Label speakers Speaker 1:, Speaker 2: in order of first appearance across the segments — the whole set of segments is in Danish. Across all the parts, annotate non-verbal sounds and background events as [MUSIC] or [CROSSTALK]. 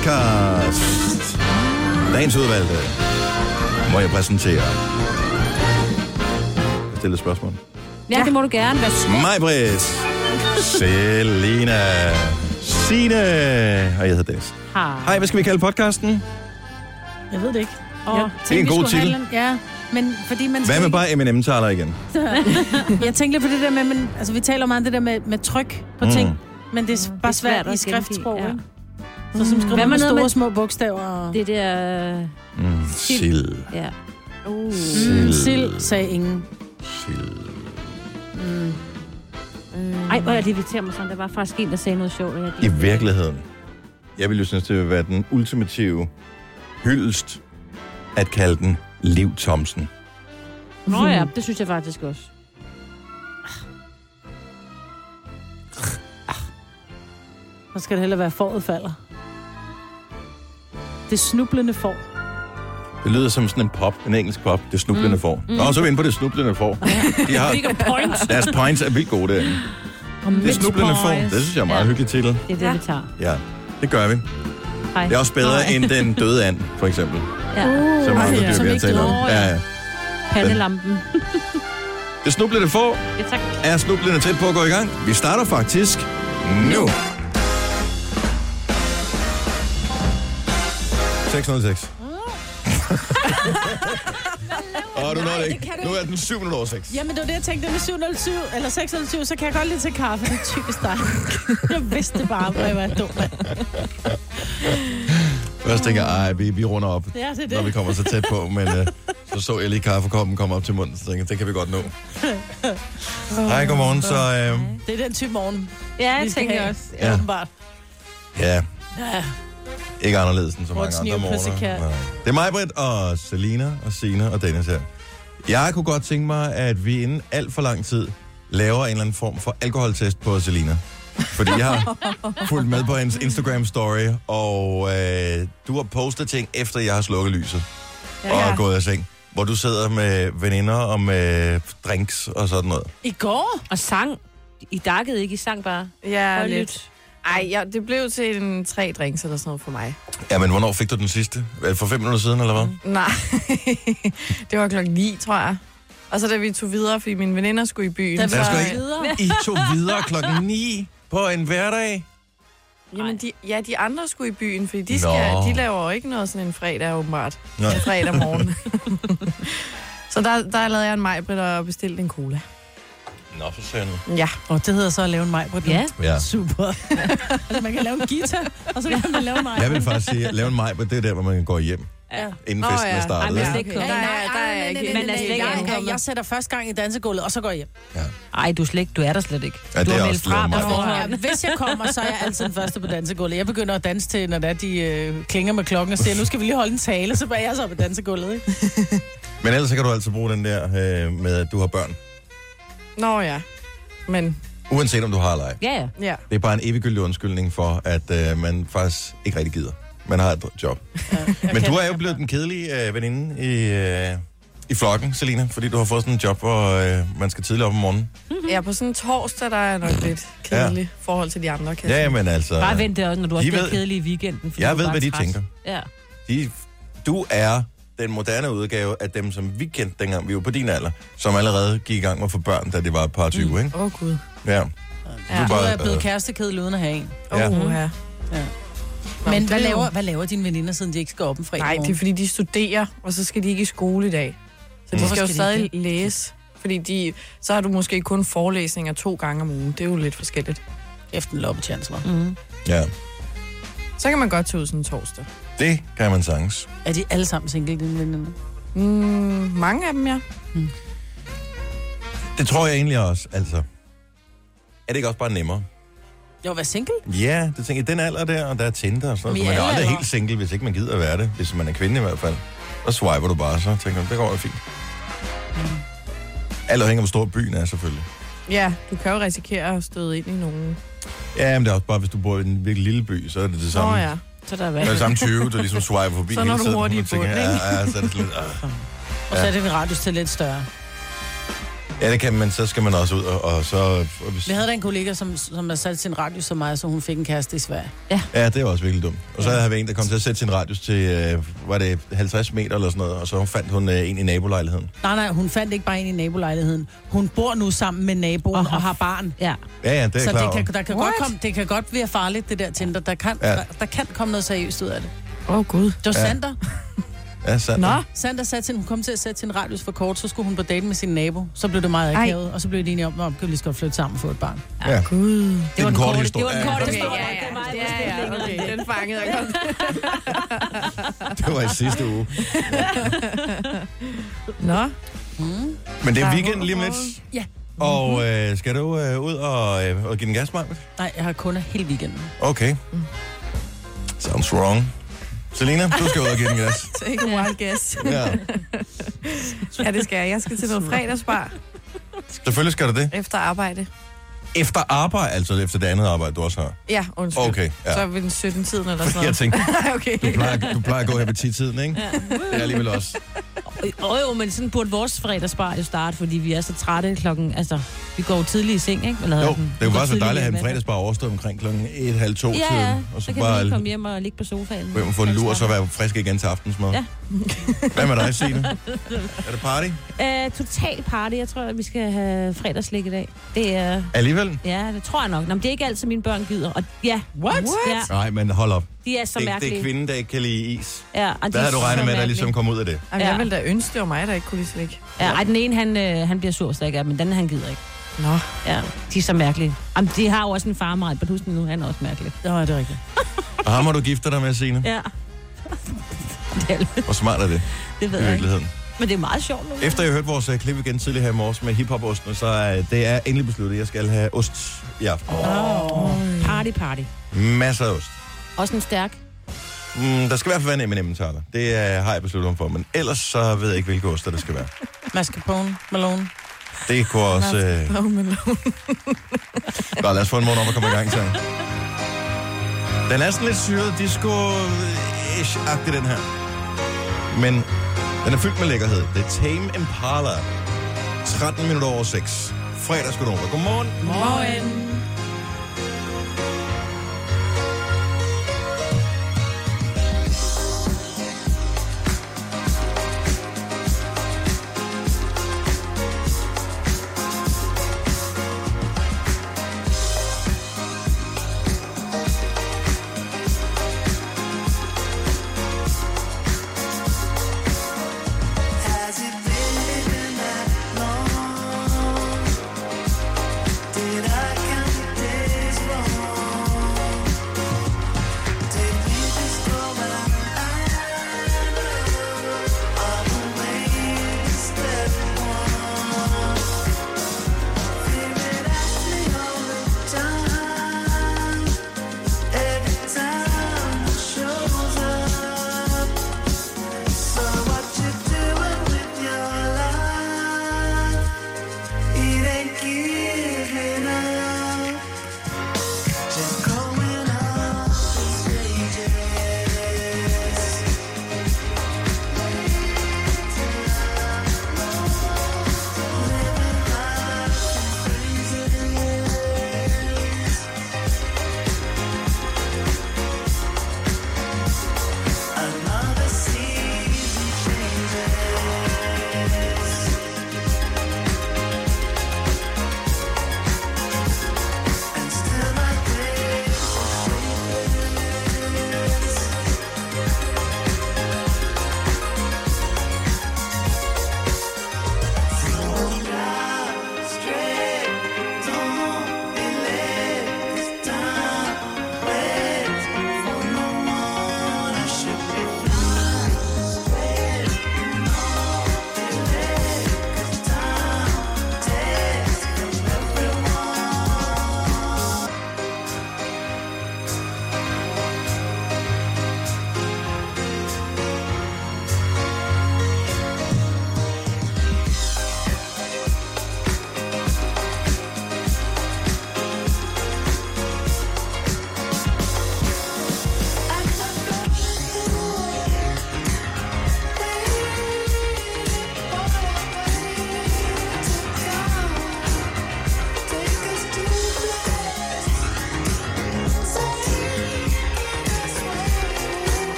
Speaker 1: Podcast. Dagens udvalgte. Må jeg præsentere. Jeg stiller et spørgsmål.
Speaker 2: Ja, det må du gerne. Værsgo.
Speaker 1: Majbrit. Selina. Signe. Og jeg hedder Dennis. Hej, hvad skal vi kalde podcasten?
Speaker 3: Jeg ved det ikke.
Speaker 2: Åh,
Speaker 3: Jeg
Speaker 2: det
Speaker 1: er en
Speaker 3: vi
Speaker 1: god
Speaker 3: skulle have
Speaker 1: titel.
Speaker 3: en- Ja, men fordi man...
Speaker 1: Hvad
Speaker 3: skal
Speaker 1: med bare M&M-taler igen?
Speaker 3: ikke- [LAUGHS] Jeg tænkte lidt på det der med, men, altså vi taler meget om det der med, med tryk på
Speaker 1: Mm.
Speaker 3: mm. ting, men det er
Speaker 2: Det
Speaker 3: bare svært,
Speaker 2: at
Speaker 3: i skriftsprog,
Speaker 2: gengive,
Speaker 3: ja. Så som skriver
Speaker 2: Hvad med
Speaker 3: man med
Speaker 2: noget
Speaker 3: store
Speaker 2: med-
Speaker 3: med... små bogstaver og...
Speaker 2: Det der... øh,
Speaker 1: Mm,
Speaker 2: Sild.
Speaker 1: Sild.
Speaker 2: Ja.
Speaker 4: Uh.
Speaker 3: Mm,
Speaker 1: Sild.
Speaker 3: sild, sagde ingen.
Speaker 1: Sild.
Speaker 2: Ej, hvor er det irriterer mig sådan. Der var faktisk en, der sagde noget sjovt. og jeg
Speaker 1: I
Speaker 2: gik-
Speaker 1: virkeligheden. Jeg ville jo synes, det ville være den ultimative hyldest at kalde den Liv Thomsen.
Speaker 2: Nå ja, det synes jeg faktisk også.
Speaker 3: Så skal det hellere være foråret falder. Det snublende får. [LAUGHS]
Speaker 1: Det lyder som sådan en pop, en engelsk pop, det snublende mm. får. Nå, så er vi inde på det snublende får. De har, deres points er vildt gode derinde.
Speaker 2: Og
Speaker 1: Det snublende får, det synes jeg er en meget
Speaker 2: Ja.
Speaker 1: ja. hyggelig titel.
Speaker 2: Det er det, vi tager.
Speaker 1: Ja, det gør vi.
Speaker 2: Hej.
Speaker 1: Det er også bedre
Speaker 2: Nå,
Speaker 1: end den døde and, for eksempel.
Speaker 2: Ja.
Speaker 1: Som er
Speaker 3: Ej,
Speaker 1: det,
Speaker 3: som
Speaker 1: vi har
Speaker 3: ikke
Speaker 1: talt om.
Speaker 3: dør,
Speaker 1: Ja, ja.
Speaker 2: Pandelampen.
Speaker 1: Det snublende får
Speaker 2: Ja, tak.
Speaker 1: er snublende tæt på at gå i gang. Vi starter faktisk nu. 606. Åh, du nåede det ikke. Nu er den 7 minutter over 6.
Speaker 3: Jamen, det var det, jeg tænkte det med 707 eller 607, så kan jeg godt lide til kaffe. Det er typisk dig. [LAUGHS] jeg vidste bare, hvor jeg var dum. mand.
Speaker 1: Først tænker jeg, ej, vi, vi runder op,
Speaker 3: Ja, det er det.
Speaker 1: når vi kommer så tæt på, men øh, så så jeg lige kaffekoppen komme op til munden, så tænkte jeg, det kan vi godt nå. Hej, godmorgen. Så øh,
Speaker 3: Det er den type morgen,
Speaker 4: Ja,
Speaker 3: vi
Speaker 4: jeg
Speaker 3: skal
Speaker 4: tænker
Speaker 3: have.
Speaker 4: også.
Speaker 1: Ja.
Speaker 3: ja. åbenbart.
Speaker 1: ja, ikke anderledes end så mange
Speaker 3: What's
Speaker 1: andre
Speaker 3: new,
Speaker 1: morgener.
Speaker 3: pussycat?
Speaker 1: Nej. Det er mig, Britt, og Selina, og Sina og Dennis her. Jeg kunne godt tænke mig, at vi inden alt for lang tid laver en eller anden form for alkoholtest på Selina. Fordi jeg
Speaker 4: [LAUGHS]
Speaker 1: har fulgt med på hendes Instagram-story, og øh, du har postet ting, efter jeg har slukket lyset. og er gået af seng. Hvor du sidder med veninder og med drinks og sådan noget.
Speaker 3: I går?
Speaker 2: Og sang. I dakkede ikke, I sang bare.
Speaker 4: Ja,
Speaker 2: Og
Speaker 4: lidt. Ej, ja, det blev til en tre drinks eller sådan noget for mig.
Speaker 1: Ja, men hvornår fik du den sidste? Øh, For fem minutter siden, eller hvad?
Speaker 4: Nej, [LAUGHS] det var klokken ni, tror jeg. Og så da vi tog videre, fordi mine veninder skulle i byen.
Speaker 3: Da
Speaker 1: Der skal
Speaker 3: vi
Speaker 1: ikke-
Speaker 3: ikke videre.
Speaker 1: I
Speaker 2: [LAUGHS]
Speaker 1: tog videre klokken 9 på en hverdag.
Speaker 4: Jamen, de, ja, de andre skulle i byen, fordi
Speaker 1: Nå.
Speaker 4: de, skal, de laver jo ikke noget sådan en fredag, åbenbart.
Speaker 1: Nej.
Speaker 4: En fredag
Speaker 1: [LAUGHS]
Speaker 4: morgen. [LAUGHS] så der, der lavede jeg en majbrit og bestilte en cola.
Speaker 1: Nå, for søren.
Speaker 4: Ja.
Speaker 3: Og det hedder så at lave en maj på den.
Speaker 2: Ja.
Speaker 1: Ja.
Speaker 3: Super.
Speaker 2: [LAUGHS]
Speaker 3: altså, man kan lave en guitar, og så kan man lave en maj.
Speaker 1: Jeg vil faktisk sige, at lave en maj, men det er der, hvor man går hjem,
Speaker 2: Ja.
Speaker 1: inden
Speaker 4: Nå,
Speaker 1: festen er
Speaker 4: ja.
Speaker 2: Ej,
Speaker 1: startet.
Speaker 2: men
Speaker 1: ikke?
Speaker 2: slet ikke
Speaker 4: Der,
Speaker 2: kommet.
Speaker 4: er, der er jeg ikke helt.
Speaker 2: nej, nej, nej, nej.
Speaker 3: jeg, øh, jeg,
Speaker 2: ankommet.
Speaker 3: jeg sætter første gang i dansegulvet, og så går jeg hjem.
Speaker 2: Ej, du er, slet ikke, du er der slet ikke.
Speaker 1: Ja, det
Speaker 2: du
Speaker 1: er
Speaker 2: har meldt
Speaker 1: også
Speaker 2: fra
Speaker 1: lidt
Speaker 2: på
Speaker 1: meget.
Speaker 3: Ja,
Speaker 2: forhånd.
Speaker 3: hvis jeg kommer, så er jeg altid den første på dansegulvet. Jeg begynder at danse til, når der de øh, klinger med klokken og siger, nu skal vi lige holde en tale, så er jeg så på dansegulvet. Ikke?
Speaker 1: Men ellers så kan du altid bruge den der øh, med, at du har børn.
Speaker 4: Nå ja. Men
Speaker 1: Uanset om du har eller ej.
Speaker 2: Ja, ja.
Speaker 4: ja.
Speaker 1: Det er bare en eviggyldig undskyldning for, at øh, man faktisk ikke rigtig gider. Man har et job. Ja, Men du er jo blevet den kedelige øh, veninde i, øh, i flokken, Selina, fordi du har fået sådan en job, hvor øh, man skal tidligt op om morgenen.
Speaker 2: Mhm.
Speaker 4: ja, på sådan en torsdag, der er jeg nok lidt kedelig ja. forhold til de andre, kan jeg
Speaker 1: Ja,
Speaker 4: sige.
Speaker 1: men altså...
Speaker 2: Bare vent det også, når du også
Speaker 1: I
Speaker 2: bliver
Speaker 1: ved-
Speaker 2: kedelig i weekenden. fordi
Speaker 1: Jeg
Speaker 2: du er
Speaker 1: ved,
Speaker 2: bare
Speaker 1: hvad de
Speaker 2: træt.
Speaker 1: tænker.
Speaker 2: Ja.
Speaker 1: De, du er den moderne udgave af dem, som vi kendte dengang, vi var på din alder, som allerede gik i gang med at få børn, da det var et par 20, mm. ikke?
Speaker 4: Åh, oh, Gud.
Speaker 1: Ja.
Speaker 4: Ja.
Speaker 3: Du er
Speaker 1: øh,
Speaker 3: blevet kærestekedel uden at have en.
Speaker 1: Ja.
Speaker 4: Åh, ja.
Speaker 3: Ja.
Speaker 4: Nå,
Speaker 3: Men
Speaker 4: det er
Speaker 3: hvad
Speaker 4: jo-
Speaker 3: laver, hvad laver dine veninder, siden de ikke skal op en fredag
Speaker 4: Nej, det er fordi, de studerer, og så skal de ikke i skole i dag. Så de
Speaker 3: Hvorfor
Speaker 4: skal jo
Speaker 3: skal de
Speaker 4: stadig læse. Fordi de, så har du måske kun forelæsninger to gange om ugen. Det er jo lidt forskelligt.
Speaker 3: Efter altså. en loppechance, var.
Speaker 2: Mm.
Speaker 1: ja.
Speaker 4: Så kan man godt tage ud sådan en torsdag.
Speaker 1: Det kan man sagtens.
Speaker 3: Er de alle sammen single, dine veninder?
Speaker 4: Mm, mange af dem, ja.
Speaker 1: Det tror jeg egentlig også, altså. Er det ikke også bare nemmere?
Speaker 3: Jo, vær single?
Speaker 1: Ja, det tænker jeg, den alder der, og der er Tinder og sådan noget.
Speaker 3: Men i
Speaker 1: så Man er
Speaker 3: alle
Speaker 1: aldrig
Speaker 3: aldre.
Speaker 1: helt single, hvis ikke man gider at være det. Hvis man er kvinde i hvert fald. Så swiper du bare, så tænker du, det går jo fint. Alt afhænger af, hvor stor byen er, selvfølgelig.
Speaker 4: Ja, du kan jo risikere at støde ind i nogen.
Speaker 1: Ja, men det er også bare, hvis du bor i en virkelig lille by, så er det det
Speaker 4: Nå
Speaker 1: samme.
Speaker 4: ja.
Speaker 2: Så der er
Speaker 1: Det er det
Speaker 2: valg.
Speaker 1: samme 20, der ligesom swiper forbi
Speaker 4: Så når
Speaker 1: hele
Speaker 4: du
Speaker 1: tiden.
Speaker 4: hurtigt i
Speaker 1: Man tænker,
Speaker 4: bunden,
Speaker 1: ja, ja, så er det sådan lidt, ah.
Speaker 3: Og så er det en radius til lidt større.
Speaker 1: Ja, det kan man. Så skal man også ud, og, og så... Og hvis,
Speaker 3: Vi havde da en kollega, som, som har sat sin radio som mig, så hun fik en kæreste i Sverige.
Speaker 1: ja, det var også virkelig dumt. Og så havde jeg en, der kom til at sætte sin radius til, øh, var det 50 meter eller sådan noget, og så fandt hun øh, en i nabolejligheden.
Speaker 3: Nej, nej, hun fandt ikke bare en i nabolejligheden. Hun bor nu sammen med naboen
Speaker 2: Og
Speaker 3: og
Speaker 2: har
Speaker 3: har, og har barn.
Speaker 2: Ja.
Speaker 1: Ja, ja, det er
Speaker 3: så
Speaker 1: jeg klar
Speaker 3: det
Speaker 1: over.
Speaker 3: kan, der kan
Speaker 4: What?
Speaker 3: godt komme, det kan godt være farligt, det der Tinder. Der kan,
Speaker 1: Ja.
Speaker 3: ja. der, der kan komme noget seriøst ud af det.
Speaker 4: Åh, oh, Gud.
Speaker 3: Det var
Speaker 1: Ja.
Speaker 3: ja. Sander.
Speaker 1: Ja, sandt.
Speaker 4: Nå,
Speaker 3: Sander satte sin, hun kom til at sætte sin radius for kort, så skulle hun på date med sin nabo. Så blev det meget
Speaker 4: Ej.
Speaker 3: akavet, og så blev de enige om, at vi kan lige så godt flytte sammen og få et barn.
Speaker 1: Ja.
Speaker 4: ja. Gud.
Speaker 1: Det var den korte historie.
Speaker 2: Det var den korte
Speaker 4: Okay,
Speaker 2: historie.
Speaker 4: ja,
Speaker 2: Det var
Speaker 4: ja, ja, ja,
Speaker 2: meget lidt længere.
Speaker 4: okay. Den fangede jeg godt.
Speaker 1: Det var i sidste uge.
Speaker 4: [LAUGHS] Nå,
Speaker 1: Men det
Speaker 4: Der
Speaker 1: er
Speaker 4: er
Speaker 1: weekend
Speaker 4: håb
Speaker 1: lige om
Speaker 4: for
Speaker 1: lidt.
Speaker 3: Ja.
Speaker 1: Og øh, skal du øh, ud og, øh, og give den gas, Marvitt?
Speaker 3: Nej, jeg har kunder hele weekenden.
Speaker 1: Okay. Sounds wrong. Selina, du skal ud og give den gas.
Speaker 4: take a wild guess.
Speaker 1: Ja.
Speaker 4: Ja, det skal jeg. Jeg skal til noget fredagsbar
Speaker 1: Selvfølgelig skal du det.
Speaker 4: efter arbejde.
Speaker 1: Efter arbejde, altså efter det andet arbejde, du også har.
Speaker 4: Ja, undskyld.
Speaker 1: Okay, ja.
Speaker 4: Så er vi den 17-tiden eller sådan
Speaker 1: [LAUGHS] Jeg
Speaker 4: noget.
Speaker 1: tænkte,
Speaker 4: [LAUGHS] okay.
Speaker 1: du plejer, du plejer at gå her på 10-tiden, ikke? Det er alligevel også.
Speaker 2: Åh [LAUGHS] jo, men sådan burde vores fredagsbar jo starte, fordi vi er så trætte klokken... Altså, vi går jo tidligt i seng, ikke? Eller
Speaker 1: Jo,
Speaker 2: hedder den?
Speaker 1: det
Speaker 2: Vi
Speaker 1: var
Speaker 2: går
Speaker 1: bare så
Speaker 2: tidligt
Speaker 1: dejligt at have
Speaker 2: hjem,
Speaker 1: en fredagsbar overstået omkring klokken 1.30-2 tiden.
Speaker 2: Ja, ja.
Speaker 1: Og
Speaker 2: Så
Speaker 1: så
Speaker 2: kan man
Speaker 1: bare
Speaker 2: lige komme hjem og ligge på sofaen.
Speaker 1: gå hjem og få en lur, og så være frisk igen til aftensmad.
Speaker 2: Ja.
Speaker 1: Hvad med
Speaker 2: [LAUGHS]
Speaker 1: dig, Signe? [LAUGHS] Er det party?
Speaker 2: Uh, total party. Jeg tror, at vi skal have fredagslik i dag. Det er...
Speaker 1: Alligevel?
Speaker 2: Ja, det tror jeg nok. Nå, men det er ikke altid, mine børn gider. Og ja,
Speaker 3: What?
Speaker 2: ja
Speaker 1: Nej, men hold op.
Speaker 2: de er så
Speaker 1: Det, det
Speaker 2: mærkelige.
Speaker 1: er kvinden, der ikke kan lide is.
Speaker 2: ja, og de er
Speaker 1: Hvad havde du
Speaker 2: så
Speaker 1: regnet med, der
Speaker 2: mærkelige.
Speaker 1: ligesom kom ud af det?
Speaker 4: Jamen,
Speaker 2: Ja.
Speaker 4: jeg ville da ønske, det var mig, der ikke kunne lide slik.
Speaker 2: Ja, ej, den ene, han, øh, han bliver sur, hvis der ikke er, men den anden, han gider ikke.
Speaker 4: Nå.
Speaker 2: Ja, de er så mærkelige. Jamen, de har jo også en farmeret, men husk nu, han er også mærkelig.
Speaker 3: Nå, er det rigtigt.
Speaker 1: Og ham har du giftet dig med, Signe.
Speaker 2: Ja. [LAUGHS] det, er-
Speaker 1: Hvor smart er det
Speaker 2: det ved
Speaker 1: i
Speaker 2: jeg ikke.
Speaker 1: virkeligheden?
Speaker 2: Men det er meget sjovt nu.
Speaker 1: Efter jeg hørte vores øh, klip igen tidligere her i morges med hiphoposten, så er det er endelig besluttet, at jeg skal have ost i aften.
Speaker 2: Party, party.
Speaker 1: Masser af ost.
Speaker 2: Også en stærk.
Speaker 1: Mm, der skal i hvert fald være en M&M taler. Det øh, har jeg besluttet mig for, men ellers så ved jeg ikke, hvilke oster det skal være.
Speaker 3: Mascarpone, Malone.
Speaker 1: Det kunne også... Øh...
Speaker 4: Nå, men lov.
Speaker 1: Nå, lad os få en morgen om at komme i gang til. Den er sådan lidt syret disco-ish-agtig, den her. Men den er fyldt med lækkerhed. Det er Tame Impala. 13 minutter over 6. Fredagsgodnova. Godmorgen.
Speaker 3: Morgen.
Speaker 5: Has it been that long? Did I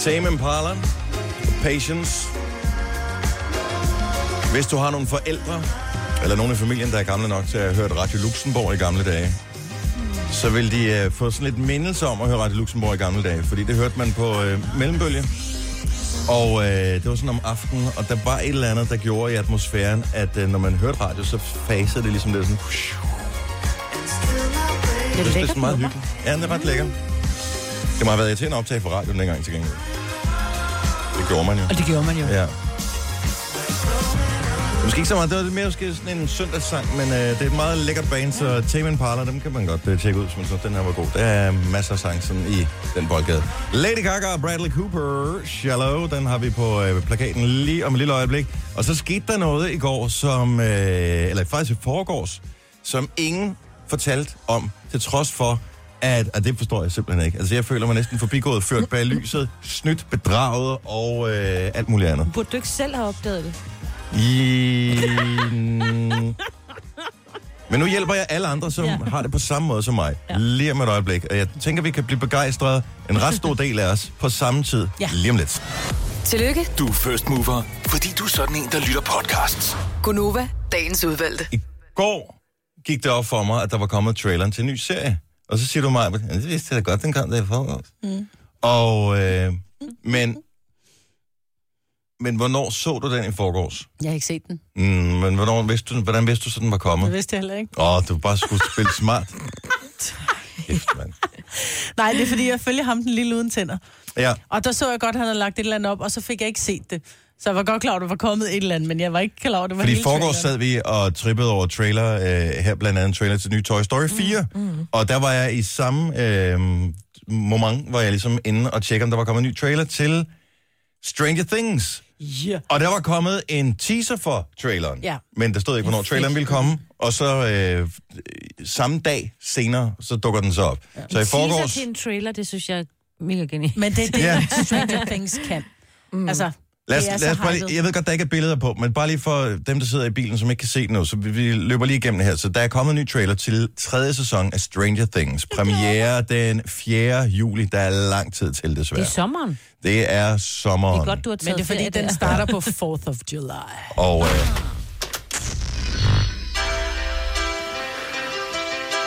Speaker 1: Tame Impala. Patience. Hvis du har nogle forældre, eller nogen i familien, der er gamle nok til at have hørt Radio Luxembourg i gamle dage, så vil de øh, få sådan lidt mindelse om at høre Radio Luxembourg i gamle dage, fordi det hørte man på øh, mellembølge. Og øh, det var sådan om aftenen, og der var et eller andet, der gjorde i atmosfæren, at øh, når man hørte radio, så fasede det ligesom det sådan...
Speaker 2: Det
Speaker 1: Jeg
Speaker 2: er
Speaker 1: synes, det er
Speaker 2: lækkert
Speaker 1: sådan meget
Speaker 2: nummer.
Speaker 1: hyggeligt. Ja, det er ret lækkert. Det må have været irriterende at optage for radioen dengang til gengæld. Det gjorde man jo.
Speaker 2: Og det gjorde man jo.
Speaker 1: Ja. Måske ikke så meget. Det var lidt mere måske sådan en søndagssang, men øh, det er et meget lækkert band, så Tame Impala, dem kan man godt øh, tjekke ud, hvis man synes, den her var god. Der er masser af sang sådan i den boldgade. Lady Gaga og Bradley Cooper, Shallow, den har vi på øh, plakaten lige om et lille øjeblik. Og så skete der noget i går, som, øh, eller faktisk i forgårs, som ingen fortalte om, til trods for, at, at det forstår jeg simpelthen ikke. Altså, jeg føler mig næsten forbigået, ført bag lyset, snydt, bedraget og øh, alt muligt andet.
Speaker 2: Burde du ikke selv have opdaget det?
Speaker 1: I... Men nu hjælper jeg alle andre, som ja.
Speaker 2: Ja.
Speaker 1: har det på samme måde som mig. Ja.
Speaker 2: Ja.
Speaker 1: Lige om et øjeblik. Og jeg tænker, vi kan blive begejstret, en ret stor del af os, på samme tid. Ja.
Speaker 2: Ja.
Speaker 1: Lige om lidt.
Speaker 5: Tillykke,
Speaker 6: Du er first mover, fordi du er sådan en, der lytter podcasts.
Speaker 5: Gunova, dagens udvalgte.
Speaker 1: I går gik det op for mig, at der var kommet traileren til en ny serie. Og så siger du mig, ja, det vidste jeg da godt, den kom der i forårs. Mm. Og, øh, men, men hvornår så du den i forgårs?
Speaker 3: Jeg har ikke set den.
Speaker 1: Mm, men hvornår vidste du, hvordan vidste du, så den var kommet?
Speaker 3: Det vidste jeg heller ikke.
Speaker 1: Åh, oh, du bare skulle spille smart. Kæft, mand.
Speaker 3: Nej, det er fordi, jeg følger ham den lille uden tænder.
Speaker 1: Ja,
Speaker 3: Og der så jeg godt, at han havde lagt et eller andet op, og så fik jeg ikke set det. Så jeg var godt klar over, at der var kommet et eller andet, men jeg var ikke klar over, at det var
Speaker 1: fordi i
Speaker 3: hele
Speaker 1: forgårs
Speaker 3: traileren.
Speaker 1: sad vi og trippede over trailer, øh, her blandt andet trailer til den nye Toy Story 4, mm. og der var jeg i samme øh, moment, hvor jeg ligesom inde og tjekke, om der var kommet en ny trailer til Stranger Things.
Speaker 3: Ja.
Speaker 1: Og der var kommet en teaser for traileren,
Speaker 3: Ja.
Speaker 1: men der stod ikke, hvornår traileren ville komme, og så øh, samme dag senere, så dukker den så op. Ja. Så i
Speaker 2: Teaser
Speaker 1: forgårs...
Speaker 2: til en trailer, det synes jeg er mega genialt.
Speaker 3: Men det er det,
Speaker 1: Ja.
Speaker 3: yeah. Stranger Things kan. Mm. Altså,
Speaker 1: Lad os,
Speaker 3: det er
Speaker 1: lad os
Speaker 3: så
Speaker 1: bare lige,
Speaker 3: hypet.
Speaker 1: jeg ved godt, der ikke er billeder på, men bare lige for dem, der sidder i bilen, som ikke kan se det nu, så vi, vi løber lige igennem det her. Så der er kommet en ny trailer til tredje sæson af Stranger Things. Premiere den 4. juli. Der er lang tid til,
Speaker 2: Det
Speaker 1: desværre.
Speaker 2: er sommeren.
Speaker 1: Det er
Speaker 2: Det
Speaker 1: sommeren.
Speaker 2: er godt, du har
Speaker 3: men
Speaker 2: taget
Speaker 3: det er fordi,
Speaker 2: ferie
Speaker 3: den
Speaker 2: der.
Speaker 3: starter på 4th of July.
Speaker 1: Og, øh...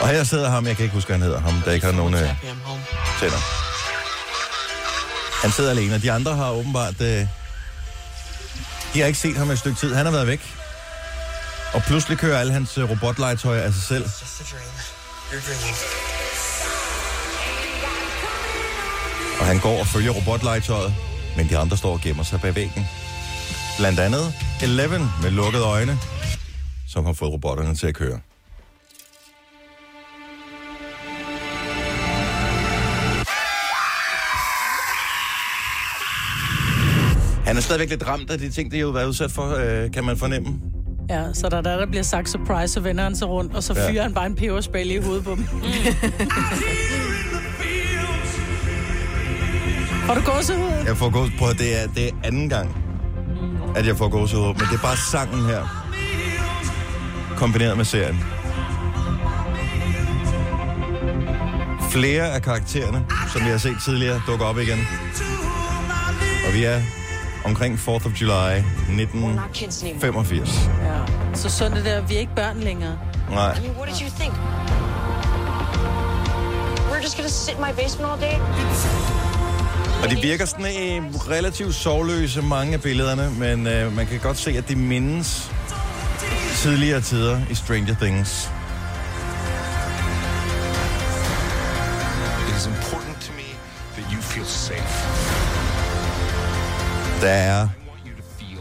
Speaker 1: og her sidder ham, jeg kan ikke huske, hvad han hedder, ham, der ikke har nogen øh, tænder. Han sidder alene, og de andre har åbenbart... Øh... De har ikke set ham i et stykke tid. Han har været væk. Og pludselig kører alle hans øh, robotlegetøj af sig selv.
Speaker 7: It's just a dream. You're dreaming.
Speaker 1: Og han går og følger robotlegetøjet, men de andre står og gemmer sig bag væggen. Blandt andet Eleven med lukkede øjne, som har fået robotterne til at køre. Han er stadigvæk lidt ramt af de ting, der jo har været udsat for, øh, kan man fornemme.
Speaker 3: Ja, så der, der, der bliver sagt surprise, så vender han sig rundt, og så
Speaker 1: Ja.
Speaker 3: fyrer han bare en peberspray lige i hovedet på dem. Har du gåsehud?
Speaker 1: Jeg får gås på, det er, det er anden gang, at jeg får gåsehud, men det er bare sangen her, kombineret med serien. Flere af karaktererne, som vi har set tidligere, dukker op igen. Og vi er omkring 4th of July 1985.
Speaker 3: Ja. Så sundt det der, vi er ikke børn længere.
Speaker 1: Nej,
Speaker 8: I mean, what did you think? We're just gonna sit in my basement all day?
Speaker 1: og de virker sådan øh, relativt sovløse, mange af billederne, men øh, man kan godt se, at de mindes tidligere tider i Stranger Things.
Speaker 6: It is important to me that you feel safe.
Speaker 1: Der er
Speaker 6: I want you to feel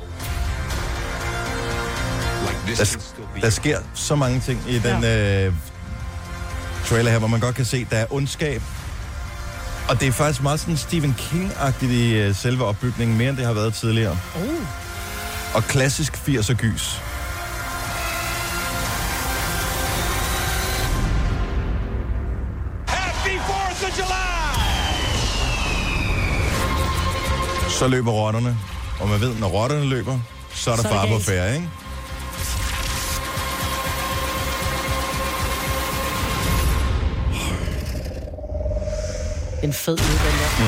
Speaker 6: like this
Speaker 1: der,
Speaker 6: can still be
Speaker 1: der sker så mange ting i den øh, trailer her, hvor man godt kan se, der er ondskab. Og det er faktisk meget sådan Stephen King-agtigt i øh, selve opbygningen, mere end det har været tidligere. Oh. Og klassisk 80'er gys. Så løber rotterne, og man ved, når rotterne løber, så er der
Speaker 3: Så er det
Speaker 1: far på
Speaker 3: galt.
Speaker 1: færre, ikke? Mm.
Speaker 3: En fed lyd, den der.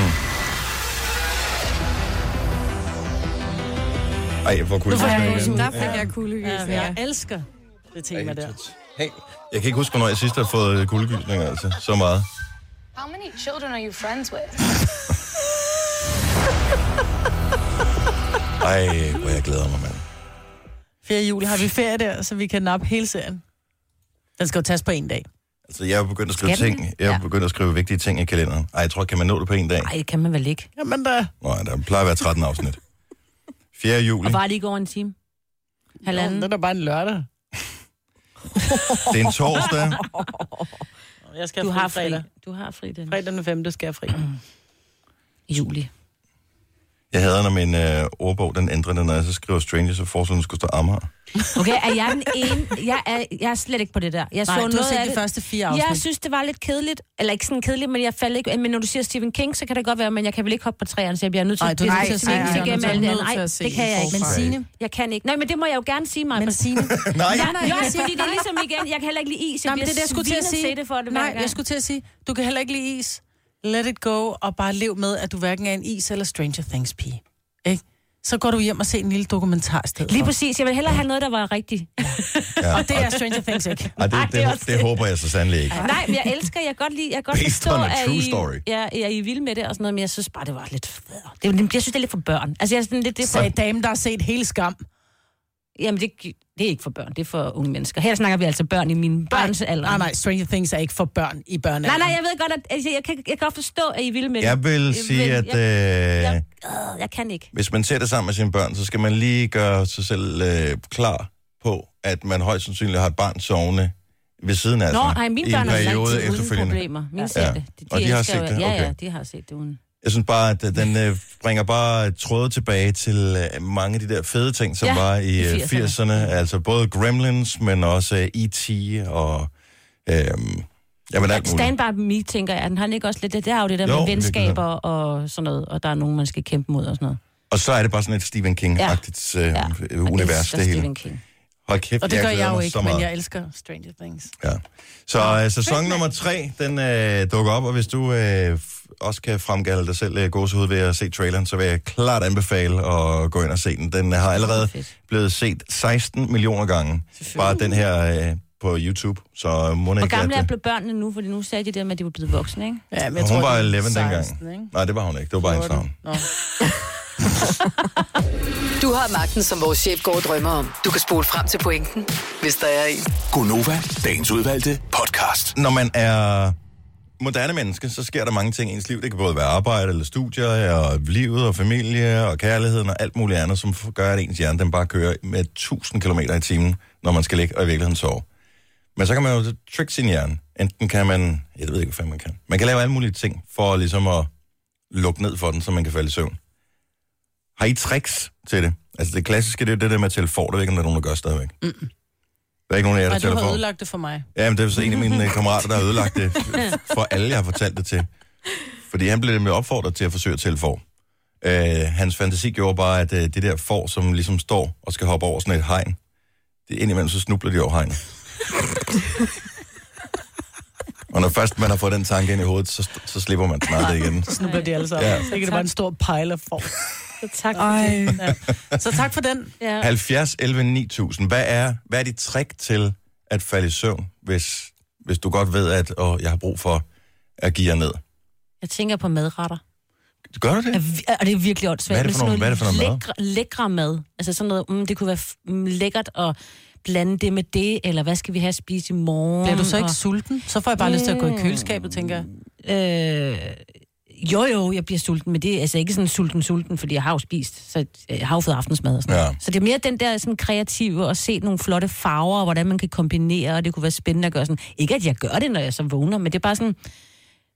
Speaker 1: Ej, jeg får kuldegysninger igen.
Speaker 4: Der fik jeg kuldegysninger.
Speaker 3: Jeg elsker det tema der.
Speaker 1: Hey. Jeg kan ikke huske, hvornår jeg sidst har fået kuldegysninger, altså. Så meget.
Speaker 9: How many children are you friends with?
Speaker 1: Ej, hvor jeg glæder mig, mand.
Speaker 3: 4. juli har vi ferie der, så vi kan nappe hele serien. Den skal jo tages på en dag.
Speaker 1: Altså, jeg er begyndt at skrive
Speaker 2: Skal den?
Speaker 1: ting. Jeg er
Speaker 2: Ja.
Speaker 1: begyndt at skrive vigtige ting i kalenderen. Ej, jeg tror, kan man nå det på en dag?
Speaker 2: Nej, det kan man vel ikke.
Speaker 3: Jamen da.
Speaker 1: Nej, der plejer at være 13 afsnit. 4. juli.
Speaker 2: Og var det ikke over en time? Halvanden?
Speaker 3: Det er da bare en [LAUGHS] lørdag.
Speaker 1: Det er en torsdag.
Speaker 3: [LAUGHS] Jeg skal
Speaker 2: Du
Speaker 3: have
Speaker 2: har
Speaker 3: fri fredag.
Speaker 2: fri. Du har fri den.
Speaker 3: Fredag den 5. skal
Speaker 2: [CLEARS THROAT]
Speaker 3: jeg fri.
Speaker 2: Juli.
Speaker 1: Jeg hader, når min øh, ordbog, den ændrer den, når jeg så skriver Stranger, så foreslår den, den skulle stå Amager.
Speaker 2: Okay, er jeg den ene? Jeg er, jeg er slet ikke på det der. Jeg
Speaker 3: Nej,
Speaker 2: så
Speaker 3: du har
Speaker 2: noget
Speaker 3: set
Speaker 2: af
Speaker 3: de
Speaker 2: det.
Speaker 3: første fire afsnit.
Speaker 2: Jeg synes, det var lidt kedeligt. Eller ikke sådan kedeligt, men jeg faldt ikke. Men når du siger Stephen King, så kan det godt være, men jeg kan vel ikke hoppe på træerne, så jeg bliver nødt til
Speaker 3: Nej, du er nødt til at se
Speaker 2: tvinges
Speaker 3: den.
Speaker 2: igennem
Speaker 3: Du er
Speaker 2: alt det
Speaker 4: nødt
Speaker 2: andet.
Speaker 4: til
Speaker 2: Nej,
Speaker 4: at se
Speaker 2: det kan
Speaker 4: den
Speaker 2: jeg ikke.
Speaker 3: Men
Speaker 2: Men
Speaker 3: Signe,
Speaker 2: jeg kan ikke. Nej, men det må jeg jo gerne sige mig.
Speaker 3: men
Speaker 2: [LAUGHS]
Speaker 3: Signe,
Speaker 1: Nej,
Speaker 2: Ja, nej, nej, fordi det er ligesom igen, jeg kan heller ikke lide is. Jeg
Speaker 3: Nå,
Speaker 2: bliver
Speaker 3: men det er det, jeg skulle til at
Speaker 2: svinet
Speaker 3: sige.
Speaker 2: det for det hver
Speaker 3: Nej,
Speaker 2: gang.
Speaker 3: jeg skulle til at sige, du kan heller ikke lide is. Let it go, og bare lev med, at du hverken er en is eller Stranger Things pige. Ikke? Så går du hjem og ser en lille dokumentar i stedet
Speaker 2: Lige
Speaker 3: for.
Speaker 2: præcis, jeg vil hellere have noget, der var rigtigt.
Speaker 1: ja.
Speaker 3: Og det er Stranger Things ikke.
Speaker 1: Ej, det,
Speaker 2: Ej,
Speaker 1: det,
Speaker 2: det er
Speaker 1: det,
Speaker 2: også
Speaker 1: det, håber jeg så sandelig ikke.
Speaker 2: Nej, men jeg elsker, jeg kan godt lide, jeg kan godt
Speaker 1: Based
Speaker 2: forstå,
Speaker 1: on a
Speaker 2: at
Speaker 1: true
Speaker 2: I,
Speaker 1: story.
Speaker 2: Ja, ja, I er vilde med det og sådan noget, men jeg synes bare, det var lidt federe. Det, jeg synes, det er lidt for børn. Altså, jeg er sådan lidt, det er for,
Speaker 3: Sagde damen, der har set hele skam.
Speaker 2: jamen, det, det er ikke for børn, det er for unge mennesker. Her snakker vi altså børn i min børns alder.
Speaker 3: Nej, nej, Stranger Things er ikke for børn i
Speaker 2: nej,
Speaker 3: børnealderen.
Speaker 2: nej, jeg ved godt, at altså, jeg, kan, jeg kan godt forstå, at I er vilde med det.
Speaker 1: Jeg vil sige, at øh,
Speaker 2: Jeg, øh, jeg kan ikke.
Speaker 1: hvis man ser det sammen med sine børn, så skal man lige gøre sig selv øh, klar på, at man højst sandsynligt har et barn sovende ved siden af
Speaker 2: Nå,
Speaker 1: sig.
Speaker 2: nej, mine
Speaker 1: Altså, i
Speaker 2: børn
Speaker 1: en
Speaker 2: har lagt
Speaker 1: periode
Speaker 2: tid uden
Speaker 1: efterfølgende.
Speaker 2: problemer. Mine ser
Speaker 1: Ja.
Speaker 2: det. De,
Speaker 1: Og de har
Speaker 2: elsker
Speaker 1: set
Speaker 2: jo-
Speaker 1: det?
Speaker 2: Ja, ja,
Speaker 1: Okay.
Speaker 2: de har set det uden.
Speaker 1: Jeg synes bare, at øh, den øh, bringer bare tråde tilbage til øh, mange af de der fede ting, som ja,
Speaker 2: Ja,
Speaker 1: var i
Speaker 2: i
Speaker 1: øh,
Speaker 2: 80'erne.
Speaker 1: 80'erne. Altså både Gremlins, men også øh, E.T. og... Øh, jamen, alt muligt.
Speaker 2: Stand by me, tænker jeg. Den har den ikke også lidt det der, er jo det der
Speaker 1: Jo,
Speaker 2: med
Speaker 1: det kan
Speaker 2: venskaber og sådan noget, og der er nogen, man skal kæmpe mod og sådan noget.
Speaker 1: Og så er det bare sådan et Stephen King-agtigt øh, ja.
Speaker 2: Og
Speaker 1: univers,
Speaker 2: elsker
Speaker 1: det hele.
Speaker 2: Stephen King.
Speaker 1: Hold kæft,
Speaker 3: Og det gør
Speaker 1: glæder
Speaker 3: jeg jo
Speaker 1: mig
Speaker 3: ikke,
Speaker 1: så
Speaker 3: men
Speaker 1: meget.
Speaker 3: jeg elsker Stranger Things.
Speaker 1: Ja. Så øh, sæson nummer tre, den øh, dukker op, og hvis du øh, f- også kan fremkalde dig selv øh, gåsehud ved at se traileren, så vil jeg klart anbefale at gå ind og se den. Den har allerede
Speaker 2: Fedt.
Speaker 1: blevet set 16 millioner gange, bare den her øh, på YouTube, så øh, må den
Speaker 2: Hvor
Speaker 1: ikke
Speaker 2: gamle
Speaker 1: at,
Speaker 2: er
Speaker 1: øh,
Speaker 2: blevet børnene nu? Fordi nu sagde de det der med, at de var blevet voksne, ikke?
Speaker 3: Ja, men
Speaker 1: hun var
Speaker 3: det er
Speaker 1: 11 dengang.
Speaker 3: 16, ikke?
Speaker 1: Nej, det var hun ikke. Det var bare hendes navn.
Speaker 3: Nå.
Speaker 5: Du har magten, som vores chef går og drømmer om. Du kan spole frem til pointen, hvis der er en.
Speaker 6: Gonova, dagens udvalgte podcast.
Speaker 1: Når man er moderne menneske, så sker der mange ting i ens liv. Det kan både være arbejde eller studier, og livet og familie og kærligheden og alt muligt andet, som f- gør, at ens hjerne den bare kører med 1000 km i timen, når man skal ligge og i virkeligheden sove. Men så kan man jo trick sin hjerne. Enten kan man, jeg ved ikke, hvad fanden man kan. Man kan lave alle mulige ting for ligesom at lukke ned for den, så man kan falde i søvn. Har I tricks til det? Altså det klassiske, det er jo det der med telefon. Der er ikke, om der er nogen, der gør stadigvæk. Mm-mm. Der er ikke nogen af jer, der
Speaker 3: Nej,
Speaker 1: tager
Speaker 3: du har
Speaker 1: telefon.
Speaker 3: ødelagt det for
Speaker 1: [LAUGHS]
Speaker 3: mig.
Speaker 1: Ja, men det er så en af
Speaker 3: [LAUGHS]
Speaker 1: mine øh, kammerater, der har ødelagt det for alle, jeg har fortalt det til. Fordi han blev nemlig opfordret til at forsøge at tælle får. Øh, hans fantasi gjorde bare, at øh, det der får, som ligesom står og skal hoppe over sådan et hegn, det indimellem så snubler de over hegnet. og når først man har fået den tanke ind i hovedet, så, så slipper man snart det igen.
Speaker 3: Nu bliver det alle sammen.
Speaker 1: Ja.
Speaker 3: Ja. Så kan det bare en stor pejler for.
Speaker 2: Så tak.
Speaker 3: Så tak for den.
Speaker 2: Ja.
Speaker 1: 70, 11, 9000. Hvad er, hvad er dit trick til at falde i søvn, hvis, hvis du godt ved, at åh, jeg har brug for at give jer ned?
Speaker 2: Jeg tænker på madretter.
Speaker 1: Gør du det?
Speaker 2: Er vi- Og det er virkelig åndssvagt.
Speaker 1: Hvad
Speaker 2: men
Speaker 1: er det for
Speaker 2: sådan
Speaker 1: nogle- hvad er det for noget mad?
Speaker 2: lækre, lækre mad. Altså sådan noget, mm, det kunne være f- mm, lækkert at blande det med det, eller hvad skal vi have at spise i morgen? Mm.
Speaker 3: Bliver du så ikke sulten? Så får jeg bare lyst til at gå i køleskabet, tænker jeg.
Speaker 2: Øh, jo, jo, jeg bliver sulten, men det er altså ikke sådan sulten-sulten, fordi jeg har jo spist, så øh, jeg har jo fået aftensmad og sådan
Speaker 1: Ja.
Speaker 2: noget. Så det er mere den der sådan kreative, og se nogle flotte farver, og hvordan man kan kombinere, og det kunne være spændende at gøre sådan. Ikke at jeg gør det, når jeg så vågner, men det er bare sådan,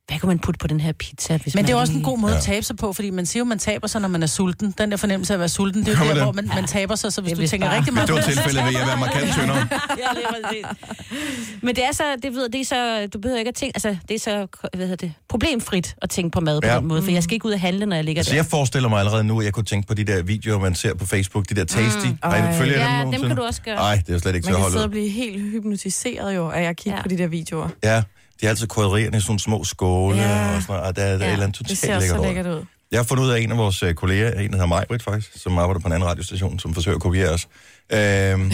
Speaker 2: hvad kunne man putte på den her pizza? Hvis
Speaker 3: Men
Speaker 2: man
Speaker 3: det er også
Speaker 2: lige-
Speaker 3: en god måde at tabe sig på, fordi man siger jo, man taber sig, når man er sulten. Den der fornemmelse af at være sulten, det er
Speaker 1: Kommer
Speaker 3: jo der,
Speaker 1: det?
Speaker 3: hvor man, man taber sig. Så hvis
Speaker 2: Det er
Speaker 3: du
Speaker 2: vist
Speaker 3: tænker
Speaker 2: bare-
Speaker 3: rigtig meget
Speaker 1: Det var
Speaker 3: på det,
Speaker 1: tilfælde, vil jeg være markant
Speaker 2: [LAUGHS]
Speaker 1: tyndere.
Speaker 2: [LAUGHS] ja, lige præcis. Men det er så, det ved, det er så, du behøver ikke at tænke, altså det er så, hvad hedder det, problemfrit at tænke på mad på
Speaker 1: Ja.
Speaker 2: ja. den måde, for jeg skal ikke ud og handle, når jeg ligger
Speaker 1: Altså,
Speaker 2: der.
Speaker 1: jeg forestiller mig allerede nu, at jeg kunne tænke på de der videoer, man ser på Facebook, de der tasty. Mm, Ej,
Speaker 4: ej.
Speaker 1: følger
Speaker 2: Ja,
Speaker 1: jeg dem
Speaker 2: dem
Speaker 1: nogensinde?
Speaker 2: kan du også gøre.
Speaker 1: Ej, det er jo slet ikke
Speaker 4: Man
Speaker 1: til at
Speaker 4: kan
Speaker 1: holde
Speaker 4: sidde og
Speaker 1: ud.
Speaker 4: blive helt hypnotiseret jo, af at kigge
Speaker 2: Ja.
Speaker 4: ja. på de der videoer.
Speaker 1: Ja, de har altid krydderierne i sådan nogle små skåle
Speaker 4: Ja.
Speaker 1: og sådan noget. Ej, der, der er et eller andet
Speaker 4: det
Speaker 1: totalt
Speaker 4: ser
Speaker 1: lækkert
Speaker 4: så
Speaker 1: over.
Speaker 4: lækkert ud.
Speaker 1: Jeg har fundet ud af en af vores øh, kolleger, en der hedder Majbrit faktisk, som arbejder på en anden radiostation, som forsøger at kopiere os. Øhm,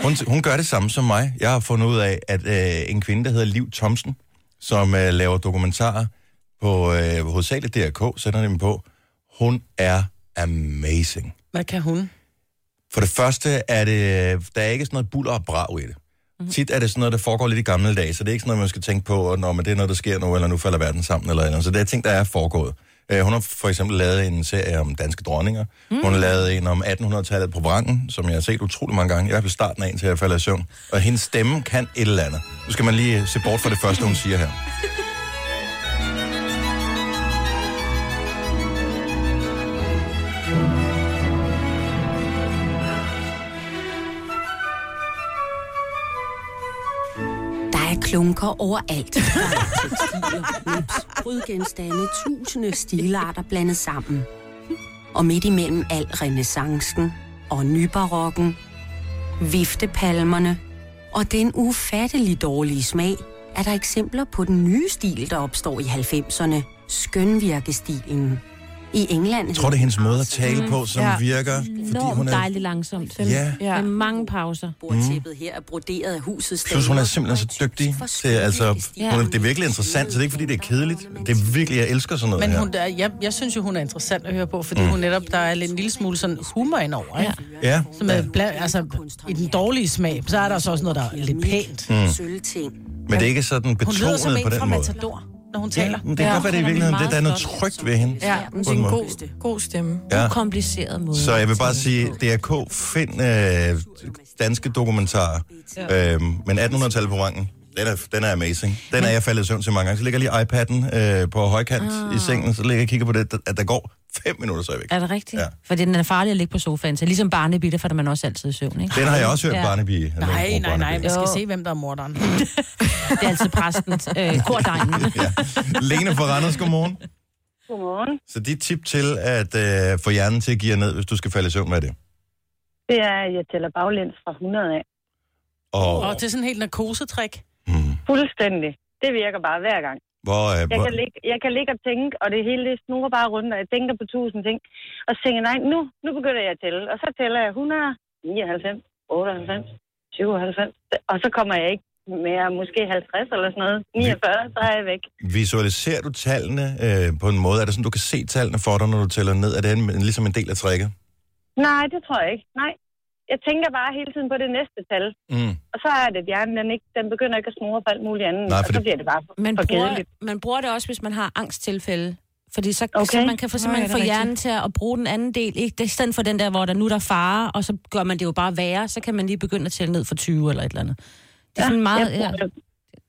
Speaker 1: hun, hun gør det samme som mig. Jeg har fundet ud af, at øh, en kvinde, der hedder Liv Thomsen, som øh, laver dokumentarer på øh, hovedsageligt DRK, sender dem på, hun er amazing.
Speaker 3: Hvad kan hun?
Speaker 1: For det første er det, der er ikke sådan noget buller og brag i det.
Speaker 3: Mhm.
Speaker 1: Mm-hmm. Tit er det sådan noget, der foregår lidt i gamle dage, så det er ikke sådan noget, man skal tænke på, at når man, det er noget, der sker nu, eller nu falder verden sammen, eller andet. Så det er ting, der er foregået. Øh, hun har for eksempel lavet en serie om danske dronninger. Mm. Hun har lavet en om 1800-tallet på Vrangen, som jeg har set utrolig mange gange. Jeg er på starten af en, til jeg falder i søvn. Og hendes stemme kan et eller andet. Nu skal man lige øh, se bort fra det første, hun siger her.
Speaker 10: Der er klunker overalt. Der er tekstiler, nips, brydgenstande, tusinde stilarter blandet sammen. Og midt imellem al renaissancen og nybarokken, viftepalmerne og den ufattelig dårlige smag, er der eksempler på den nye stil, der opstår i 90'erne. Skønvirkestilen. I England...
Speaker 1: Jeg tror, det er hendes måde at tale på, som
Speaker 4: Ja.
Speaker 1: virker. Fordi
Speaker 2: Enormt
Speaker 1: hun er,
Speaker 2: dejligt langsomt.
Speaker 1: ja,
Speaker 4: Ja.
Speaker 2: Med mange pauser.
Speaker 10: Bordtæppet her er broderet af husets
Speaker 1: Plus hun er
Speaker 10: damer,
Speaker 1: simpelthen så
Speaker 10: og et
Speaker 1: dygtig.
Speaker 10: tyk
Speaker 1: Det er, altså,
Speaker 10: forskønnet
Speaker 1: hun, er- det er virkelig interessant, så det er ikke fordi, det er kedeligt. Det er virkelig, jeg elsker sådan noget
Speaker 3: Men
Speaker 1: her.
Speaker 3: hun, der, jeg, jeg synes jo, hun er interessant at høre på, fordi mm. hun netop, der er lidt en lille smule sådan humor indover, ikke? Ja.
Speaker 1: Ja,
Speaker 3: Som er bland, altså, i den dårlige smag, så er der så også noget, der er lidt pænt.
Speaker 10: Mm. Sølvting.
Speaker 1: men det er ikke sådan
Speaker 3: Hun lyder som
Speaker 1: betonet på
Speaker 3: en fra
Speaker 1: den måde.
Speaker 3: Matador, når hun
Speaker 1: Ja,
Speaker 3: taler.
Speaker 1: men det kan godt være, det er i virkeligheden, det, der er noget trygt ved hende.
Speaker 4: Ja, men det er
Speaker 1: På en
Speaker 4: en
Speaker 1: måde.
Speaker 4: god, god stemme.
Speaker 1: Ja.
Speaker 2: Ukompliceret måde.
Speaker 1: Så jeg vil bare sige, DRK, find øh, danske dokumentarer. Øh, men 1800-tallet på vangen, den er, den er amazing. Den er jeg faldet i søvn til mange gange. Så ligger jeg lige iPad'en øh, på højkant
Speaker 2: Ah.
Speaker 1: i sengen, så ligger jeg og kigger på det, at der går fem minutter,
Speaker 2: [LAUGHS]
Speaker 1: så er jeg væk.
Speaker 2: Er det rigtigt?
Speaker 1: Ja.
Speaker 2: Ja. Fordi den er farlig at ligge på sofaen, så ligesom Barnaby, der falder man også altid i søvn, ikke?
Speaker 1: Den har jeg også hørt
Speaker 2: Ja.
Speaker 1: Barnaby. eller
Speaker 3: Nej, nej, nej,
Speaker 1: Barnaby.
Speaker 3: vi skal
Speaker 2: Jo.
Speaker 3: se, hvem der er
Speaker 11: [LAUGHS]
Speaker 3: morderen.
Speaker 2: Det er altid
Speaker 1: [LAUGHS]
Speaker 2: præsten, øh, kordegnen.
Speaker 1: Ja. Lene fra Randers, godmorgen.
Speaker 11: Godmorgen.
Speaker 1: Så dit tip til at øh, få hjernen til at give jer ned, hvis du skal falde i søvn, hvad er det?
Speaker 11: Det er, at jeg tæller baglæns fra 100 af.
Speaker 1: Og,
Speaker 3: Og det er sådan helt narkosetrik.
Speaker 1: hmm,
Speaker 11: Fuldstændig. Det virker bare hver gang.
Speaker 1: hvor, øh,
Speaker 11: Jeg
Speaker 1: hvor,
Speaker 11: kan, ligge, jeg kan ligge og tænke, og det hele det snurrer bare rundt, og jeg tænker på tusind ting. Og så tænker jeg, nej, nu, nu begynder jeg at tælle. Og så tæller jeg 100, 99, 98, 97. Og så kommer jeg ikke mere, måske 50 eller sådan noget. 49, så er jeg væk.
Speaker 1: visualiserer du tallene øh, på en måde? Er det sådan, du kan se tallene for dig, når du tæller ned? Er det en, ligesom en del af trækket?
Speaker 11: Nej, det tror jeg ikke. Nej. Jeg tænker bare hele tiden på det næste tal.
Speaker 1: Mm.
Speaker 11: Og så er det, at hjernen den, ikke, den begynder ikke at snurre på alt muligt andet.
Speaker 1: Nej, for
Speaker 11: og så
Speaker 1: det-
Speaker 11: bliver det bare for,
Speaker 2: Man
Speaker 11: for
Speaker 2: bruger,
Speaker 11: kedeligt.
Speaker 2: man bruger det også, hvis man har angsttilfælde. Fordi så, okay. så
Speaker 11: Okay.
Speaker 2: man kan få,
Speaker 4: Nå, ja,
Speaker 2: simpelthen
Speaker 4: det
Speaker 2: få
Speaker 4: er rigtigt.
Speaker 2: hjernen til at at bruge den anden del. Ikke? Det er i stedet for den der, hvor der nu er der er fare, og så gør man det jo bare værre, så kan man lige begynde at tælle ned for 20 eller et eller andet. Det er sådan meget...
Speaker 11: jeg
Speaker 2: Ja,
Speaker 11: bruger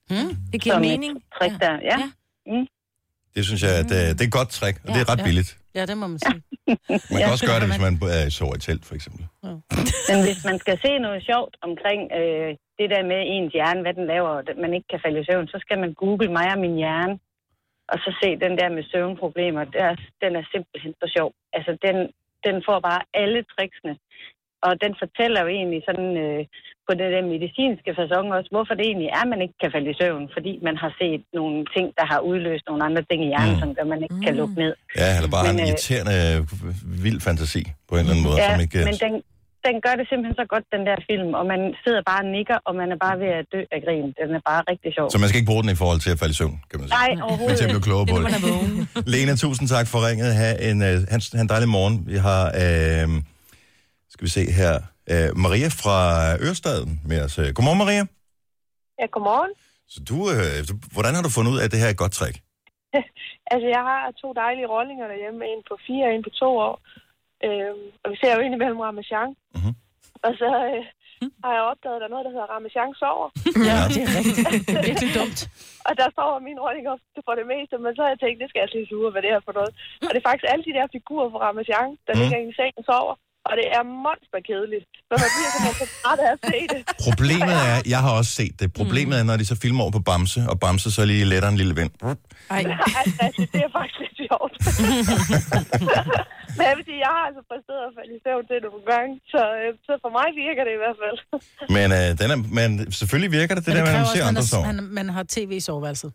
Speaker 11: det
Speaker 3: Mm.
Speaker 2: det giver
Speaker 11: Mm. som et
Speaker 2: mening.
Speaker 11: trick der. Ja. Mm.
Speaker 2: Ja.
Speaker 1: Det synes jeg, at, øh, det er et godt trick, og det er
Speaker 2: Mm. Ja,
Speaker 1: ret
Speaker 2: ja.
Speaker 1: billigt.
Speaker 3: Ja, det må man sige.
Speaker 1: Man kan
Speaker 11: [LAUGHS] Ja.
Speaker 1: også gøre det, hvis man øh, sover i telt, for eksempel.
Speaker 11: Mm. Men hvis man skal se noget sjovt omkring øh, det der med ens hjerne, hvad den laver, og at man ikke kan falde i søvn, så skal man google mig og min hjerne, og så se den der med søvnproblemer. Det er, den er simpelthen så sjov. Altså, den, den får bare alle tricksene. Og den fortæller jo egentlig sådan øh, på den der medicinske façon også, hvorfor det egentlig er, at man ikke kan falde i søvn, fordi man har set nogle ting, der har udløst nogle andre ting i hjernen,
Speaker 1: Mm.
Speaker 11: mm. som gør, at man ikke kan lukke ned.
Speaker 1: Ja, eller bare
Speaker 11: Men,
Speaker 1: en
Speaker 11: øh,
Speaker 1: irriterende, øh, vild fantasi på en eller anden måde.
Speaker 11: Ja,
Speaker 1: som ikke, øh,
Speaker 11: men den, den gør det simpelthen så godt, den der film, og man sidder bare og nikker, og man er bare ved at dø af grin. Den er bare rigtig sjov.
Speaker 1: Så man skal ikke bruge den i forhold til at falde i søvn, kan man sige.
Speaker 11: Nej,
Speaker 1: Men til at
Speaker 11: overhovedet.
Speaker 1: blive klogere på det.
Speaker 6: [LAUGHS]
Speaker 1: Lena, tusind tak for ringet. Ha' en, øh, han, han dejlig morgen. Vi har, øh, skal vi se her, øh, Maria fra Ørestaden med os. Øh, Godmorgen, Maria.
Speaker 11: Ja, godmorgen. [LAUGHS]
Speaker 1: Så du, øh, du, hvordan har du fundet ud af, at det her er et godt trick?
Speaker 11: Altså, jeg har to dejlige rollinger derhjemme. En på fire, en på to år. Øhm, og vi ser jo ind imellem Ramachan.
Speaker 1: Mhm.
Speaker 11: Og så øh, har jeg opdaget, at der er noget, der hedder Ramachan sover.
Speaker 3: [LAUGHS] Ja, det
Speaker 11: [LAUGHS]
Speaker 3: er rigtigt. Det er virkelig dumt.
Speaker 11: Og der sover min rolling ofte for det meste, men så har jeg tænkt, det skal jeg altså lige sluge, hvad det er for noget. Og det er faktisk alle de der figurer fra Ramachan, der
Speaker 1: Mhm.
Speaker 11: ligger i sengen og sover. Og det er monsterkedeligt. Men man bliver simpelthen så træt af at se det.
Speaker 1: Problemet er, jeg har også set det, problemet er, når de så filmer over på Bamse, og Bamse så lige letter en lille vind.
Speaker 4: Ej,
Speaker 11: [LAUGHS] altså, det er faktisk lidt sjovt. Men jeg vil sige, jeg har altså præsteret at falde i søvn til nogle gange, så, øh, så for mig virker det i hvert fald.
Speaker 1: Men, øh, den er, men selvfølgelig virker det, det,
Speaker 3: Men
Speaker 1: der,
Speaker 3: det
Speaker 1: man
Speaker 3: kræver
Speaker 1: ser
Speaker 3: også,
Speaker 1: andre
Speaker 3: at man,
Speaker 1: sove.
Speaker 3: har- han, man har tv i soveværelset.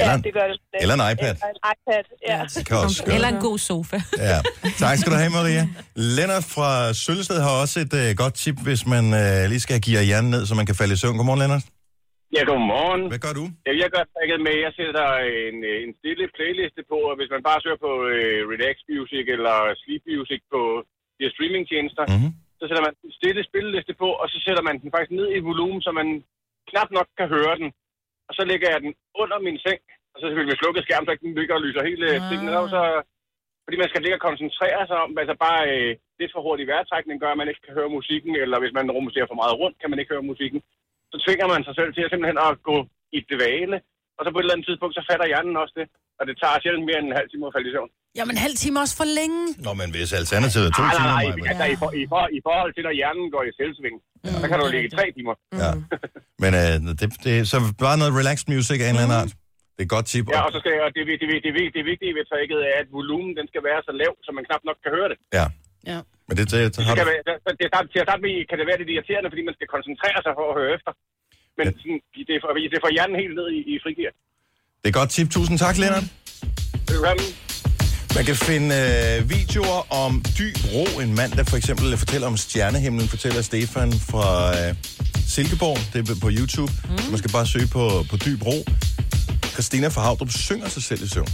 Speaker 1: Eller
Speaker 11: ja,
Speaker 1: en-
Speaker 11: det gør det. slet.
Speaker 1: eller en iPad.
Speaker 11: Eller en iPad, ja.
Speaker 1: det kan også gøre.
Speaker 2: Eller en god sofa.
Speaker 1: Ja. Tak skal du have, Maria. Lennart fra Sølvsted har også et øh, godt tip, hvis man øh, lige skal give hjernen ned, så man kan falde i søvn. Godmorgen, Lennart.
Speaker 12: Ja, godmorgen.
Speaker 1: Hvad gør du?
Speaker 12: Ja, jeg gør tricket med, jeg sætter en, øh, en stille playliste på, og hvis man bare søger på øh, relax music eller sleep music på de her streamingtjenester,
Speaker 1: Mhm.
Speaker 12: mm-hmm. så sætter man en stille spilleliste på, og så sætter man den faktisk ned i volumen, så man knap nok kan høre den. Og så lægger jeg den under min seng, og så selvfølgelig med slukket skærm, så ikke den ligger og lyser hele ah. tingene op, så... Fordi man skal ligge og koncentrere sig om, altså bare øh, lidt for hurtig vejrtrækning gør, at man ikke kan høre musikken, eller hvis man rumsterer for meget rundt, kan man ikke høre musikken så tvinger man sig selv til at simpelthen at gå i dvale, og så på et eller andet tidspunkt, så fatter hjernen også det, og det tager sjældent mere end en halv time at falde i søvn.
Speaker 3: Jamen, en halv time er også for længe.
Speaker 1: Nå, men hvis alternativet er to
Speaker 12: nej,
Speaker 1: timer,
Speaker 12: nej,
Speaker 1: Maja.
Speaker 12: nej, altså, i, for, i, for, i forhold til, når hjernen går i selvsving, mm. så kan du ligge i tre timer.
Speaker 1: Ja. Men øh, det, det, så bare noget relaxed music af en eller anden art. Det er et godt tip.
Speaker 12: Ja, og så skal jeg, og det, det, det, det, det vigtige ved tricket er, at volumen den skal være så lav, så man knap nok kan høre det.
Speaker 1: Ja.
Speaker 3: ja.
Speaker 1: Men det, det, det
Speaker 12: Så
Speaker 1: har du...
Speaker 12: kan være, så- så det, er start- til at starte med kan det være lidt irriterende, fordi man skal koncentrere sig for at høre efter. Men sådan, det, er for, det får hjernen helt ned i, i frigiver.
Speaker 1: Det er et godt tip. Tusind tak, Lennart.
Speaker 12: Velkommen.
Speaker 1: Man kan finde øh, videoer om dyb ro. En mand, der for eksempel fortæller om stjernehimlen, fortæller Stefan fra øh, Silkeborg. Det er på YouTube. Mm. Så man skal bare søge på, på dyb ro. Christina fra Havdrup synger sig selv i søvn.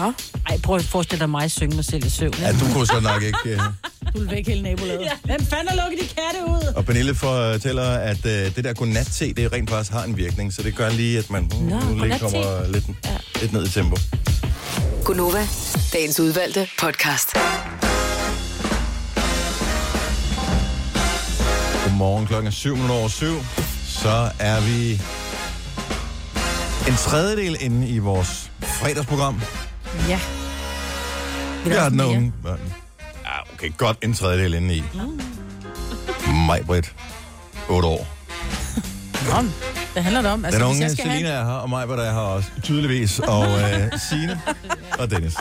Speaker 2: Nå. Ej, prøv at forestille dig mig synge mig selv i søvn.
Speaker 1: Ja, du kunne så nok ikke...
Speaker 5: [LAUGHS]
Speaker 1: Øh.
Speaker 3: Du vil væk hele nabolaget. Ja. Hvem fanden har lukket de katte ud?
Speaker 1: Og Pernille fortæller, at øh, det der godnat-te, det rent faktisk har en virkning. Så det gør lige, at man mm,
Speaker 5: Nå,
Speaker 1: nu lige
Speaker 5: godnat-te.
Speaker 1: kommer lidt, lidt ned i tempo.
Speaker 5: Gunova, dagens udvalgte podcast.
Speaker 1: Godmorgen klokken er 7 minutter over 7. Så er vi en tredjedel inde i vores fredagsprogram.
Speaker 4: Ja.
Speaker 1: Vi har den unge. Ja, okay, godt en tredjedel inde i. Mig, Britt. 8 år.
Speaker 3: Om. Det handler det om.
Speaker 1: Altså, den
Speaker 3: hvis
Speaker 1: unge
Speaker 3: jeg skal have en-
Speaker 1: Selina er her, og mig, hvor der er her også, tydeligvis. Og øh, Signe og Dennis.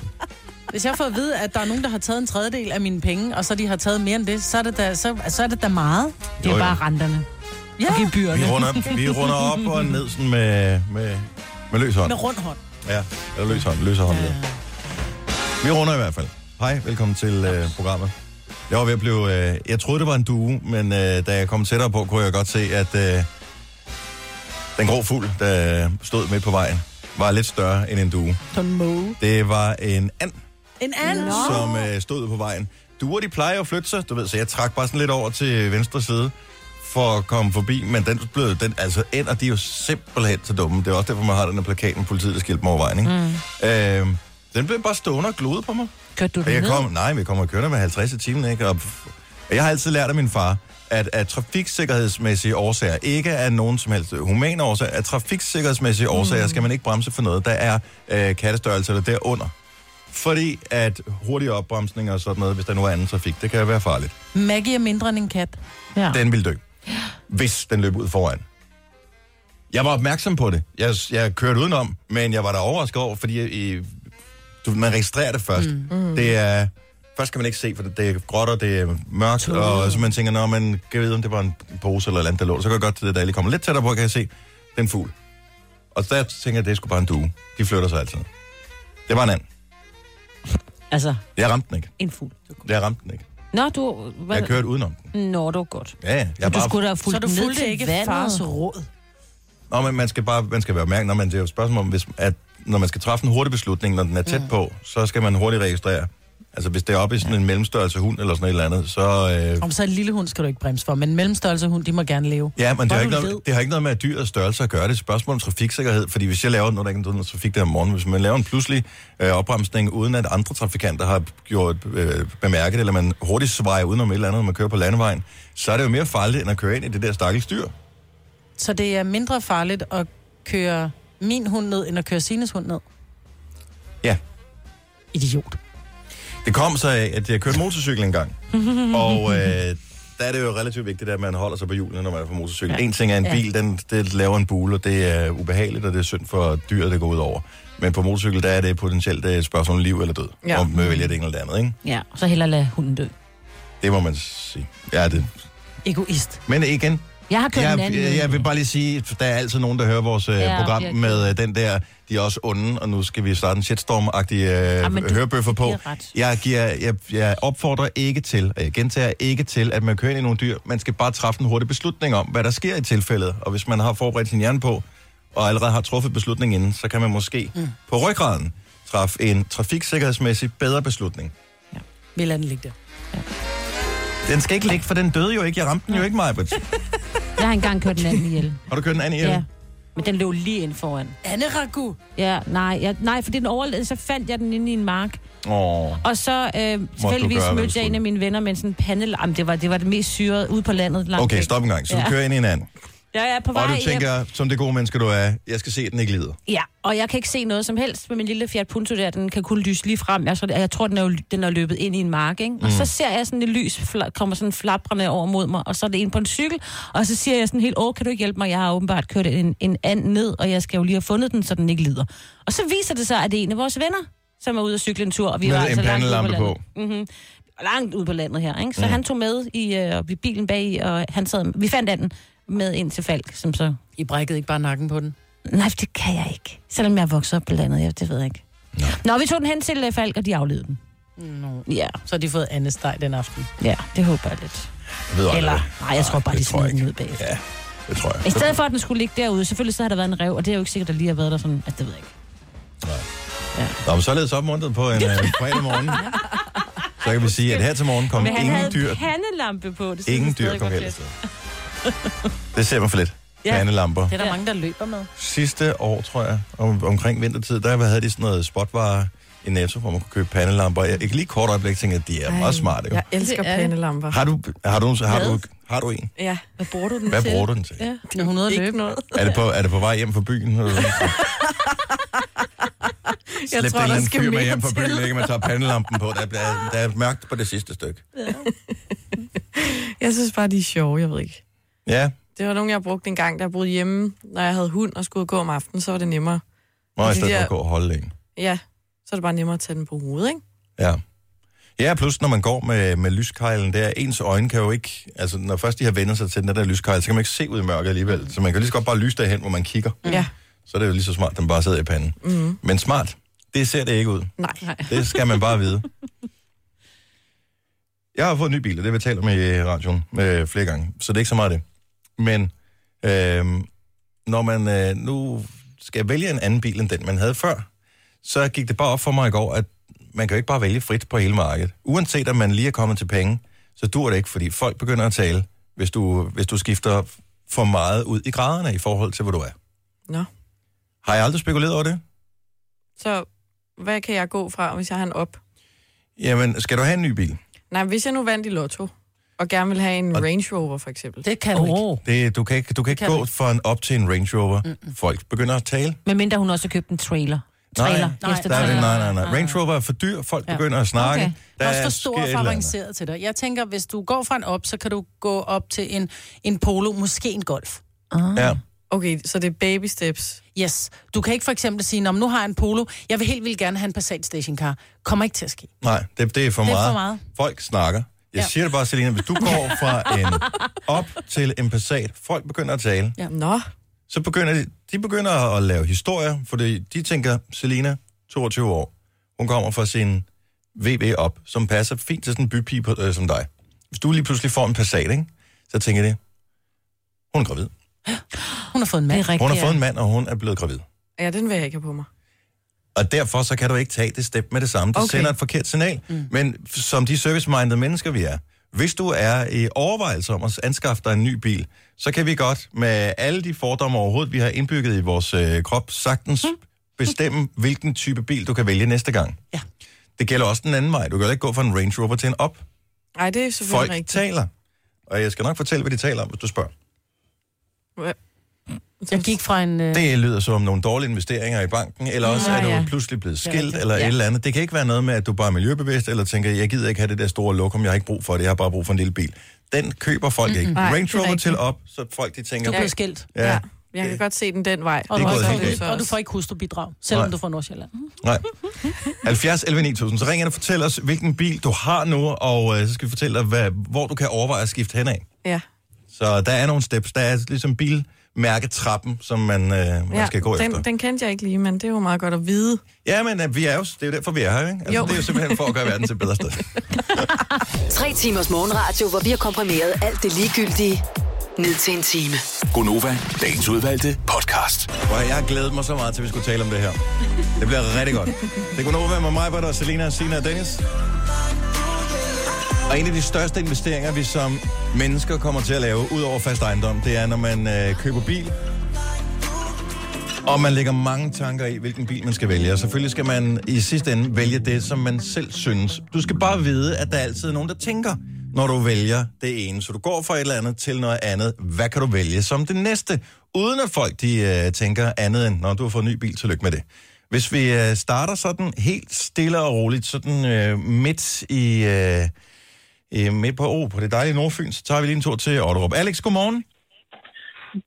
Speaker 3: Hvis jeg får at vide, at der er nogen, der har taget en tredjedel af mine penge, og så de har taget mere end det, så er det da, så, så er det da meget.
Speaker 1: Det er Jo, jo. bare
Speaker 3: renterne. Ja. Og gebyrerne.
Speaker 1: Vi runder, vi runder op og ned sådan med, med, med løs hånd.
Speaker 3: Med rund hånd.
Speaker 1: Ja, eller løs hånd, løser hånd. Ja. Vi runder i hvert fald. Hej, velkommen til øh, programmet. Jeg var ved at blive... Øh, jeg troede, det var en due, men øh, da jeg kom tættere på, kunne jeg godt se, at øh, den grå fugl, der stod midt på vejen, var lidt større end en due.
Speaker 3: På en måge.
Speaker 1: Det var en and,
Speaker 3: En anden.
Speaker 1: no. som øh, stod på vejen. Duer, de plejer at flytte sig, du ved, så jeg trak bare sådan lidt over til venstre side for at komme forbi, men den blev den, altså ender, de er jo simpelthen så dumme. Det er også derfor, man har den her plakat med politiet, der skilte mig over vejen, ikke? Mm. Øh, den blev bare stående og glode på mig.
Speaker 2: Kørte du
Speaker 1: Og jeg
Speaker 2: den
Speaker 1: kom, nej, vi kommer kørende med 50 i timen, ikke? Og, pff, og jeg har altid lært af min far, at af trafiksikkerhedsmæssige årsager, ikke af nogen som helst humane årsager, af trafiksikkerhedsmæssige årsager skal man ikke bremse for noget, der er øh, kattestørrelse eller derunder. Fordi at hurtige opbremsninger og sådan noget, hvis der nu er anden trafik, det kan være farligt.
Speaker 3: Maggie er mindre end en kat. Ja.
Speaker 1: Den vil dø, hvis den løb ud foran. Jeg var opmærksom på det. Jeg, jeg kørte udenom, men jeg var da overrasket over, fordi øh, du, man registrerer det først. Mm. Mm. Det er... Først kan man ikke se, for det, det er gråt, og det er mørkt, Tull. og så man tænker, når man kan vide, om det var en pose eller et eller andet, der lå. Så kan jeg godt, da jeg lige kommer lidt tættere på, kan jeg se, det er en fugl. Og der tænker jeg, det er sgu bare en due. De flytter sig altid. Det var en anden.
Speaker 2: Altså,
Speaker 1: Jeg ramte den ikke.
Speaker 2: en fugl.
Speaker 1: Jeg ramte den ikke.
Speaker 2: Nå, du... Hvad?
Speaker 1: Jeg kørte udenom.
Speaker 2: Nå, det var godt.
Speaker 1: Ja, ja.
Speaker 2: Jeg
Speaker 1: Jeg
Speaker 2: du
Speaker 1: bare-
Speaker 2: skulle da have fulgt
Speaker 3: Så du
Speaker 2: den ned
Speaker 3: fulgte
Speaker 2: til
Speaker 3: ikke
Speaker 2: vandet.
Speaker 3: fars råd.
Speaker 1: Nå, men man skal bare man skal være opmærksom, når man det er jo et spørgsmål om, hvis, at når man skal træffe en hurtig beslutning, når den er
Speaker 3: Mm.
Speaker 1: tæt på, så skal man hurtigt registrere. Altså hvis det er oppe i sådan en mellemstørrelse hund eller sådan et eller andet, så... Øh,
Speaker 3: Om så en lille hund skal du ikke bremse for, men mellemstørrelse hund, de må gerne leve.
Speaker 1: ja, men det har,
Speaker 3: Hvor
Speaker 1: ikke
Speaker 3: du ved.
Speaker 1: noget, det har ikke noget med at dyrets størrelse at gøre. Det er et spørgsmål om trafiksikkerhed, fordi hvis jeg laver, nu er der ikke noget trafik der om morgenen, hvis man laver en pludselig øh, opbremsning, uden at andre trafikanter har gjort øh, bemærket, eller man hurtigt svejer udenom et eller andet, når man kører på landevejen, så er det jo mere farligt, end at køre ind i det der stakkels dyr.
Speaker 3: Så det er mindre farligt at køre min hund ned, end at køre Sines hund ned.
Speaker 1: Ja.
Speaker 3: Idiot.
Speaker 1: Det kom så af, at jeg kørte motorcykel engang. [LAUGHS] Og øh, der er det jo relativt vigtigt, at man holder sig på hjulene, når man er på motorcykel. Ja.
Speaker 13: Ja.
Speaker 1: En ting er en
Speaker 13: Ja.
Speaker 1: bil, den det laver en bule, og det er ubehageligt, og det er synd for dyret, det går ud over. Men på motorcykel, der er det potentielt øh, et spørgsmål om liv eller død.
Speaker 2: Ja.
Speaker 1: Ja. Om man vælger det ene eller det andet, ikke?
Speaker 2: Ja, og så hellere lade hunden dø.
Speaker 1: Det må man sige. Ja, det.
Speaker 3: Egoist.
Speaker 1: Men igen,
Speaker 2: Jeg har kørt en
Speaker 1: Jeg,
Speaker 2: anden
Speaker 1: jeg, jeg vil bare lige sige, at der er altid nogen, der hører vores ja,
Speaker 2: Ja,
Speaker 1: program
Speaker 2: virkelig.
Speaker 1: med øh, den der, de er også onde, og nu skal vi starte en shitstorm-agtig
Speaker 2: Ah, men
Speaker 1: øh,
Speaker 2: du-
Speaker 1: hørebøffer
Speaker 2: det
Speaker 1: på.
Speaker 2: er ret.
Speaker 1: Jeg, giver, jeg, jeg opfordrer ikke til, og jeg gentager ikke til, at man kører ind i nogle dyr. Man skal bare træffe en hurtig beslutning om, hvad der sker i tilfældet. Og hvis man har forberedt sin hjerne på, og allerede har truffet beslutningen inden, så kan man måske mm. på ryggraden træffe en trafiksikkerhedsmæssig bedre beslutning.
Speaker 3: Vi lader den ligge der.
Speaker 1: Den skal ikke ligge, for den døde jo ikke. Jeg ramte den jo ikke, Majbrit.
Speaker 2: Jeg har engang kørt en anden ihjel.
Speaker 1: Har du kørt den anden ihjel?
Speaker 2: Ja. Men den lå lige ind foran.
Speaker 3: Anderagu?
Speaker 2: Ja, nej, jeg, nej, for den overlevede, så fandt jeg den inde i en mark.
Speaker 1: Åh.
Speaker 2: Og så øh, tilfældigvis
Speaker 1: gøre, hvad du
Speaker 2: mødte jeg en
Speaker 1: skulle.
Speaker 2: af mine venner med sådan en pandel. Jamen, det var, det var det mest syrede ude på landet. Langt
Speaker 1: Okay,
Speaker 2: væk.
Speaker 1: stop en gang. Så du
Speaker 2: ja.
Speaker 1: kører ind i en anden.
Speaker 2: Ja, jeg er på vej
Speaker 1: Og du
Speaker 2: hjem.
Speaker 1: tænker, som det gode menneske du er, jeg skal se, at den ikke lider.
Speaker 2: Ja, og jeg kan ikke se noget som helst med min lille Fiat Punto der. Den kan kun lyse lige frem. Jeg, så, jeg tror, den er, jo, den er løbet ind i en mark, ikke? Og
Speaker 1: Mm.
Speaker 2: så ser jeg sådan et lys, fla- kommer sådan flabrende over mod mig, og så er det en på en cykel. Og så siger jeg sådan helt, åh, kan du ikke hjælpe mig? Jeg har åbenbart kørt en, en and ned, og jeg skal jo lige have fundet den, så den ikke lider. Og så viser det sig, at det er en af vores venner, som er ude at cykle en tur, og vi
Speaker 1: Med
Speaker 2: var
Speaker 1: en
Speaker 2: altså langt ude på
Speaker 1: pandelampe
Speaker 2: landet. Mm-hmm. Langt ude på landet her, ikke? Så
Speaker 1: Mm.
Speaker 2: mm. han tog med i, øh, i bilen bag i, og han sad, vi fandt anden med ind til Falk, som så...
Speaker 3: I brækkede ikke bare nakken på den?
Speaker 2: Nej, det kan jeg ikke. Selvom jeg er vokset op på landet, jeg, det ved jeg ikke. Nå. Nå, vi tog den hen til øh, Falk, og de aflevede den.
Speaker 3: No.
Speaker 2: Ja.
Speaker 3: Så har de fået andesteg den aften.
Speaker 2: Ja, det håber jeg lidt.
Speaker 1: Jeg ved aldrig,
Speaker 2: Eller,
Speaker 1: hvad-
Speaker 2: nej, jeg tror bare,
Speaker 1: det
Speaker 2: de
Speaker 1: tror jeg
Speaker 2: smed den ud bagefter.
Speaker 1: Ja, det tror jeg.
Speaker 2: I stedet for, at den skulle ligge derude, selvfølgelig så har der været en rev, og det er jo ikke sikkert, at der lige har været der sådan, at det ved jeg ikke.
Speaker 1: Nå, men så ledes opmuntret på
Speaker 2: [LAUGHS]
Speaker 1: en øh, fredag morgen. Så kan vi sige, at her til morgen kom
Speaker 2: Men han
Speaker 1: ingen
Speaker 2: havde
Speaker 1: dyr.
Speaker 2: pandelampe på. Det synes
Speaker 1: Ingen
Speaker 2: jeg stadig
Speaker 1: dyr kom
Speaker 2: godt
Speaker 1: heller
Speaker 2: lidt.
Speaker 1: Det ser man for lidt. Ja. Pandelamper.
Speaker 3: Det er der ja. mange, der løber med.
Speaker 1: Sidste år, tror jeg, om, omkring vintertid, der havde de sådan noget spotvarer i Netto, hvor man kunne købe pandelamper. Jeg, jeg kan lige et kort øjeblik tænke, at de er meget smarte. Jo.
Speaker 4: Jeg elsker
Speaker 3: Det er det.
Speaker 4: pandelamper.
Speaker 1: Har du, har, du, har, du, har du en?
Speaker 4: Ja.
Speaker 3: Hvad bruger du den
Speaker 1: Hvad
Speaker 3: til?
Speaker 1: bruger du den til?
Speaker 3: Ja. Når hun er ude at løbe noget.
Speaker 1: Er det, på, er det på vej hjem fra byen? Eller-
Speaker 4: Jeg tror,
Speaker 1: Slæb en
Speaker 4: der
Speaker 1: eller anden
Speaker 4: skal
Speaker 1: fyr med
Speaker 4: mere
Speaker 1: hjem fra byen,
Speaker 4: til.
Speaker 1: ikke? Man tager pandelampen på. Der, der, der er mørkt på det sidste stykke.
Speaker 4: Jeg synes bare, de er sjove, jeg ved ikke.
Speaker 1: Ja,
Speaker 4: Det var nogen, jeg brugte en gang, der boede hjemme, når jeg havde hund og skulle ud og gå om aftenen, så var det nemmere.
Speaker 1: må
Speaker 4: Og
Speaker 1: jeg
Speaker 4: de
Speaker 1: stedet for
Speaker 4: der-
Speaker 1: at gå og holde en.
Speaker 4: Ja, så er det bare nemmere at tage den på hovedet, ikke?
Speaker 1: Ja. Ja, plus når man går med, med lyskejlen der, ens øjne kan jo ikke... Altså, når først de har vendt sig til den der lyskejl, så kan man ikke se ud i mørket alligevel. Så man kan lige så godt bare lyse derhen, hvor man kigger.
Speaker 4: Ja.
Speaker 1: Så er det jo lige så smart, at den bare sidder i panden.
Speaker 4: Mm.
Speaker 1: Men smart, det ser det ikke ud.
Speaker 4: Nej.
Speaker 1: Det skal man bare vide. Jeg har fået en ny bil, og det har vi talt om i radioen øh, flere gange, så det er ikke så meget det. Men øh, når man øh, nu skal vælge en anden bil end den, man havde før, så gik det bare op for mig i går, at man kan jo ikke bare vælge frit på hele markedet. Uanset om man lige er kommet til penge, så dur det ikke, fordi folk begynder at tale, hvis du, hvis du skifter for meget ud i graderne i forhold til, hvor du er.
Speaker 4: Nå.
Speaker 1: Har jeg aldrig spekuleret over det?
Speaker 4: Så hvad kan jeg gå fra, hvis jeg har en op?
Speaker 1: Jamen, skal du have en ny bil?
Speaker 4: Nej, hvis jeg nu vandt i lotto, og gerne vil have en Range Rover, for eksempel.
Speaker 3: Det kan du ikke.
Speaker 1: Det, du kan ikke, du kan ikke
Speaker 4: kan
Speaker 1: gå
Speaker 4: du
Speaker 1: for en op til en Range Rover. Mm-mm. Folk begynder at tale.
Speaker 2: Men mindre hun også har købt en trailer. Trailer.
Speaker 1: nej,
Speaker 2: efter
Speaker 1: der er det,
Speaker 2: trailer.
Speaker 1: nej, nej, nej. Range Rover er for dyr, folk ja. begynder at snakke. Okay.
Speaker 3: Der er også for
Speaker 1: sker
Speaker 3: stor og
Speaker 1: et
Speaker 3: for
Speaker 1: eller andet.
Speaker 3: avanceret til dig. Jeg tænker, hvis du går fra en op, så kan du gå op til en, en polo, måske en golf.
Speaker 1: Ja.
Speaker 4: Okay, så det er baby steps.
Speaker 3: Yes. Du kan ikke for eksempel sige, "Nå, men nu har jeg en polo. Jeg vil helt vildt gerne have en Passat stationcar. Kommer ikke til at ske.
Speaker 1: Nej, det, det er for
Speaker 3: Det er
Speaker 1: meget.
Speaker 3: for meget.
Speaker 1: Folk snakker. Jeg ja.
Speaker 3: Ja.
Speaker 1: siger det bare, Selina, hvis du går fra en op til en Passat, folk begynder at tale,
Speaker 4: Ja. Nå.
Speaker 1: så begynder de, de begynder at lave historier, fordi de tænker, Selina, 22 år, hun kommer fra sin VV op, som passer fint til sådan en bypige på, øh, som dig. Hvis du lige pludselig får en Passat, ikke? så tænker det, hun er gravid.
Speaker 3: Hun har fået en mand.
Speaker 2: Det er
Speaker 1: Hun har fået en mand, og hun er blevet gravid.
Speaker 4: Ja, den vil jeg ikke have på mig.
Speaker 1: Og derfor så kan du ikke tage det step med det samme. Det okay.
Speaker 4: Okay.
Speaker 1: sender et forkert signal. Mm. Men f- som de service-minded mennesker, vi er, hvis du er i overvejelse om at anskaffe dig en ny bil, så kan vi godt med alle de fordomme overhovedet, vi har indbygget i vores øh, krop, sagtens bestemme, hvilken type bil du kan vælge næste gang.
Speaker 3: Ja.
Speaker 1: Det gælder også den anden vej. Du kan jo ikke gå fra en Range Rover til en op.
Speaker 4: Nej, det er selvfølgelig
Speaker 1: Folk
Speaker 4: rigtigt.
Speaker 1: taler. Og jeg skal nok fortælle, hvad de taler om, hvis du spørger.
Speaker 4: Hva-
Speaker 3: Jeg gik fra en... Øh...
Speaker 1: Det lyder som nogle dårlige investeringer i banken, eller også
Speaker 4: Nå,
Speaker 1: er du
Speaker 4: Ah, ja.
Speaker 1: pludselig blevet
Speaker 3: er
Speaker 1: skilt,
Speaker 3: rigtigt.
Speaker 1: eller et
Speaker 3: Ja.
Speaker 1: eller andet. Det kan ikke være noget med, at du bare er miljøbevidst, eller tænker, jeg gider ikke have det der store lokum, jeg har ikke brug for det, jeg har bare brug for en lille bil. Den køber folk ikke.
Speaker 4: Nej,
Speaker 1: Range
Speaker 4: det er
Speaker 1: Rover
Speaker 4: rigtigt.
Speaker 1: til op, så folk de tænker...
Speaker 3: Du blev skilt.
Speaker 1: Ja, ja.
Speaker 4: Jeg kan godt se den den vej.
Speaker 3: Og,
Speaker 1: Det
Speaker 3: du,
Speaker 1: er
Speaker 3: har
Speaker 1: gået
Speaker 3: ikke-
Speaker 1: helt galt.
Speaker 3: og du får ikke hustrubidrag, selvom
Speaker 1: Nej.
Speaker 3: Nej. du får Nordsjælland.
Speaker 1: nej. 70 11 9000. Så ring ind og fortæl os, hvilken bil du har nu, og øh, så skal vi fortælle dig, hvad, hvor du kan overveje at skifte henad.
Speaker 4: Ja.
Speaker 1: Så der er nogle steps. Der er ligesom bilmærketrappen, som man, øh, man ja, skal gå
Speaker 4: den,
Speaker 1: efter.
Speaker 4: den kendte jeg ikke lige, men det er jo meget godt at vide.
Speaker 1: Ja, men øh, vi er jo, det er jo derfor, vi er her, ikke? Altså,
Speaker 4: Jo.
Speaker 1: Det er jo simpelthen for at gøre verden til et bedre sted.
Speaker 5: Tre timers morgenradio, hvor vi har komprimeret alt det ligegyldige ned til en time.
Speaker 6: Gonova, dagens udvalgte podcast.
Speaker 1: Hvor jeg glæder mig så meget til, at vi skulle tale om det her. Det bliver rigtig godt. Det kunne over være med mig, hvor der er Selina, Sina og Dennis. Og en af de største investeringer, vi som mennesker kommer til at lave, ud over fast ejendom, det er, når man øh, køber bil. Og man lægger mange tanker i, hvilken bil man skal vælge. Og selvfølgelig skal man i sidste ende vælge det, som man selv synes. Du skal bare vide, at der altid er nogen, der tænker, når du vælger det ene. Så du går fra et eller andet til noget andet. Hvad kan du vælge som det næste? Uden at folk de, øh, tænker andet end, når du har fået en ny bil, tillykke med det. Hvis vi øh, starter sådan helt stille og roligt, sådan øh, midt i... Øh, øh, med på O på det dejlige Nordfyn, så tager vi lige en tur til Otterup. Alex, godmorgen.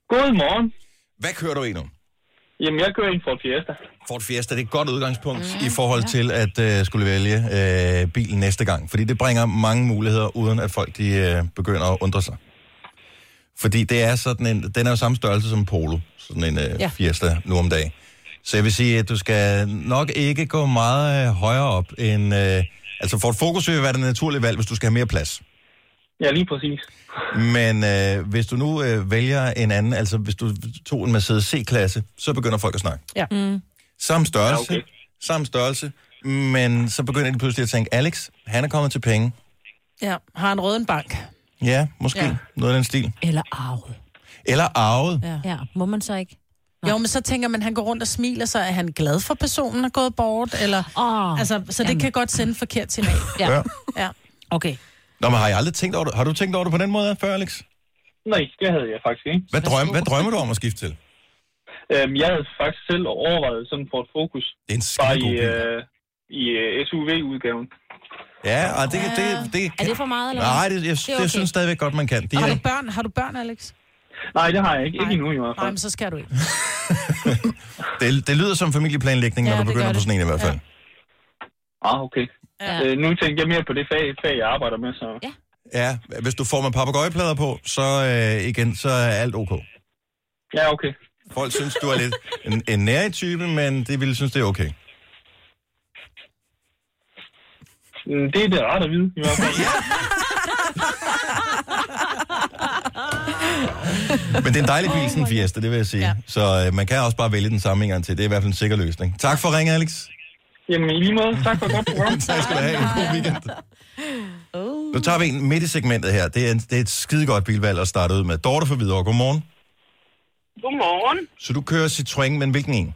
Speaker 13: Godmorgen.
Speaker 1: Hvad kører du i nu?
Speaker 13: Jamen, jeg kører en Ford Fiesta.
Speaker 1: Ford Fiesta, det er et godt udgangspunkt mm, i forhold til at øh, skulle vælge øh, bilen næste gang. Fordi det bringer mange muligheder, uden at folk de, øh, begynder at undre sig. Fordi det er sådan en, den er jo samme størrelse som en Polo, sådan en øh,
Speaker 14: Ja.
Speaker 1: ja. Fiesta nu om dagen. Så jeg vil sige, at du skal nok ikke gå meget øh, højere op end... Øh, altså Ford Focus vil være det naturlige valg, hvis du skal have mere plads.
Speaker 13: Ja, lige præcis.
Speaker 1: Men øh, hvis du nu øh, vælger en anden, altså hvis du tog en Mercedes C-klasse, så begynder folk at snakke.
Speaker 2: Ja. Mm.
Speaker 1: Samme størrelse, ja, okay. samme størrelse, men så begynder de pludselig at tænke, Alex, han er kommet til penge.
Speaker 3: Ja, har en røden bank.
Speaker 1: Ja, måske.
Speaker 3: Ja.
Speaker 1: Ja. Noget af den stil.
Speaker 2: Eller arvet.
Speaker 1: Eller arvet.
Speaker 3: Ja.
Speaker 2: ja, må man så ikke?
Speaker 3: Jo, men så tænker man, han går rundt og smiler, så er han glad for, at personen er gået bort, eller...
Speaker 2: Oh,
Speaker 3: altså, så det
Speaker 2: jamen.
Speaker 3: kan godt sende forkert signal.
Speaker 1: Ja.
Speaker 3: ja.
Speaker 2: Okay.
Speaker 1: Nå, men har jeg aldrig tænkt over det? Har du tænkt over det på den måde før, Alex?
Speaker 13: Nej, det havde jeg faktisk ikke.
Speaker 1: Hvad, drøm, hvad drømmer du om at skifte til?
Speaker 13: Øhm, jeg havde faktisk selv overvejet sådan en Ford Focus.
Speaker 1: Det er en
Speaker 13: Bare i,
Speaker 1: skidegod bil.
Speaker 13: øh, i øh, SUV-udgaven.
Speaker 1: Ja, og det, det, det,
Speaker 2: Er det for meget, eller hvad?
Speaker 1: Nej, det, jeg, det,
Speaker 2: er
Speaker 1: okay. jeg synes stadigvæk godt, man kan. De
Speaker 3: Har
Speaker 1: er,
Speaker 3: du børn, har du børn Alex?
Speaker 13: Nej, det har jeg ikke. Ikke endnu i hvert
Speaker 3: Nej,
Speaker 13: fald.
Speaker 3: men så skal du ikke.
Speaker 1: det, det lyder som familieplanlægning, ja,
Speaker 3: Ja,
Speaker 1: når du
Speaker 3: det gør
Speaker 1: begynder på
Speaker 3: det.
Speaker 1: sådan en i hvert fald.
Speaker 13: Ah, okay.
Speaker 2: Ja.
Speaker 13: Øh, nu tænker jeg mere på det fag, fag jeg arbejder med, så...
Speaker 2: Ja.
Speaker 1: Ja, hvis du får med papegøjeplader på, så øh, igen, så er alt ok.
Speaker 13: Ja, okay.
Speaker 1: Folk synes, du er lidt en, en nærig type, men de ville synes, det er okay.
Speaker 13: Mm, Det er det rart at vide, i hvert fald.
Speaker 1: [LAUGHS] Men det er en dejlig bil, sådan en Fiesta, det vil jeg sige. Oh Ja. Så øh, man kan også bare vælge den samme en gang til. Det er i hvert fald en sikker løsning. Tak for ringen, Alex.
Speaker 13: Jamen, i lige måde. Tak for et godt
Speaker 2: [LAUGHS]
Speaker 13: program.
Speaker 1: tak skal du have. En god weekend. Nu tager vi en midt i segmentet her. Det er, en, det er et skidegodt bilvalg at starte ud med. Dorte for Hvidovre, godmorgen.
Speaker 15: Godmorgen.
Speaker 1: Så du kører Citroën, men hvilken en?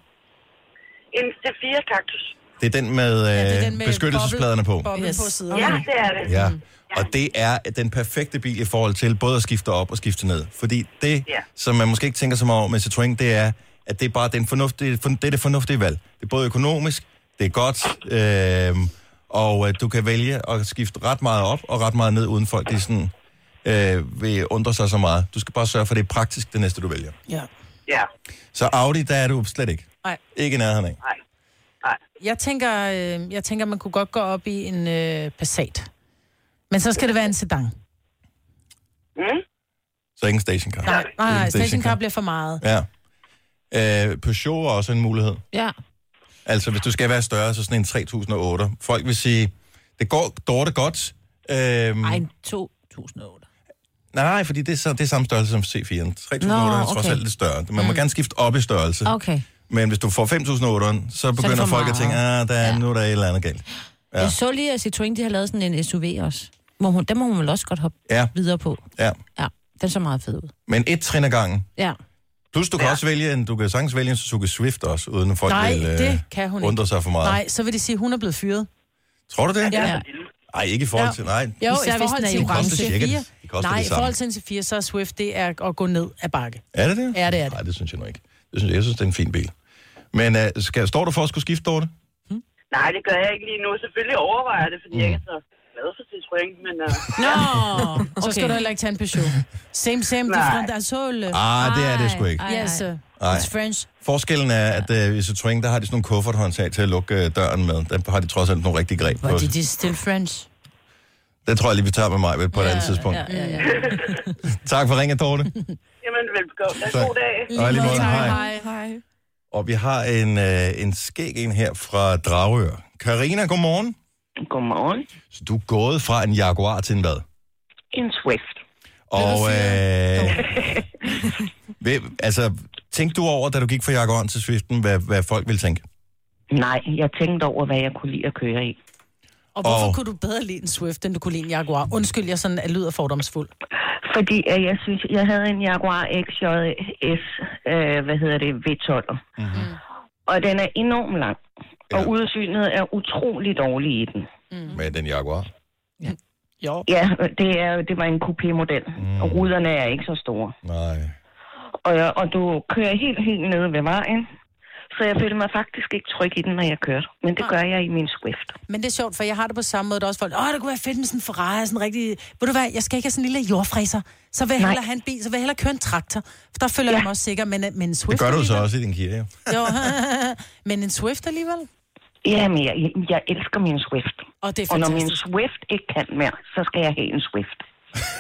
Speaker 15: En C4 kaktus.
Speaker 1: Det er den med, øh, ja, den med beskyttelsespladerne på.
Speaker 3: Yes. på siden.
Speaker 15: Ja, det er det.
Speaker 3: Mm.
Speaker 1: Ja, og det er den perfekte bil i forhold til både at skifte op og skifte ned. Fordi det,
Speaker 15: Ja.
Speaker 1: som man måske ikke tænker så meget over med Citroën, det er, at det er bare den fornuftige, for, det er det fornuftige valg. Det er både økonomisk, det er godt, øh, og øh, du kan vælge at skifte ret meget op og ret meget ned, uden folk de sådan, øh, vil undre sig så meget. Du skal bare sørge for, at det er praktisk, det næste du vælger.
Speaker 3: Ja.
Speaker 15: Ja.
Speaker 1: Så Audi, der er du slet ikke.
Speaker 3: Nej.
Speaker 1: Ikke i nærheden af.
Speaker 3: Jeg tænker, øh, jeg tænker, man kunne godt gå op i en øh, Passat. Men så skal det være en sedan.
Speaker 1: Så ikke en stationcar.
Speaker 3: Nej, nej,
Speaker 1: Ikke
Speaker 3: nej
Speaker 1: en
Speaker 3: stationcar bliver for meget.
Speaker 1: Ja. Øh, Peugeot er også en mulighed.
Speaker 3: Ja.
Speaker 1: Altså, hvis du skal være større, så sådan en 3008. Folk vil sige, det går Dorte godt. Øhm,
Speaker 2: Ej, en 2008.
Speaker 1: nej, fordi det er, så, det er samme størrelse som C4'en. 3008
Speaker 2: Nå,
Speaker 1: er trods
Speaker 2: okay.
Speaker 1: alt lidt større. Man må
Speaker 3: Mm.
Speaker 1: gerne skifte op i størrelse.
Speaker 2: Okay.
Speaker 1: Men hvis du får 5008'eren, så
Speaker 2: det
Speaker 1: begynder
Speaker 2: for
Speaker 1: så folk at
Speaker 2: meget.
Speaker 1: tænke, ah, der er, ja. nu er der et eller andet galt.
Speaker 2: Ja.
Speaker 1: Ja.
Speaker 2: Jeg så lige, at Citroën de har lavet sådan en SUV også. Må hun, den må hun vel også godt hoppe
Speaker 1: Ja.
Speaker 2: videre på.
Speaker 1: ja.
Speaker 2: Ja, den så meget fed ud.
Speaker 1: Men et trin ad gangen.
Speaker 2: Ja.
Speaker 1: Plus, du kan ja. også vælge en, du kan sagtens vælge en Suzuki Swift også, uden at folk
Speaker 3: Nej,
Speaker 1: vil, øh,
Speaker 3: det kan hun
Speaker 1: undre
Speaker 3: ikke.
Speaker 1: sig for meget.
Speaker 3: Nej, så vil de sige, at hun er blevet fyret.
Speaker 1: Tror du det?
Speaker 3: Ja.
Speaker 1: Nej, ikke i forhold til... Nej.
Speaker 3: Jo,
Speaker 2: Især
Speaker 3: i
Speaker 2: hvis
Speaker 3: forhold
Speaker 2: den er i
Speaker 3: til
Speaker 1: orange.
Speaker 3: orange.
Speaker 1: Det koster cirka- det koster
Speaker 3: Nej,
Speaker 1: det
Speaker 3: i
Speaker 1: samme.
Speaker 3: forhold til en C4, så er Swift, det er at gå ned ad bakke.
Speaker 1: Er det det?
Speaker 3: Ja, det er det.
Speaker 1: Nej, det synes jeg nu ikke. Det synes, jeg synes, det er en fin bil. Men uh, skal, står du for at skulle skifte, Dorte?
Speaker 15: Nej, det gør jeg ikke lige nu. Selvfølgelig overvejer jeg det, fordi mm. jeg ikke er så glad for Citroën, men...
Speaker 16: øh,
Speaker 15: Uh...
Speaker 14: [LAUGHS]
Speaker 3: Nå, okay. så skal du heller ikke tage en Peugeot. Same, same,
Speaker 15: Nej.
Speaker 3: different as soul.
Speaker 1: Ah, det er det sgu ikke.
Speaker 3: Yes, sir.
Speaker 1: Ej.
Speaker 3: It's French.
Speaker 1: Forskellen er, at uh, i Citroën, der har de sådan nogle øh, kufferthåndtag til at lukke uh, døren med. Der har de trods alt nogle rigtige greb på.
Speaker 3: But it is still French.
Speaker 1: Det tror jeg lige, vi tager med mig på et andet tidspunkt.
Speaker 15: Ja, ja, ja.
Speaker 1: Tak for ringen, Dorte.
Speaker 15: Jamen, velbekomme. Ha' en
Speaker 1: Tak.
Speaker 15: god dag.
Speaker 1: Og i lige måde. Hej.
Speaker 15: Hej.
Speaker 1: Og vi har en, øh, en skæg en her fra Dragør. Karina, godmorgen. Godmorgen. Så du er gået fra en Jaguar til en hvad?
Speaker 14: En Swift.
Speaker 1: Og øh,
Speaker 14: [LAUGHS]
Speaker 1: ved, altså, tænkte du over, da du gik fra Jaguaren til Swiften, hvad, hvad folk ville tænke?
Speaker 14: Nej, jeg tænkte over, hvad jeg kunne lide at køre i.
Speaker 3: Og hvorfor
Speaker 1: Og-
Speaker 3: kunne du bedre lide en Swift, end du kunne lide en Jaguar? Undskyld, jeg sådan er lyder fordomsfuld.
Speaker 14: Fordi at jeg synes, jeg havde en Jaguar XJS, øh, hvad hedder det, V12. Mm-hmm. Og den er enormt lang. Og udsynet er utrolig dårlig i den.
Speaker 1: Mm. Med den Jaguar?
Speaker 3: Jo.
Speaker 14: Ja, det, er, det var en coupé-model. Mm. Og ruderne er ikke så store.
Speaker 1: Nej.
Speaker 14: Og, jeg- og du kører helt, helt nede ved vejen. Så jeg følte mig faktisk ikke tryg i den, når jeg kørte. Men det gør jeg i min Swift.
Speaker 3: Men det er sjovt, for jeg har det på samme måde. Der er også folk, åh, det kunne være fedt med sådan en Ferrari, sådan en rigtig... Ved du hvad, jeg skal ikke have sådan en lille jordfræser. Så vil jeg
Speaker 14: Nej.
Speaker 3: hellere have en bil, så vil jeg hellere køre en traktor. For der føler ja. jeg mig også sikker, men, øh, men en Swift...
Speaker 1: Det gør du så
Speaker 3: alligevel-
Speaker 1: også i din Kia,
Speaker 3: [LAUGHS]
Speaker 1: jo.
Speaker 3: Jo, men en Swift alligevel?
Speaker 14: Jamen, jeg, jeg elsker min Swift.
Speaker 3: Og det er
Speaker 14: og når min
Speaker 3: fantastisk.
Speaker 14: Swift ikke kan mere, så skal jeg have en Swift.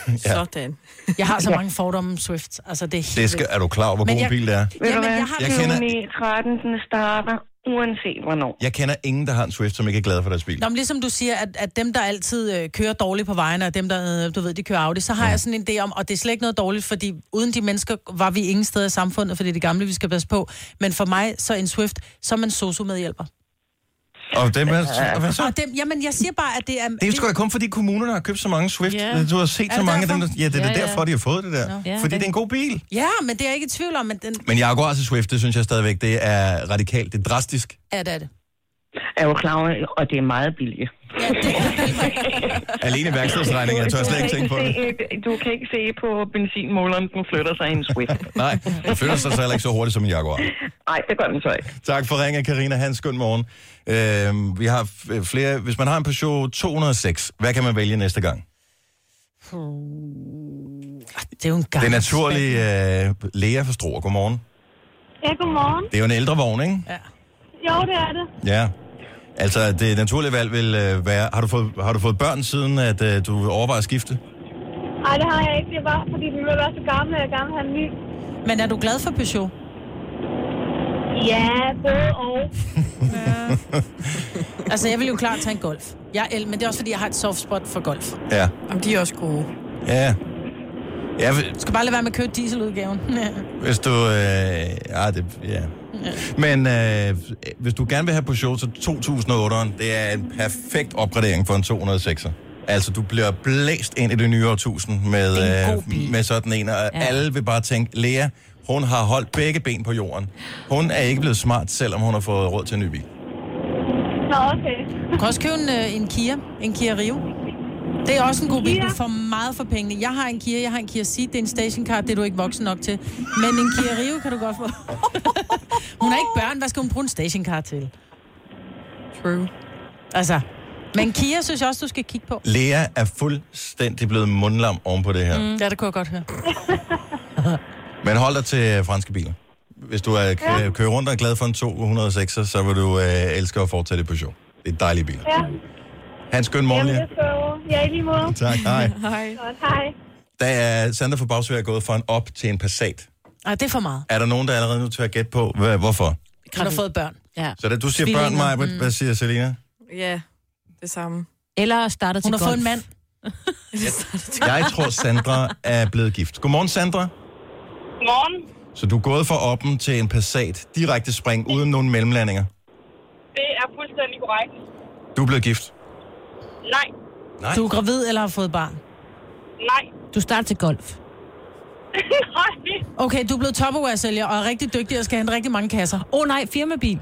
Speaker 1: Ja.
Speaker 3: Sådan. Jeg har så
Speaker 14: Ja.
Speaker 3: mange fordomme om Swift. Altså, det er helt
Speaker 1: Det skal,
Speaker 3: vildt.
Speaker 1: er du klar over, hvor
Speaker 3: Men
Speaker 1: god en
Speaker 3: jeg-
Speaker 1: bil det er?
Speaker 14: Ved du hvad?
Speaker 1: jeg, kender,
Speaker 14: 13, den starter, uanset hvornår.
Speaker 1: jeg kender ingen, der har en Swift, som ikke er glad for deres bil.
Speaker 3: Nå, men ligesom du siger, at, at dem, der altid øh, kører dårligt på vejene, og dem, der, øh, du ved, de kører Audi, så har ja. jeg sådan en idé om, og det er slet ikke noget dårligt, fordi uden de mennesker var vi ingen steder i samfundet, for det er det gamle, vi skal passe på. Men for mig, så en Swift, så er man sosu-medhjælper.
Speaker 1: Og dem er, hvad så?
Speaker 3: Og dem, jamen, jeg siger bare, at det er...
Speaker 1: Det er sgu da kun fordi kommunerne har købt så mange Swift.
Speaker 3: Ja.
Speaker 1: Yeah. Du har set
Speaker 3: Er
Speaker 1: så
Speaker 3: det
Speaker 1: mange af dem. Der,
Speaker 3: derfor?
Speaker 1: ja, det er
Speaker 3: Ja,
Speaker 1: ja,
Speaker 3: ja.
Speaker 1: derfor, de har fået det der.
Speaker 3: Nå.
Speaker 1: Ja,
Speaker 3: Ja.
Speaker 1: fordi det er en god bil.
Speaker 3: Ja, men det er jeg ikke i tvivl om, men den
Speaker 1: Men Jaguar til Swift, det synes jeg stadigvæk, det er radikalt. Det er drastisk.
Speaker 3: er det. Er det.
Speaker 14: Er jo klar over, og det er meget billigt. [LAUGHS]
Speaker 1: Alene værkstedsregning, jeg tør slet ikke tænke på det.
Speaker 14: Du kan ikke se på benzinmåleren, den flytter sig i en Swift.
Speaker 1: [LAUGHS] Nej, den føler sig så heller ikke så hurtigt som en Jaguar.
Speaker 14: Nej, det gør den så ikke.
Speaker 1: Tak for ringen, Karina Hans. Skøn morgen. Øh, vi har f- flere. Hvis man har en Peugeot 206, hvad kan man vælge næste gang?
Speaker 3: Det er jo en
Speaker 1: Det naturlige øh, Lea fra Struer. Godmorgen.
Speaker 16: Ja, godmorgen.
Speaker 1: Det er jo en ældre vogn, ikke?
Speaker 16: Jo, det er det.
Speaker 1: Ja. Altså, det naturlige valg vil øh, være... Har du, fået, har du fået børn siden, at øh, du overvejer at skifte?
Speaker 16: Nej, det har jeg ikke. Det er bare, fordi den vil være så gammel, at jeg gerne vil have en ny.
Speaker 3: Men er du glad for Peugeot?
Speaker 16: Ja, både og.
Speaker 3: Altså, jeg vil jo klart tage en golf. Jeg el, men det er også, fordi jeg har et soft spot for golf.
Speaker 1: Ja.
Speaker 3: Om de er også gode. Du
Speaker 1: Ja. Ja, hvi-
Speaker 3: skal bare lade være med at købe dieseludgaven. [LAUGHS]
Speaker 1: hvis du... Øh, ja, det, ja. Men øh, hvis du gerne vil have Peugeot, så 2008'eren, det er en perfekt opgradering for en 206'er. Altså, du bliver blæst ind i det nye årtusind med, øh, med sådan en, og ja. alle vil bare tænke, Lea, hun har holdt begge ben på jorden. Hun er ikke blevet smart, selvom hun har fået råd til en ny bil.
Speaker 16: Nå, okay.
Speaker 3: Du kan også købe en, øh, en Kia. En Kia Rio. Det er også en god bil. Du får meget for pengene. Jeg har en Kia, jeg har en Kia Ceed. Det er en stationcar, det er du ikke voksen nok til. Men en Kia Rio kan du godt få. [LAUGHS] hun har ikke børn. Hvad skal hun bruge en stationcar til? True. Altså, men Kia synes jeg også, du skal kigge på.
Speaker 1: Lea er fuldstændig blevet mundlam oven på det her. Mm.
Speaker 3: Mm. Ja, det kunne jeg godt høre.
Speaker 1: Men hold dig til øh, franske biler. Hvis du er, ja. kører rundt og er glad for en 206'er, så vil du øh, elske at fortsætte i Peugeot. Det er dejlige biler.
Speaker 16: Ja,
Speaker 1: Ha' en skøn morgen,
Speaker 16: jamen,
Speaker 1: Lea.
Speaker 16: det skal jeg jo. Ja, i lige måde.
Speaker 1: Tak, hej.
Speaker 16: Hej. Godt, hej.
Speaker 1: Der er Sandra fra Bagsvær gået fra en op til en Passat.
Speaker 3: Ej, det er for meget.
Speaker 1: Er der nogen, der allerede nu tør at gætte på, hvad, hvorfor?
Speaker 3: Har du fået børn?
Speaker 2: Ja.
Speaker 1: Så da du siger børn, Maja, mm. hvad siger Selina?
Speaker 4: Ja, det samme.
Speaker 2: Eller startet
Speaker 4: til
Speaker 2: Hun har fået
Speaker 4: [LAUGHS]
Speaker 2: en
Speaker 4: mand.
Speaker 1: Jeg tror, Sandra er blevet gift. Godmorgen, Sandra.
Speaker 16: Morgen.
Speaker 1: Så du er gået fra oppen til en Passat, direkte spring, uden nogen mellemlandinger.
Speaker 16: Det er fuldstændig korrekt.
Speaker 1: Du er blevet gift.
Speaker 16: Nej,
Speaker 1: Nej.
Speaker 3: Du er gravid eller har fået barn?
Speaker 16: nej.
Speaker 2: Du starter til golf.
Speaker 16: nej.
Speaker 3: Okay, du er blevet Tupperware-sælger og er rigtig dygtig og skal hente rigtig mange kasser. Åh oh, nej, firmabil.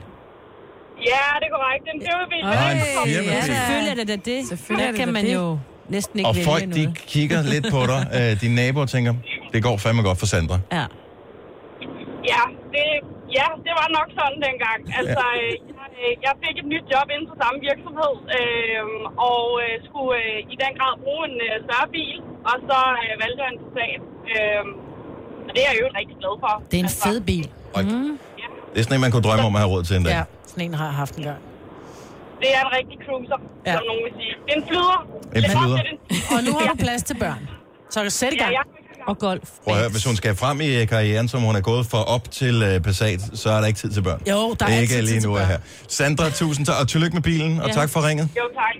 Speaker 16: Ja, det er korrekt. Den døve bil.
Speaker 1: Ej, en firmabil.
Speaker 2: Ja, selvfølgelig er det da det. Selvfølgelig
Speaker 16: er
Speaker 2: der
Speaker 16: det
Speaker 2: kan
Speaker 16: da
Speaker 2: man
Speaker 16: det.
Speaker 2: jo næsten ikke
Speaker 1: Og
Speaker 2: vælge
Speaker 1: folk,
Speaker 2: noget.
Speaker 1: de kigger lidt på
Speaker 3: [LAUGHS]
Speaker 1: dig. Øh, dine naboer tænker, det går fandme godt for Sandra.
Speaker 2: Ja.
Speaker 16: Ja, det, ja, det var nok sådan dengang. Altså, øh, jeg, øh, jeg fik et nyt job inden for samme virksomhed, øh, og øh, skulle øh, i den grad bruge en øh, større bil, og så øh, valgte jeg en Passat. Øh, og det er jeg jo rigtig glad for. Altså,
Speaker 3: Det er en fed bil. Mm.
Speaker 1: Det er sådan en, man kunne drømme om at have råd til en dag.
Speaker 3: Ja, sådan en har jeg haft en gang.
Speaker 16: det er en rigtig cruiser, ja. som nogen vil sige. Det er en flyder.
Speaker 1: En flyder.
Speaker 3: Og nu har du plads til børn. Så sæt i gang. Og golf.
Speaker 1: Prøv at høre, hvis hun skal frem i øh, karrieren, som hun er gået for op til øh, Passat, så er der ikke tid til børn.
Speaker 3: Jo, der er
Speaker 1: ikke
Speaker 3: altid tid
Speaker 1: lige
Speaker 3: til
Speaker 1: nu
Speaker 3: børn.
Speaker 1: her. Sandra, tusind tak, og tillykke med bilen, og ja. tak for ringet.
Speaker 16: Jo, tak.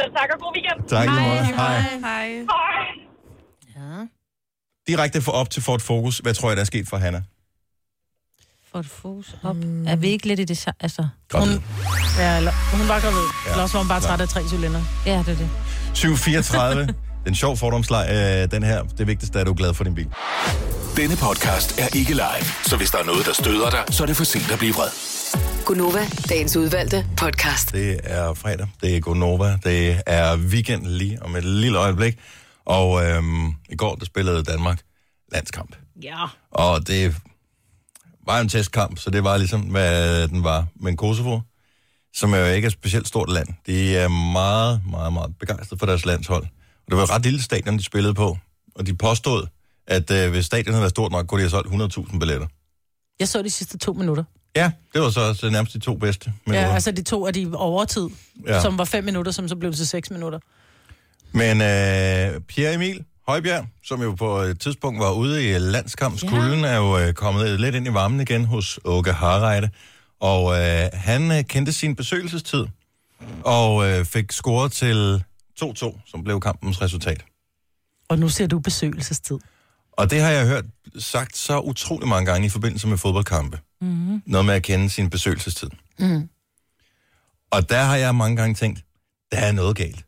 Speaker 16: Selv tak, og god weekend.
Speaker 1: Tak, i lige måde. Hej.
Speaker 4: Hej.
Speaker 16: Hej.
Speaker 1: Direkte fra op til Ford Focus. Hvad tror jeg, der er sket for Hanna?
Speaker 2: For et fokus op. Mm. Er vi ikke lidt i det samme? Altså...
Speaker 1: Godt.
Speaker 3: Ja, eller, hun var gravid.
Speaker 1: Ja.
Speaker 3: Ja. Eller også var hun bare træt af tre cylinder.
Speaker 2: Ja, det er det.
Speaker 3: [LAUGHS]
Speaker 1: 734. det er en sjov fordomsleg, øh, den her. Det vigtigste er, at du er glad for din bil.
Speaker 6: Denne podcast er ikke live, så hvis der er noget, der støder dig, så er det for sent at blive vred.
Speaker 5: Gunova, dagens udvalgte podcast.
Speaker 1: Det er fredag, det er Gonova, det er weekend lige om et lille øjeblik. Og øhm, i går, der spillede Danmark landskamp.
Speaker 2: Ja.
Speaker 1: Og det var en testkamp, så det var ligesom, hvad den var. Men Kosovo, som er jo ikke et specielt stort land, de er meget, meget, meget begejstrede for deres landshold. Og det var et ret lille stadion, de spillede på. Og de påstod, at øh, hvis stadion havde været stort nok, kunne de have solgt 100.000 billetter.
Speaker 3: Jeg så de sidste to minutter.
Speaker 1: Ja, det var så også nærmest de to bedste.
Speaker 3: Men ja,
Speaker 1: minutter.
Speaker 3: altså de to af de overtid,
Speaker 1: Ja.
Speaker 3: ja. som var fem minutter, som så blev til seks minutter.
Speaker 1: Men øh, Pierre Emil Højbjerg, som jo på et tidspunkt var ude i landskampskulden, ja. er jo øh, kommet lidt ind i varmen igen hos Åke Harreide. Og øh, han øh, kendte sin besøgelsestid og øh, fik scoret til 2-2, som blev kampens resultat.
Speaker 3: Og nu ser du besøgelsestid.
Speaker 1: Og det har jeg hørt sagt så utrolig mange gange i forbindelse med fodboldkampe.
Speaker 3: Mm-hmm.
Speaker 1: Noget med at kende sin besøgelsestid.
Speaker 3: Mm.
Speaker 1: Og der har jeg mange gange tænkt, der er noget galt.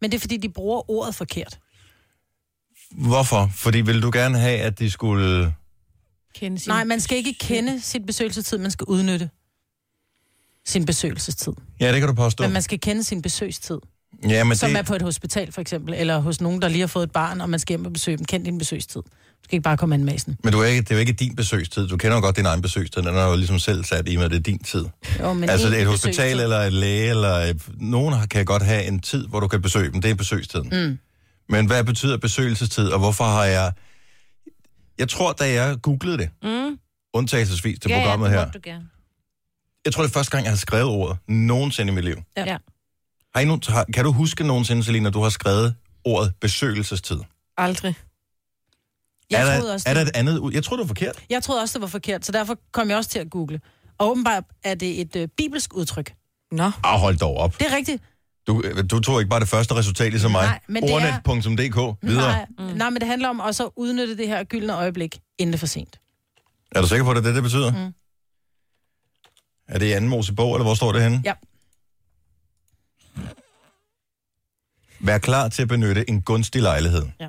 Speaker 3: Men det er, fordi de bruger ordet forkert.
Speaker 1: Hvorfor? Fordi ville du gerne have, at de skulle...
Speaker 2: Kende sin...
Speaker 3: Nej, man skal ikke kende sit besøgelsestid, man skal udnytte sin besøgelsestid.
Speaker 1: Ja, det kan du påstå.
Speaker 3: Men man skal kende sin besøgstid.
Speaker 1: ja, men
Speaker 3: som
Speaker 1: det...
Speaker 3: er på et hospital, for eksempel, eller hos nogen, der lige har fået et barn, og man skal hjem og besøge dem. Kend din besøgstid. Du skal ikke bare komme anmasen.
Speaker 1: Men du er ikke, det er jo ikke din besøgstid. Du kender jo godt din egen besøgstid. Den er jo ligesom selv sat i med, at det er din tid.
Speaker 3: Jo, men
Speaker 1: altså det er et
Speaker 3: egentlig
Speaker 1: hospital eller et læge, eller et, nogen har- kan godt have en tid, hvor du kan besøge dem. Det er besøgstiden. Mm. Men hvad betyder besøgelsestid, og hvorfor har jeg... Jeg tror, da jeg googlede det,
Speaker 2: Mm.
Speaker 1: undtagelsesvis til
Speaker 2: ja,
Speaker 1: programmet
Speaker 2: ja, det
Speaker 1: her,
Speaker 2: måtte Du gerne.
Speaker 1: jeg tror, det er første gang, jeg har skrevet ordet nogensinde i mit liv.
Speaker 2: Ja. ja.
Speaker 1: Har I nogen, har, kan du huske nogensinde, Selina, du har skrevet ordet besøgelsestid?
Speaker 4: Aldrig.
Speaker 3: Jeg
Speaker 1: er,
Speaker 3: troede
Speaker 1: der,
Speaker 3: også,
Speaker 1: er
Speaker 3: det-
Speaker 1: der et andet ud? Jeg tror, det var forkert.
Speaker 3: Jeg troede også, det var forkert, så derfor kom jeg også til at google. Og åbenbart er det et øh, bibelsk udtryk.
Speaker 4: Nå.
Speaker 1: Ah, hold dog op.
Speaker 3: Det er rigtigt.
Speaker 1: Du, du tog ikke bare det første resultat, ligesom mig.
Speaker 3: Nej, men det er-
Speaker 1: Ordnet.dk, videre.
Speaker 3: Nej, mm. nej, men det handler om også at udnytte det her gyldne øjeblik, inden det er for sent.
Speaker 1: Er du sikker på, at det er det, det betyder?
Speaker 3: Mm.
Speaker 1: Er det i anden Mosebog, eller hvor står det henne?
Speaker 3: Ja.
Speaker 1: Vær klar til at benytte en gunstig lejlighed.
Speaker 3: Ja.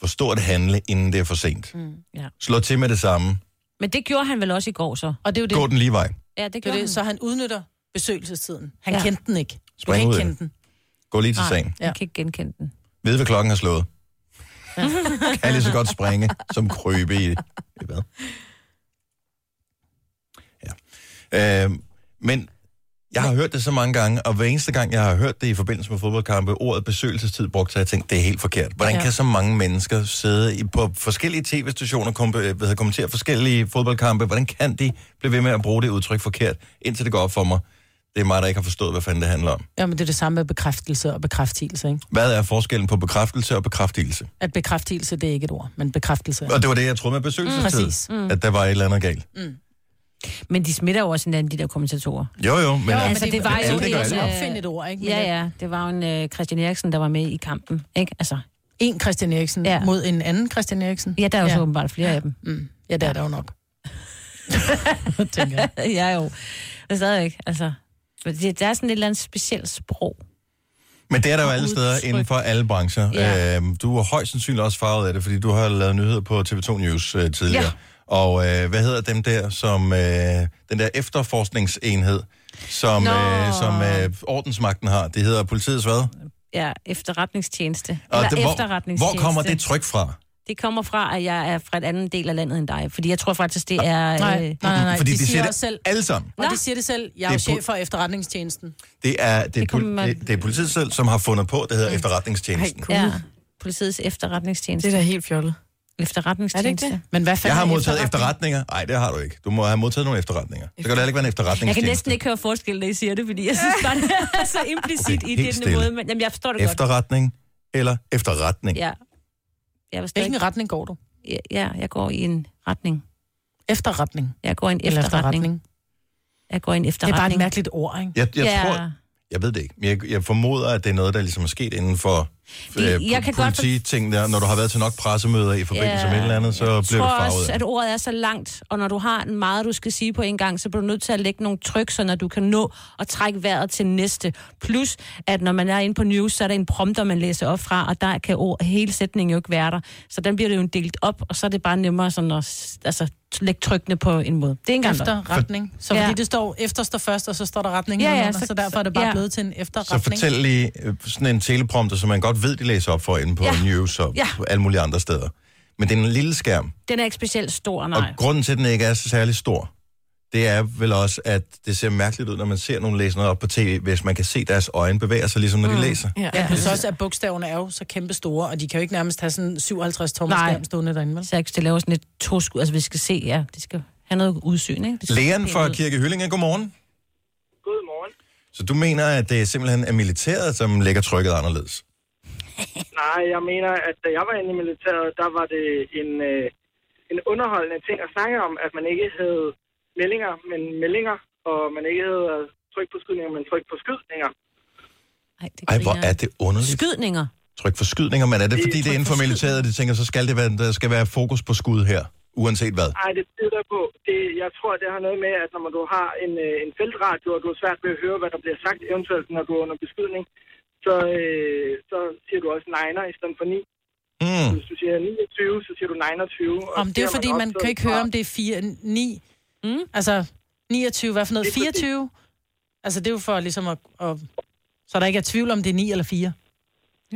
Speaker 1: Forstå at handle, inden det er for sent.
Speaker 3: Mm.
Speaker 2: Ja.
Speaker 1: Slå til med det samme.
Speaker 2: Men det gjorde han vel også i går så?
Speaker 3: Og det er jo
Speaker 1: Gå den lige vej.
Speaker 2: Ja, det
Speaker 3: Det er
Speaker 2: gjorde
Speaker 3: det, så
Speaker 2: han.
Speaker 3: han udnytter besøgelsestiden. Han
Speaker 2: Ja.
Speaker 3: ja. kendte den ikke. Du
Speaker 1: Spring
Speaker 3: kan
Speaker 1: ud
Speaker 3: ikke
Speaker 1: i
Speaker 3: kende
Speaker 1: det.
Speaker 3: den.
Speaker 1: Gå lige til
Speaker 3: Nej.
Speaker 1: sagen.
Speaker 2: Ja. Jeg kan ikke genkende den.
Speaker 1: Ved, hvad klokken har slået.
Speaker 3: Ja. [LAUGHS]
Speaker 1: Kan lige så godt springe, som krybe i, i hvad? Ja. Øhm, men jeg har hørt det så mange gange, og hver eneste gang, jeg har hørt det i forbindelse med fodboldkampe, ordet besøgelsestid brugt, så har jeg tænkt, det er helt forkert. Hvordan ja.
Speaker 6: Ja.
Speaker 1: kan så mange mennesker sidde i, på forskellige tv-stationer kom, øh, hvad hedder, kommentere forskellige fodboldkampe? Hvordan kan de blive ved med at bruge det udtryk forkert, indtil det går op for mig? Det er mig, der ikke har forstået, hvad fanden det handler om.
Speaker 3: Ja, men det er det samme med bekræftelse og bekræftelse, ikke?
Speaker 1: Hvad er forskellen på bekræftelse og bekræftelse?
Speaker 3: At bekræftelse, det er ikke et ord, men bekræftelse.
Speaker 1: Og det var det, jeg troede med besøgelsestid.
Speaker 3: Mm, præcis. Mm.
Speaker 1: At der var et eller andet galt.
Speaker 2: Men de smitter jo også hinanden, de der kommentatorer.
Speaker 1: Jo, jo, men...
Speaker 2: Men, jo, altså, det, var jo
Speaker 1: alle gør
Speaker 2: en,
Speaker 1: alle.
Speaker 2: øh,
Speaker 3: Opfind et ord, ikke? Men
Speaker 2: Ja,
Speaker 3: det-
Speaker 2: ja. Det var jo en øh, Christian Eriksen, der var med i kampen. Ikke? Altså,
Speaker 3: En Christian Eriksen ja. mod en anden Christian Eriksen.
Speaker 2: Ja, der er jo så åbenbart flere af dem.
Speaker 3: Mm. Ja, der er der jo nok.
Speaker 2: [LAUGHS] tænker
Speaker 3: [LAUGHS]
Speaker 2: jeg. ja, jo. Men stadigvæk, altså. Men det, der er sådan et eller andet specielt sprog.
Speaker 1: Men det er der jo alle steder inden for alle brancher.
Speaker 2: Ja.
Speaker 1: Ja. Øhm, du er højst sandsynligt også farvet af det, fordi du har lavet nyheder på TV2 News øh, tidligere.
Speaker 2: Ja.
Speaker 1: Ja. Og øh, hvad hedder dem der, som øh, den der efterforskningsenhed, som,
Speaker 2: Nå.
Speaker 1: øh, som øh, ordensmagten har? Det hedder politiets hvad?
Speaker 2: Ja, efterretningstjeneste.
Speaker 1: Og
Speaker 2: Eller
Speaker 1: det, hvor,
Speaker 2: efterretningstjeneste.
Speaker 1: hvor kommer det tryk fra?
Speaker 2: Det kommer fra, at jeg er fra et andet del af landet end dig. Fordi jeg tror faktisk, det er...
Speaker 3: Nej,
Speaker 2: øh,
Speaker 3: nej, nej, nej.
Speaker 1: Fordi
Speaker 3: de,
Speaker 1: de siger
Speaker 3: siger
Speaker 1: det
Speaker 3: også selv.
Speaker 1: alle sammen.
Speaker 3: Og de siger det selv. Jeg er,
Speaker 1: Det
Speaker 3: jo
Speaker 1: er pol-
Speaker 3: chef for efterretningstjenesten.
Speaker 1: Det er, det, er,
Speaker 2: kommer
Speaker 1: pol-
Speaker 2: man-
Speaker 1: det, det er politiet selv, som har fundet på, det hedder efterretningstjenesten.
Speaker 2: Ja, politiets efterretningstjeneste. Det er da helt fjollet. Efterretningstjeneste. Er det ikke
Speaker 3: Men hvad
Speaker 1: Jeg
Speaker 3: fanden
Speaker 1: har
Speaker 3: er
Speaker 1: modtaget efterretninger. Nej, det har du ikke. Du må have modtaget nogle efterretninger. Så kan det heller ikke
Speaker 2: det? Jeg
Speaker 1: være en
Speaker 2: kan
Speaker 1: efterretningstjeneste.
Speaker 2: næsten ikke høre forskel, når I siger det, fordi jeg synes bare, det er så implicit i
Speaker 1: Helt
Speaker 2: den
Speaker 1: stille.
Speaker 2: måde. Men jamen, jeg forstår det godt.
Speaker 1: Efterretning eller efterretning.
Speaker 2: Ja. Jeg forstår
Speaker 3: Hvilken
Speaker 2: ikke.
Speaker 3: retning går du?
Speaker 2: Ja, ja, jeg går i en retning.
Speaker 3: Efterretning.
Speaker 2: Jeg går i en
Speaker 3: Eller
Speaker 2: efterretning.
Speaker 3: efterretning.
Speaker 2: Jeg går i en
Speaker 3: Det er bare
Speaker 2: efterretning.
Speaker 3: et mærkeligt ord, ikke?
Speaker 1: Jeg, jeg
Speaker 2: Ja.
Speaker 1: tror, jeg ved det ikke, men jeg, jeg formoder, at det er noget, der ligesom er sket inden for
Speaker 2: Det-
Speaker 1: øh,
Speaker 2: jeg kan godt-
Speaker 1: polititing, der, når du har været til nok pressemøder i forbindelse
Speaker 2: Ja,
Speaker 1: med et eller andet, så bliver
Speaker 2: Jeg
Speaker 1: du
Speaker 2: tror
Speaker 1: farvet.
Speaker 2: også,
Speaker 1: af
Speaker 2: at
Speaker 1: det.
Speaker 2: ordet er så langt, og når du har en meget, du skal sige på en gang, så bliver du nødt til at lægge nogle tryk, så når du kan nå at trække vejret til næste. Plus, at når man er inde på news, så er der en prompter, man læser op fra, og der kan ord, hele sætningen jo ikke være der. Så den bliver det jo delt op, og så er det bare nemmere sådan at s- altså, t- lægge trykkene på en måde. Det er ikke
Speaker 3: Efter retning. Så fordi det står efter står først, og så står der retning. Ja, ja, så, så derfor er det bare ja. blevet til en
Speaker 1: Så
Speaker 3: efterretning.
Speaker 1: fortæl lige øh, sådan en teleprompter, som man godt ved, de læser op for inde på
Speaker 2: Ja.
Speaker 1: News og
Speaker 2: Ja.
Speaker 1: på alle mulige andre steder. Men det er en lille skærm,
Speaker 2: Den er ikke specielt stor,
Speaker 1: og
Speaker 2: nej.
Speaker 1: grunden til, at den ikke er så særlig stor, det er vel også, at det ser mærkeligt ud, når man ser nogen læse noget op på tv, hvis man kan se deres øjne bevæger sig, ligesom når
Speaker 2: Mm.
Speaker 1: de læser.
Speaker 3: Ja, ja plus også, at bogstaverne er jo så kæmpe store, og de kan jo ikke nærmest have sådan 57 tommer
Speaker 2: Nej.
Speaker 3: skærm stående derinde, vel?
Speaker 2: Så jeg skal lave sådan et to skud, altså vi skal se, ja, det skal have noget udsyn, ikke? Det skal
Speaker 1: Leon
Speaker 2: se
Speaker 1: fra
Speaker 2: pænt ud.
Speaker 1: Kirke Hyllinge, godmorgen. Godmorgen. Så du mener, at det simpelthen er militæret, som lægger trykket anderledes?
Speaker 17: Nej, jeg mener, at da jeg var inde i militæret, der var det en, øh, en underholdende ting at snakke om, at man ikke havde meldinger, men meldinger, og man ikke havde øh, tryk på skydninger, men tryk på skydninger.
Speaker 1: Ej, hvor er det underligt.
Speaker 2: Skydninger.
Speaker 1: Tryk for skydninger, men er det
Speaker 17: Det er
Speaker 1: fordi, det er
Speaker 17: tryk
Speaker 1: inden for
Speaker 17: for
Speaker 1: militæret, at de tænker, så skal det være, der skal være fokus på skud her, uanset hvad?
Speaker 17: Ej, det tyder på. Det, jeg tror, det har noget med, at når man, du har en, øh, en feltradio, og du har svært ved at høre, hvad der bliver sagt, eventuelt når du er under beskydning, så, øh, så siger du også negner i stedet for ni.
Speaker 1: Mm.
Speaker 17: Hvis du siger 29, så siger du 29. og
Speaker 3: Om det er jo
Speaker 17: ser
Speaker 3: fordi, man
Speaker 17: optaget
Speaker 3: kan ikke høre,
Speaker 17: fra-
Speaker 3: om det er 4, 9, mm. altså 29, hvad for noget, 24? Altså det er jo for ligesom at, at så der ikke er tvivl om, det er 9 eller 4.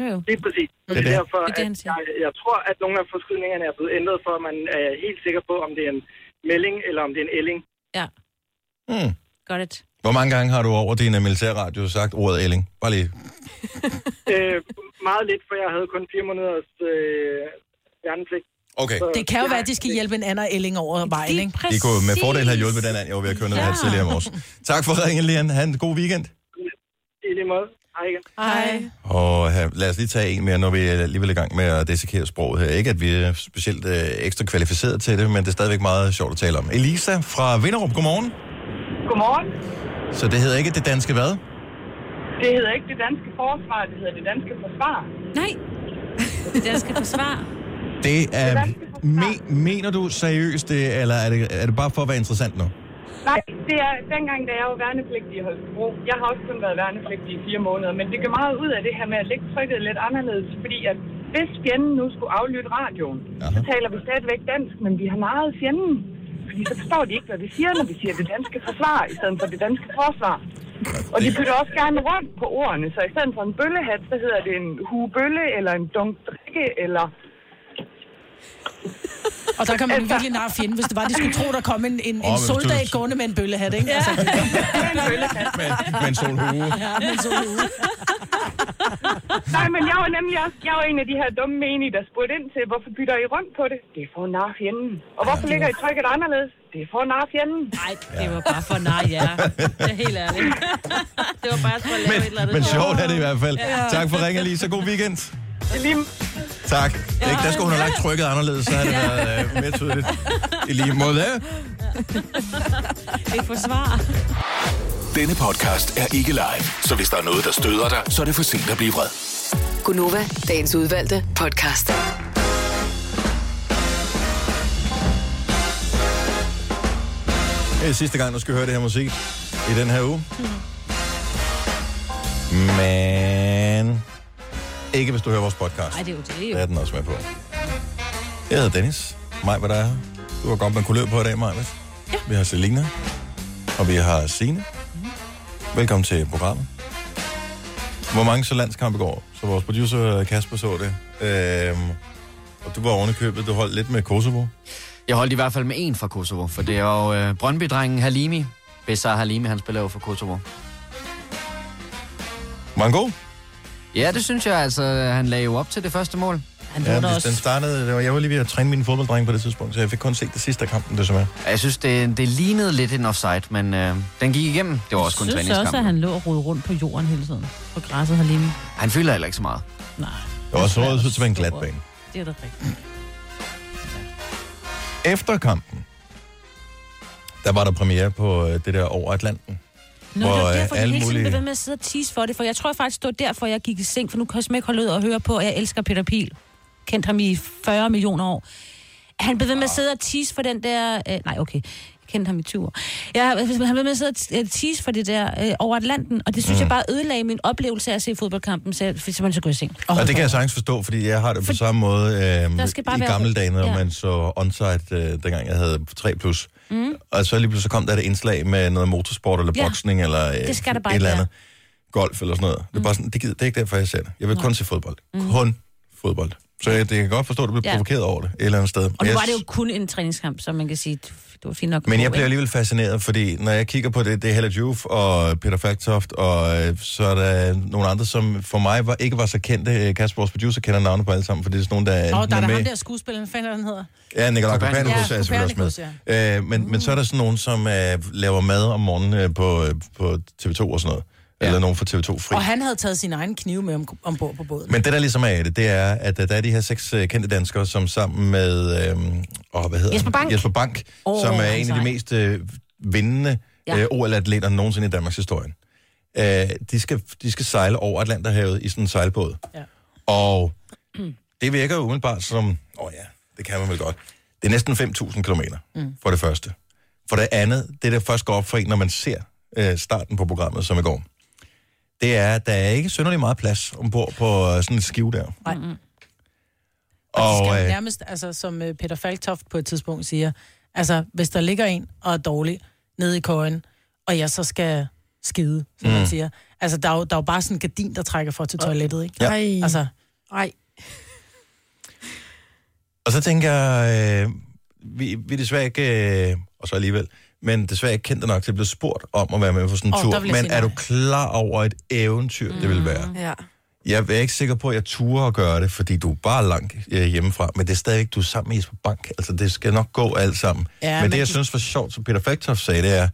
Speaker 2: Jo, jo.
Speaker 17: Lige præcis. Og
Speaker 3: Det
Speaker 17: det
Speaker 3: er
Speaker 17: er
Speaker 3: det.
Speaker 17: derfor,
Speaker 3: Det er det,
Speaker 17: at
Speaker 3: han siger.
Speaker 17: jeg, jeg tror, at nogle af forskydningerne er blevet ændret, for at man er helt sikker på, om det er en melding eller om det er en
Speaker 3: [LAUGHS]
Speaker 17: elling.
Speaker 2: Ja.
Speaker 1: Mm.
Speaker 2: Got it.
Speaker 1: Hvor mange gange har du over din øh, militærradio sagt ordet ælling? Bare lige.
Speaker 17: øh, meget lidt, for jeg havde kun fire måneders øh, værnepligt.
Speaker 1: Okay.
Speaker 3: Det kan jo være, at de skal hjælpe en anden ælling over vejen, ikke?
Speaker 1: De kunne med fordel have hjulpet den anden, jeg var ved at køre ned
Speaker 3: Ja.
Speaker 1: ja. tidligere i morges. Tak for ringen, Leon. Ha' en god weekend.
Speaker 17: I lige måde. Hej igen.
Speaker 3: Hej.
Speaker 1: Og ha- lad os lige tage en mere, når vi er alligevel i gang med at dissekere sproget her. Ikke at vi er specielt øh, ekstra kvalificeret til det, men det er stadigvæk meget sjovt at tale om. Elisa fra Vinderup, godmorgen.
Speaker 18: Godmorgen.
Speaker 1: Så det hedder ikke det danske hvad?
Speaker 18: Det hedder ikke det danske forsvar, det hedder det danske forsvar.
Speaker 2: Nej. [LAUGHS] Det danske forsvar.
Speaker 1: Det er... Me, mener du seriøst det, eller er det, er det bare for at være interessant nu?
Speaker 18: Nej, det er dengang, da jeg var værnepligtig i Holstebro. Jeg har også kun været værnepligtig i fire måneder, men det går meget ud af det her med at lægge trykket lidt anderledes, fordi at hvis fjenden nu skulle aflytte radioen, Aha. så taler vi stadigvæk dansk, men vi har meget fjenden. Fordi så forstår de ikke, hvad vi siger, når vi siger det danske forsvar, i stedet for det danske forsvar. Og de bytter også gerne rundt på ordene, så i stedet for en bøllehat, så hedder det en huebølle, eller en dunk drikke, eller
Speaker 3: Og der kan
Speaker 2: Altså-
Speaker 3: man virkelig narre fjenden, hvis det var, de skulle tro, der kom en, en,
Speaker 1: Åh,
Speaker 3: en
Speaker 1: men
Speaker 3: soldat
Speaker 1: du-
Speaker 3: gående med en bøllehat, ikke? Altså,
Speaker 1: Men solhue.
Speaker 3: ja, men så
Speaker 18: Nej, men jeg var nemlig også jeg var en af de her dumme menige, der spurgte ind til, hvorfor bytter I rundt på det? Det er for at narre fjenden. Og hvorfor ligger I trykket anderledes? Det er for at narre fjenden. Nej,
Speaker 2: Det var bare for nej, ja. Det er helt ærligt. Det var bare for at lave et eller andet.
Speaker 1: [LAUGHS] Men sjovt er det i hvert fald.
Speaker 2: Ja.
Speaker 1: Tak for ringen, Elisa. God weekend.
Speaker 18: Lige...
Speaker 1: Tak. Ikke, der skulle hun have lagt trykket anderledes, så havde det været øh, mere tydeligt. I lige måde.
Speaker 2: Ikke forsvar.
Speaker 6: Denne podcast er ikke live, så hvis der er noget, der støder dig, så er det for sent at blive vred.
Speaker 5: Gunova, dagens udvalgte podcast.
Speaker 1: Det er sidste gang, du skal høre det her musik i den her uge.
Speaker 2: Hmm.
Speaker 1: Men ikke hvis du hører vores podcast.
Speaker 2: Nej, det er jo det, jo.
Speaker 1: Der er den også med på. Jeg hedder Dennis. Maj, hvad der er her. Du var godt med kulør på i dag, Maj. Ja. Vi har Selina. Og vi har Sine.
Speaker 2: Mm-hmm.
Speaker 1: Velkommen til programmet. Hvor mange så landskampe går? Så vores producer Kasper så det. Øhm, og du var ovenikøbet. Du holdt lidt med Kosovo.
Speaker 19: Jeg holdt i hvert fald med en fra Kosovo, for det er jo øh, Brøndby-drengen Halimi. Bessar Halimi, han spiller jo for Kosovo.
Speaker 1: Var han god?
Speaker 19: Ja, det synes jeg altså. Han lagde jo op til det første mål.
Speaker 2: Han
Speaker 1: Ja,
Speaker 2: ja,
Speaker 1: hvis
Speaker 2: også.
Speaker 1: den startede, det var, jeg var lige ved at træne mine fodbolddrenge på det tidspunkt, så jeg fik kun set det sidste af kampen, desværre.
Speaker 19: Ja, Jeg synes, det, det lignede lidt en offside, men øh, den gik igennem. Det var også kun
Speaker 2: Jeg synes også, at
Speaker 19: træningskamp.
Speaker 2: han lå og rode rundt på jorden hele tiden. På græsset herinde.
Speaker 19: Han fylder heller ikke så meget.
Speaker 2: Nej.
Speaker 1: Det var også rådet ud til at være en glat bane.
Speaker 2: Det er da rigtigt.
Speaker 1: Efter kampen, der var der premiere på øh, det der over Atlanten.
Speaker 2: Nå, det var
Speaker 1: øh,
Speaker 2: derfor, jeg hele tiden blev ved med at sidde og tease for det, for jeg tror faktisk, det var derfor, jeg gik i seng, for nu kan jeg simpelthen ikke holde ud og høre på, at jeg elsker Peter Pil. Kendt ham i 40 millioner år. Han blev ved med at sidde og tease for den der... Øh, nej, okay. Jeg kendte ham i 20 år. Jeg, han blev ved med at sidde og t- øh, tease for det der øh, over Atlanten, og det synes mm. jeg bare ødelagde min oplevelse af at se fodboldkampen, så jeg fik simpelthen så gå i seng.
Speaker 1: Og det kan jeg sagtens forstå, fordi jeg har det på samme måde øh,
Speaker 2: Der skal bare
Speaker 1: i
Speaker 2: være
Speaker 1: gamle
Speaker 2: ro.
Speaker 1: dage, når
Speaker 2: Ja.
Speaker 1: man så onsite, øh, dengang jeg havde 3+.
Speaker 2: Mm.
Speaker 1: Og så lige pludselig kom der et indslag med noget motorsport eller
Speaker 2: Ja.
Speaker 1: boksning eller øh,
Speaker 2: Det skal der bare
Speaker 1: et eller
Speaker 2: ikke Mm.
Speaker 1: andet. Golf eller sådan noget. Det, er bare sådan, det, gider, det er ikke derfor, jeg ser det. Jeg vil kun se fodbold.
Speaker 2: Mhm.
Speaker 1: Kun fodbold. Så jeg, det kan godt forstå, at du bliver
Speaker 2: Ja.
Speaker 1: provokeret over det et eller andet sted.
Speaker 2: Og
Speaker 1: Men
Speaker 2: nu
Speaker 1: jeg
Speaker 2: var det jo kun en træningskamp, så man kan sige, det var fint nok. at
Speaker 1: Men
Speaker 2: gå,
Speaker 1: jeg bliver
Speaker 2: ikke?
Speaker 1: alligevel fascineret, fordi når jeg kigger på det, det er Hella Juf og Peter Falktoft, og øh, så er der nogle andre, som for mig var, ikke var så kendte. Øh, Kasper, vores producer, kender navne på alle sammen, for det er sådan nogle, der,
Speaker 3: Åh, oh,
Speaker 1: enten
Speaker 3: der er da
Speaker 1: med.
Speaker 3: ham der skuespiller, hvad fanden er han hedder?
Speaker 1: Ja, Nikolaj
Speaker 3: Copernicus.
Speaker 1: Kopernikus er
Speaker 3: Ja,
Speaker 1: jeg selvfølgelig også
Speaker 3: Copernicus,
Speaker 1: med. Øh, men, men så er der sådan nogen, som øh, laver mad om morgenen øh, på, øh, på TV2 og sådan noget. Ja. Eller nogen fra TV2 Fri.
Speaker 3: Og han havde taget sin egen kniv med om, ombord på båden.
Speaker 1: Men det, der ligesom er i det, det er, at øh, der er de her seks øh, kendte danskere, som sammen med øh, åh, hvad hedder
Speaker 2: Jesper
Speaker 1: han?
Speaker 2: Bank.
Speaker 1: Jesper Bank
Speaker 2: Åh,
Speaker 1: oh, som er
Speaker 2: han er
Speaker 1: en af de
Speaker 2: sej.
Speaker 1: mest øh, vindende
Speaker 2: Ja.
Speaker 1: ja. øh, OL-atleter nogensinde i Danmarks historie. Øh, de, skal, de skal sejle over Atlanterhavet i sådan en sejlbåd.
Speaker 3: Ja.
Speaker 1: Og det virker jo umiddelbart som, åh ja, det kan man vel godt. Det er næsten 5.000 kilometer, mm. for det første. For det andet, det der først går op for en, når man ser øh, starten på programmet, som i går, det er, at der er ikke synderlig meget plads ombord på øh, sådan et skive der.
Speaker 3: Nej. Mm. Og,
Speaker 1: Og,
Speaker 3: skal
Speaker 1: øh,
Speaker 3: jo nærmest, altså, som øh, Peter Falktoft på et tidspunkt siger, altså, hvis der ligger en og er dårlig nede i køjen, og jeg så skal skide, som mm.
Speaker 1: Mm.
Speaker 3: man siger. Altså, der er, jo, der er jo bare sådan en gardin, der trækker for til toilettet, ikke?
Speaker 1: Ja.
Speaker 3: Ej. Altså, Ej.
Speaker 1: og så tænker jeg, øh, vi, vi er desværre ikke, øh, og så alligevel, men desværre ikke kendte nok til at blive spurgt om at være med på sådan en
Speaker 4: Åh,
Speaker 1: oh, tur.
Speaker 4: der vil jeg
Speaker 1: Men
Speaker 4: sige
Speaker 1: er
Speaker 4: nej.
Speaker 1: du klar over et eventyr, mm. det vil være?
Speaker 4: Ja.
Speaker 1: Jeg er ikke sikker på, at jeg turer at gøre det, fordi du er bare langt øh, hjemmefra. Men det er stadigvæk, du er sammen med Jesper Bank. Altså, det skal nok gå alt sammen.
Speaker 2: Ja,
Speaker 1: Ja, men,
Speaker 2: men
Speaker 1: men det, jeg
Speaker 2: de-
Speaker 1: synes var sjovt, som Peter Faktoff sagde, det er,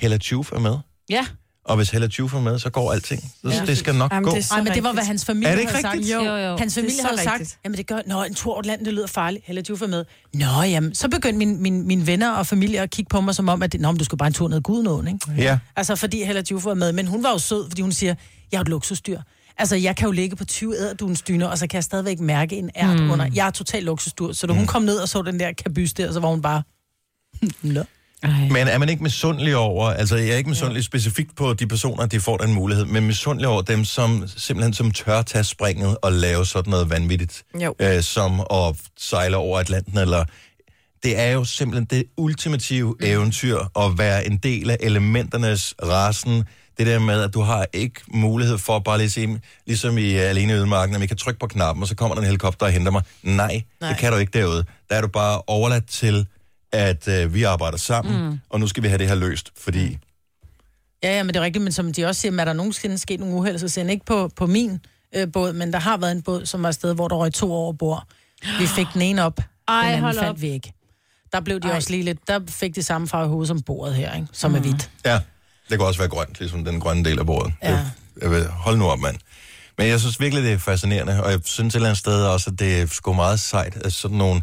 Speaker 1: Hella Tjuf er med.
Speaker 2: Ja.
Speaker 1: Og hvis Hella Tjuf er med, så går alting. Så
Speaker 3: Ja.
Speaker 1: ja. det skal nok
Speaker 3: Jamen,
Speaker 1: gå.
Speaker 3: Det er Ej, men det var, hvad hans familie
Speaker 1: Er det ikke
Speaker 3: havde
Speaker 1: rigtigt?
Speaker 3: sagt.
Speaker 1: Jo, jo.
Speaker 3: Hans
Speaker 1: Det er
Speaker 3: familie
Speaker 1: så
Speaker 3: havde rigtigt.
Speaker 1: rigtigt.
Speaker 3: sagt, jamen det gør, nå, en tur land, det lyder farligt. Heller du for med. Nå, jamen, så begyndte min, min, mine venner og familie at kigge på mig som om, at nå, men du skal bare en tur ned ad Gudenåen, ikke?
Speaker 1: Ja.
Speaker 3: Altså, fordi Hella Juf var med. Men hun var jo sød, fordi hun siger, jeg er et luksusdyr. Altså, jeg kan jo ligge på 20 æderduens dyner, og så kan jeg stadigvæk mærke en ært
Speaker 2: Mm.
Speaker 3: mm. under. Jeg er totalt luksusdyr. Så da
Speaker 1: Mm.
Speaker 3: hun kom ned og så den der kabys der, så var hun bare... Nå.
Speaker 1: Men er man ikke misundelig over, altså jeg er ikke misundelig specifikt på de personer, de får den mulighed, men misundelig over dem, som simpelthen som tør tage springet og lave sådan noget vanvittigt,
Speaker 4: Jo.
Speaker 1: øh, som at sejle over Atlanten, eller det er jo simpelthen det ultimative mm. eventyr at være en del af elementernes rasen. Det der med, at du har ikke mulighed for at bare lige se, ligesom i uh, Alene i Ødemarken, at vi kan trykke på knappen, og så kommer der en helikopter og henter mig. Nej, Nej,
Speaker 6: Nej.
Speaker 1: det kan du ikke derude. Der er du bare overladt til, at uh, vi arbejder sammen,
Speaker 3: Mm.
Speaker 1: mm. og nu skal vi have det her løst, fordi...
Speaker 3: Ja, ja, men det er rigtigt, men som de også siger, men er der nogensinde sket nogle uheld, så ser den ikke på, på min øh, båd, men der har været en båd, som var et sted, hvor der røg to over bord. Vi fik den ene op,
Speaker 2: Ej,
Speaker 3: den anden
Speaker 2: hold
Speaker 3: fandt
Speaker 2: op.
Speaker 3: vi ikke. Der blev de
Speaker 2: Ej.
Speaker 3: Ej. også lige lidt, der fik de samme farve i hovedet som bordet her, ikke? som mm. er hvidt.
Speaker 1: Ja, det kan også være grønt, ligesom den grønne del af bordet. Ja. Jeg vil, hold nu op, mand. Men jeg synes virkelig, det er fascinerende, og jeg synes et eller andet sted også, at det er sgu meget sejt, at sådan nogle...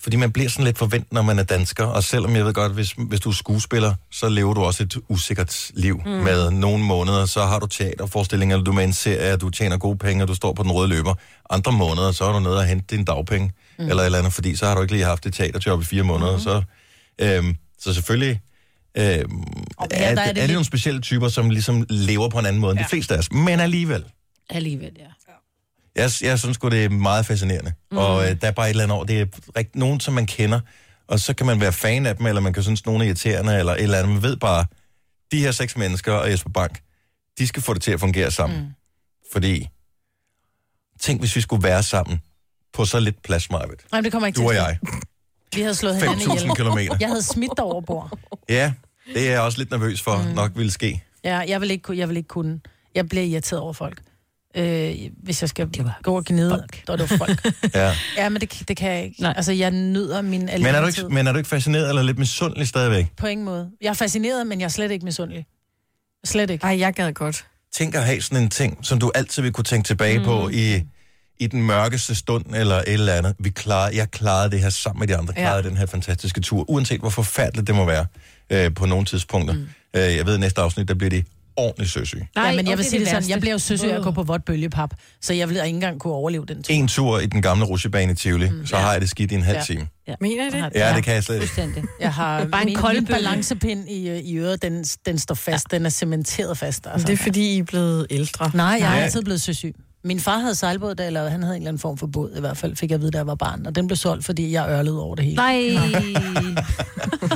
Speaker 1: Fordi man bliver sådan lidt forventet, når man er dansker, og selvom jeg ved godt, hvis, hvis du er skuespiller, så lever du også et usikkert liv
Speaker 6: Mm.
Speaker 1: mm. med nogle måneder, så har du teaterforestillinger, du er med i en serie, du tjener gode penge, og du står på den røde løber. Andre måneder, så er du nede og hente din dagpenge, mm. eller et eller andet, fordi så har du ikke lige haft et teaterjob i fire måneder. Mm. Så, øhm, så selvfølgelig øhm,
Speaker 3: her,
Speaker 1: er,
Speaker 3: der er
Speaker 1: er,
Speaker 3: det
Speaker 1: det, er det
Speaker 3: lidt-
Speaker 1: nogle specielle typer, som ligesom lever på en anden måde end ja. de fleste af os. Men alligevel,
Speaker 2: Alligevel, ja.
Speaker 1: jeg, jeg synes sgu, det er meget fascinerende. Mm.
Speaker 3: Mhm.
Speaker 1: Og øh, der er bare et eller andet over. Det er rigt, nogen, som man kender, og så kan man være fan af dem, eller man kan synes, nogen er irriterende, eller et eller andet. Man ved bare, de her seks mennesker og Jesper Bank, de skal få det til at fungere sammen. Mm. Fordi, tænk hvis vi skulle være sammen på så lidt plads, Marvitt.
Speaker 3: Nej, men det kommer ikke
Speaker 1: Du og
Speaker 3: til. at
Speaker 1: jeg.
Speaker 3: ske. Vi havde slået hinanden
Speaker 1: 5.000
Speaker 3: ihjel.
Speaker 1: kilometer.
Speaker 3: Jeg havde smidt dig over bord.
Speaker 1: Ja, det er jeg også lidt nervøs for, mm. nok ville ske.
Speaker 3: Ja, jeg vil ikke, kunne- jeg vil ikke kunne. Jeg bliver irriteret over folk. Øh, hvis jeg skal gå og gnide, der er det jo folk.
Speaker 2: [LAUGHS]
Speaker 1: Ja.
Speaker 3: ja, men det, det kan jeg ikke. Nej. Altså, jeg nyder min alene
Speaker 1: Men er, du ikke, men er du ikke fascineret eller lidt misundelig stadigvæk?
Speaker 3: På ingen måde. Jeg er fascineret, men jeg er slet ikke misundelig. Slet ikke. Nej, jeg gad godt.
Speaker 1: Tænk at have sådan en ting, som du altid vil kunne tænke tilbage mm. på i, i den mørkeste stund eller et eller andet. Vi klarede, jeg klarede det her sammen med de andre,
Speaker 6: Ja.
Speaker 1: klarede den her fantastiske tur, uanset hvor forfærdeligt det må være øh, på nogle tidspunkter. Mm. Øh, jeg ved, at næste afsnit, der bliver de ordentligt søsyge.
Speaker 3: Nej, ja, men jeg
Speaker 2: okay,
Speaker 3: vil sige
Speaker 2: det
Speaker 3: det sådan,
Speaker 2: værste.
Speaker 3: jeg bliver jo søsyg af at gå på vådt bølgepap, så jeg vil ikke engang kunne overleve den tur.
Speaker 1: En tur i den gamle rutsjebane i Tivoli, mm. så har jeg det skidt i en halv
Speaker 3: Ja.
Speaker 1: time.
Speaker 3: Ja. Mener I det?
Speaker 1: Ja, det kan jeg slet ikke.
Speaker 2: Fuldstændig.
Speaker 3: Jeg har
Speaker 2: Bare
Speaker 3: [LAUGHS] Bare
Speaker 2: en
Speaker 3: en
Speaker 2: kold
Speaker 3: kold
Speaker 2: bølge.
Speaker 3: balancepind i, øh, i øret, den, den står fast, ja. den er cementeret fast. Altså.
Speaker 4: Det er fordi, I er blevet ældre.
Speaker 3: Nej, jeg har
Speaker 4: Nej.
Speaker 3: altid blevet søsyg. Min far havde sejlbåd, da- eller han havde en eller anden form for båd, i hvert fald fik jeg at vide, da jeg var barn, og den blev solgt, fordi jeg ørlede over det hele.
Speaker 2: Nej.
Speaker 3: [LAUGHS]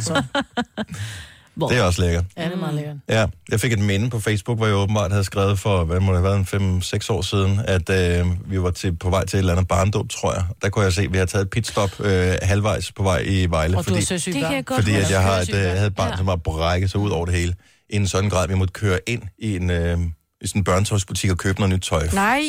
Speaker 3: Så.
Speaker 1: Det er også lækkert.
Speaker 3: Ja, det er meget lækkert.
Speaker 1: Ja, jeg fik et minde på Facebook, hvor jeg åbenbart havde skrevet for, hvad må det have været, en 5-6 år siden, at øh, vi var til, på vej til et eller andet barndåb, tror jeg. Der kunne jeg se, at vi havde taget et pitstop øh, halvvejs på vej i Vejle.
Speaker 6: Og du har søsyge Det
Speaker 1: det
Speaker 6: kan børn. jeg godt
Speaker 1: Fordi at
Speaker 6: huske.
Speaker 1: jeg har et,
Speaker 6: Søsyge
Speaker 1: øh,
Speaker 6: børn.
Speaker 1: havde et barn, ja. som var brækket sig ud over det hele. I en sådan grad, at vi måtte køre ind i en, øh, i sådan en børnetøjsbutik og købe noget nyt tøj.
Speaker 4: Nej.